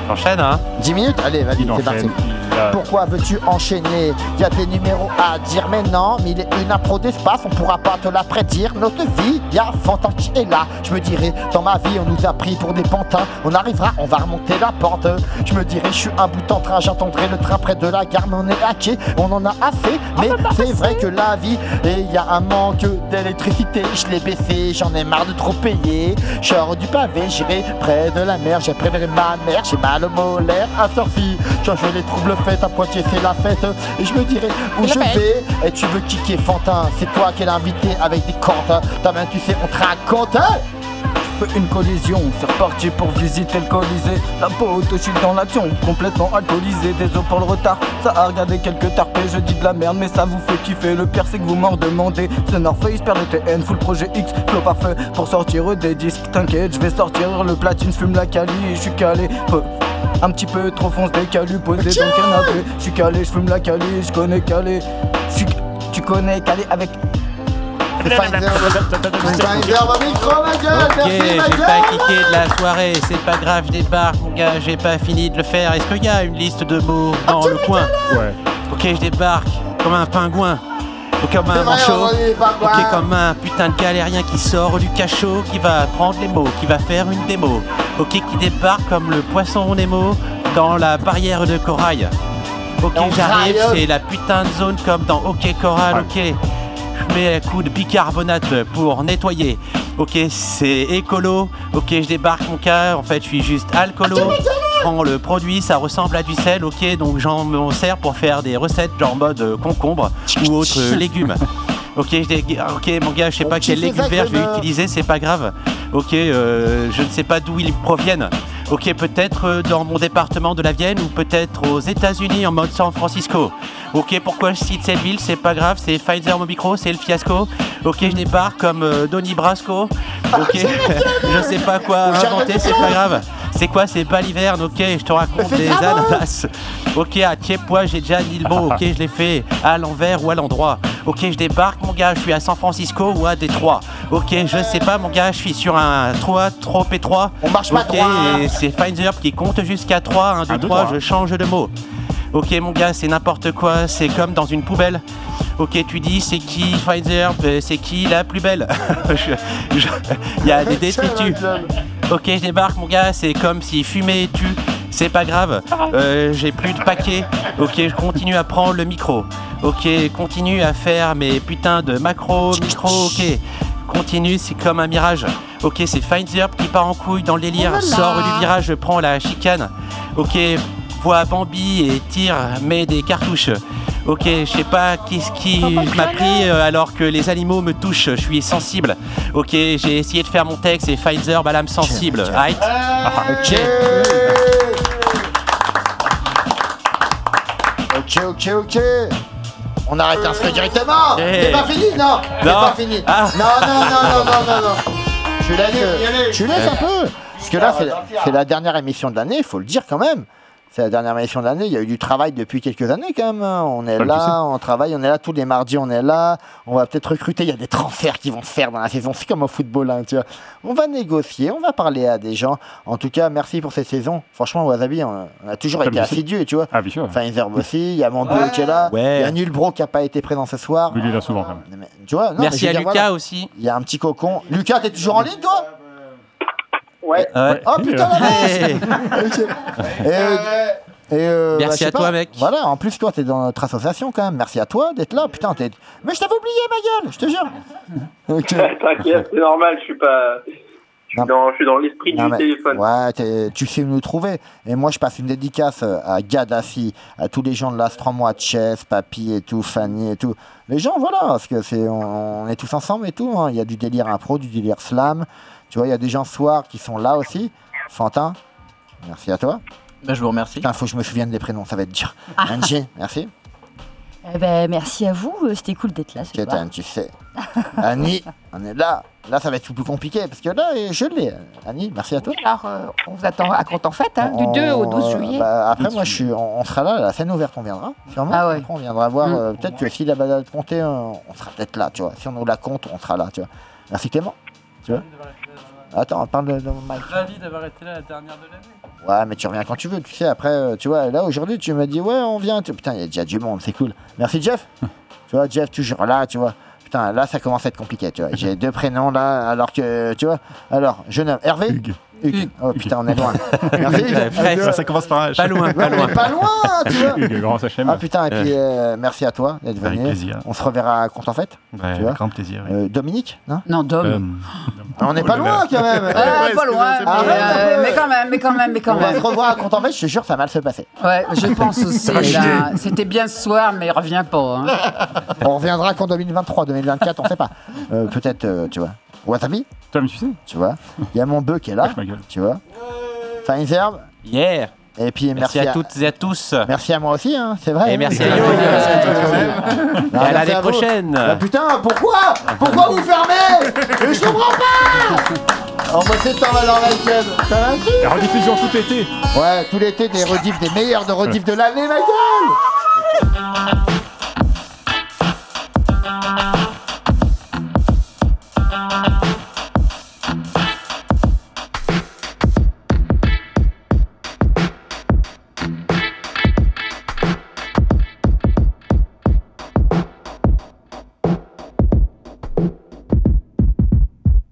S4: Enchaîne, hein.
S3: 10 minutes Allez, vas-y,
S16: Il
S3: c'est parti.
S16: enchaîne. il a-
S3: Pourquoi veux-tu enchaîner Il y a des numéros à dire, mais non, mais il est une impro d'espace, on pourra pas te la prédire. Notre vie, il y a Fantin qui est là. Je me dirais, dans ma vie, on nous a pris pour des pantins. On arrivera, on va remonter la pente. Je me dirais, je suis un bout en train, j'attendrai le train près de la gare, mais on est hacké, on en a assez. Mais c'est vrai que la vie, et il y a un manque d'électricité. Je l'ai baissé, j'en ai marre de trop payer. Je sors du pavé, j'irai près de la mer, j'appellerai ma mère, j'ai mal au molaire, à sortie. Quand je les troubles fêtes à Poitiers, c'est la fête. Et je me dirais où je vais. Et tu veux kicker Fantin, c'est toi qui l'as invité avec des comptes. Ta main, tu sais, on te raconte. hein
S7: Fais une collision, c'est reparti pour visiter le colisée. La peau je suis dans l'action, complètement alcoolisé. Désolé pour le retard, ça a regardé quelques tarpés. Je dis de la merde, mais ça vous fait kiffer. Le pire, c'est que vous m'en demandez. Ce Norface perd le TN, full projet X, flop parfait. Pour sortir des disques, t'inquiète, je vais sortir le platine, fume la Cali, je suis calé. Peu- Un petit peu trop fonce des calus, posé dans le canapé. Je suis calé, je fume la Cali, je connais calé. Je suis- Tu connais calé avec.
S3: gueule,
S4: Ok, j'ai pas cliqué de la soirée, c'est pas grave, je débarque, mon gars, j'ai pas fini de le faire. Est-ce qu'il y a une liste de mots
S3: Ah,
S4: dans le coin
S3: Ouais.
S4: Ok, je débarque, comme un pingouin, ou comme
S3: C'est
S4: un
S3: vrai,
S4: manchot,
S3: on est pingouin.
S4: ok, comme un putain de galérien qui sort du cachot, qui va prendre les mots, qui va faire une démo, ok, qui débarque comme le poisson Nemo dans la barrière de corail. Ok,
S3: On
S4: j'arrive,
S3: craille.
S4: c'est la putain de zone comme dans Ok Coral, ok. Je mets un coup de bicarbonate pour nettoyer. Ok, c'est écolo. Ok, je débarque mon cas. En fait, je suis juste alcoolo. Je prends le produit, ça ressemble à du sel. Ok, donc j'en m'en sers pour faire des recettes genre mode euh, concombre ou autre euh, légume. Ok, je dé- ok, mon gars, je sais pas quel
S3: Utilisez
S4: légume vert je vais
S3: agrément.
S4: utiliser, c'est pas grave. Ok, euh, je ne sais pas d'où ils proviennent. Ok, peut-être euh, dans mon département de la Vienne ou peut-être aux États-Unis en mode San Francisco. Ok, pourquoi je cite cette ville C'est pas grave, c'est Pfizer mon micro, c'est le fiasco. Ok, je débarque comme euh, Donnie Brasco. Ok, je sais Ah, pas quoi inventer, c'est pas grave. C'est quoi C'est pas l'hiver, ok, je te raconte des ananas. Ok, à Tiepois, j'ai déjà dit le mot, ok, je l'ai fait à l'envers ou à l'endroit. Ok, je débarque, mon gars, je suis à San Francisco ou à Détroit. Ok, je sais pas, mon gars, je suis sur un 3, trop étroit. On marche
S3: pas droit. hein.
S4: et c'est Finder qui compte jusqu'à 3, 1, 2,
S3: deux,
S4: 3,
S3: trois.
S4: je change de mot. Ok mon gars, c'est n'importe quoi, c'est comme dans une poubelle. Ok, tu dis c'est qui Finder, euh, c'est qui la plus belle Je- je- Il y a des détritus. Ok, je débarque mon gars, c'est comme si fumer et tu. C'est pas grave, euh, j'ai plus de paquet. Ok, je continue à prendre le micro. Ok, continue à faire mes putains de macro, micro, ok. Continue, c'est comme un mirage. Ok, c'est Finder qui part en couille dans le délire,
S3: Oh là là.
S4: sort du virage, je prends la chicane. Ok, voit Bambi et tire, met des cartouches. Ok, je sais pas qu'est-ce qui m'a pris euh, alors que les animaux me touchent, je suis sensible. Ok, j'ai essayé de faire mon texte et Pfizer, bah l'âme sensible. Right Ok.
S3: Ok, ok, ok. On arrête un truc directement.
S1: Eh.
S3: C'est Ah, pas fini, non. C'est
S1: Non.
S3: pas fini.
S1: Ah.
S3: Non, non, non, non, non, non, non. Tu laisses,
S1: Allez, allez.
S3: tu laisses un peu. Parce que là,
S1: On va
S3: c'est
S1: partir.
S3: c'est la dernière émission de l'année, il faut le dire quand même. C'est la dernière émission de l'année. Il y a eu du travail depuis quelques années quand même. hein. On
S21: Pas
S3: est
S21: le plus
S3: là, on travaille, on est là tous les mardis, on est là. On va peut-être recruter. Il y a des transferts qui vont se faire dans la saison. C'est comme au football, hein, tu vois. On va négocier, on va parler à des gens. En tout cas, merci pour cette saison. Franchement, Wasabi, on on a toujours
S16: Comme
S3: été
S16: ici.
S3: assidus, tu vois.
S16: Ah, bien sûr.
S3: Pfizer aussi, il y a Mando qui est là, il
S16: Ouais.
S3: y a Nulbro qui n'a pas été présent ce soir.
S16: Oui, lui, il est là souvent quand même.
S3: Tu vois, non,
S4: Merci
S3: mais je veux dire,
S4: à Lucas
S3: voilà.
S4: aussi.
S3: Il y a un petit cocon. Lucas, t'es toujours en ligne toi Ouais.
S4: Ouais.
S3: Oh putain la
S4: Ouais.
S3: vache Ok. Et, euh, et, euh,
S4: Merci
S3: je sais
S4: à
S3: pas.
S4: toi, mec.
S3: Voilà, en plus toi t'es dans notre association quand même. Merci à toi d'être là. Putain, t'es... Mais je t'avais oublié ma gueule, je te jure. Ok.
S18: T'inquiète, c'est normal, je suis pas. Je suis dans, je suis dans l'esprit du
S3: Non, mais-
S18: téléphone.
S3: Ouais, t'es- tu sais où nous trouver. Et moi, je passe une dédicace euh, à Gaddafi, à tous les gens de l'Astran, moi, Chef, Papy et tout, Fanny et tout. Les gens, voilà, parce que c'est, on, on est tous ensemble et tout. hein. Il y a du délire impro, du délire slam. Tu vois, il y a des gens ce soir qui sont là aussi. Fantin, merci à toi. Ben, je vous remercie. Ah. Putain, faut que je me souvienne des prénoms, ça va être dur. Angie, merci.
S8: Eh ben, merci à vous, euh, c'était cool d'être là ce soir.
S3: Kétan, tu sais. Annie, on est là. Là, ça va être tout plus compliqué parce que là, euh, je l'ai. Annie, merci à toi.
S12: Alors, euh, on vous attend à Grand en Fête, hein, du 2 au 12
S3: Euh,
S12: juillet.
S3: bah, après, moi, je suis, on, on sera là, à la scène ouverte, on viendra. Sûrement.
S12: Ah
S3: Après, on viendra voir.
S12: Mm.
S3: euh, peut-être que si la balade comptée, euh, on sera peut-être là, tu vois. Si on nous la compte, on sera là, tu vois. Merci Clément. Tu vois Attends, on parle de, de mon mic.
S17: Ravi d'avoir été là la dernière de l'année.
S3: Ouais, mais tu reviens quand tu veux, tu sais. Après, euh, tu vois, là, aujourd'hui, tu me dis, ouais, on vient. Tu- Putain, il y a déjà du monde, c'est cool. Merci Jeff. tu vois, Jeff, toujours là, tu vois. Putain, là, ça commence à être compliqué, tu vois. J'ai deux prénoms là, alors que, tu vois. Alors, je nomme Hervé. Hugues. Oh putain, on est loin. Merci. Hugues.
S13: Ça, ça commence par un H.
S3: Pas loin, pas
S13: Ouais,
S3: loin.
S13: mais
S3: pas loin, tu vois.
S16: Hugues, grand HM.
S3: Ah putain, et puis euh, merci à toi d'être
S13: Avec
S3: venu.
S13: plaisir.
S3: On se reverra à compte en fait.
S13: Ouais, grand plaisir. oui. Euh,
S3: Euh, Dominique, non Ah,
S5: Non, Dom.
S3: On n'est
S13: Oh
S3: pas
S13: là
S3: loin
S13: là.
S3: quand même.
S5: Euh, pas loin, mais,
S3: Arrête un
S5: euh,
S3: peu.
S5: mais quand même, mais quand même, mais quand
S3: On va
S5: même.
S3: se revoir à compte en fait, je te jure, ça va mal se passer.
S5: Ouais, je pense aussi.
S3: Ça va
S5: là.
S3: chier.
S5: C'était bien ce soir, mais reviens pas. hein.
S3: On reviendra qu'en 2023, 2024, on sait pas. Euh, Peut-être, euh, tu vois. Wasabi
S16: Toi, mais tu sais.
S3: Tu vois. Il y a mon bœuf qui est là.
S13: Ah,
S16: Lâche ma gueule.
S3: Tu vois. Fine Herb.
S4: Yeah.
S3: Et puis merci,
S4: Merci à toutes et à tous.
S3: Merci à moi aussi, hein, c'est vrai.
S4: Et
S3: hein.
S4: merci à Yo. Et à l'année
S3: Ah, vous.
S4: prochaine.
S3: Bah, putain, pourquoi Pourquoi vous fermez Mais Je comprends pas On va essayer de t'en aller dans la gueule. T'as la gueule
S16: Et rediffusion tout l'été.
S3: Ouais, tout l'été, des rediffs, des meilleurs de rediffs de l'année, ma gueule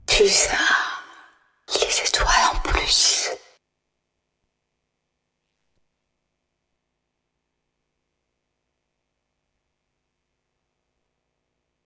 S1: Putain.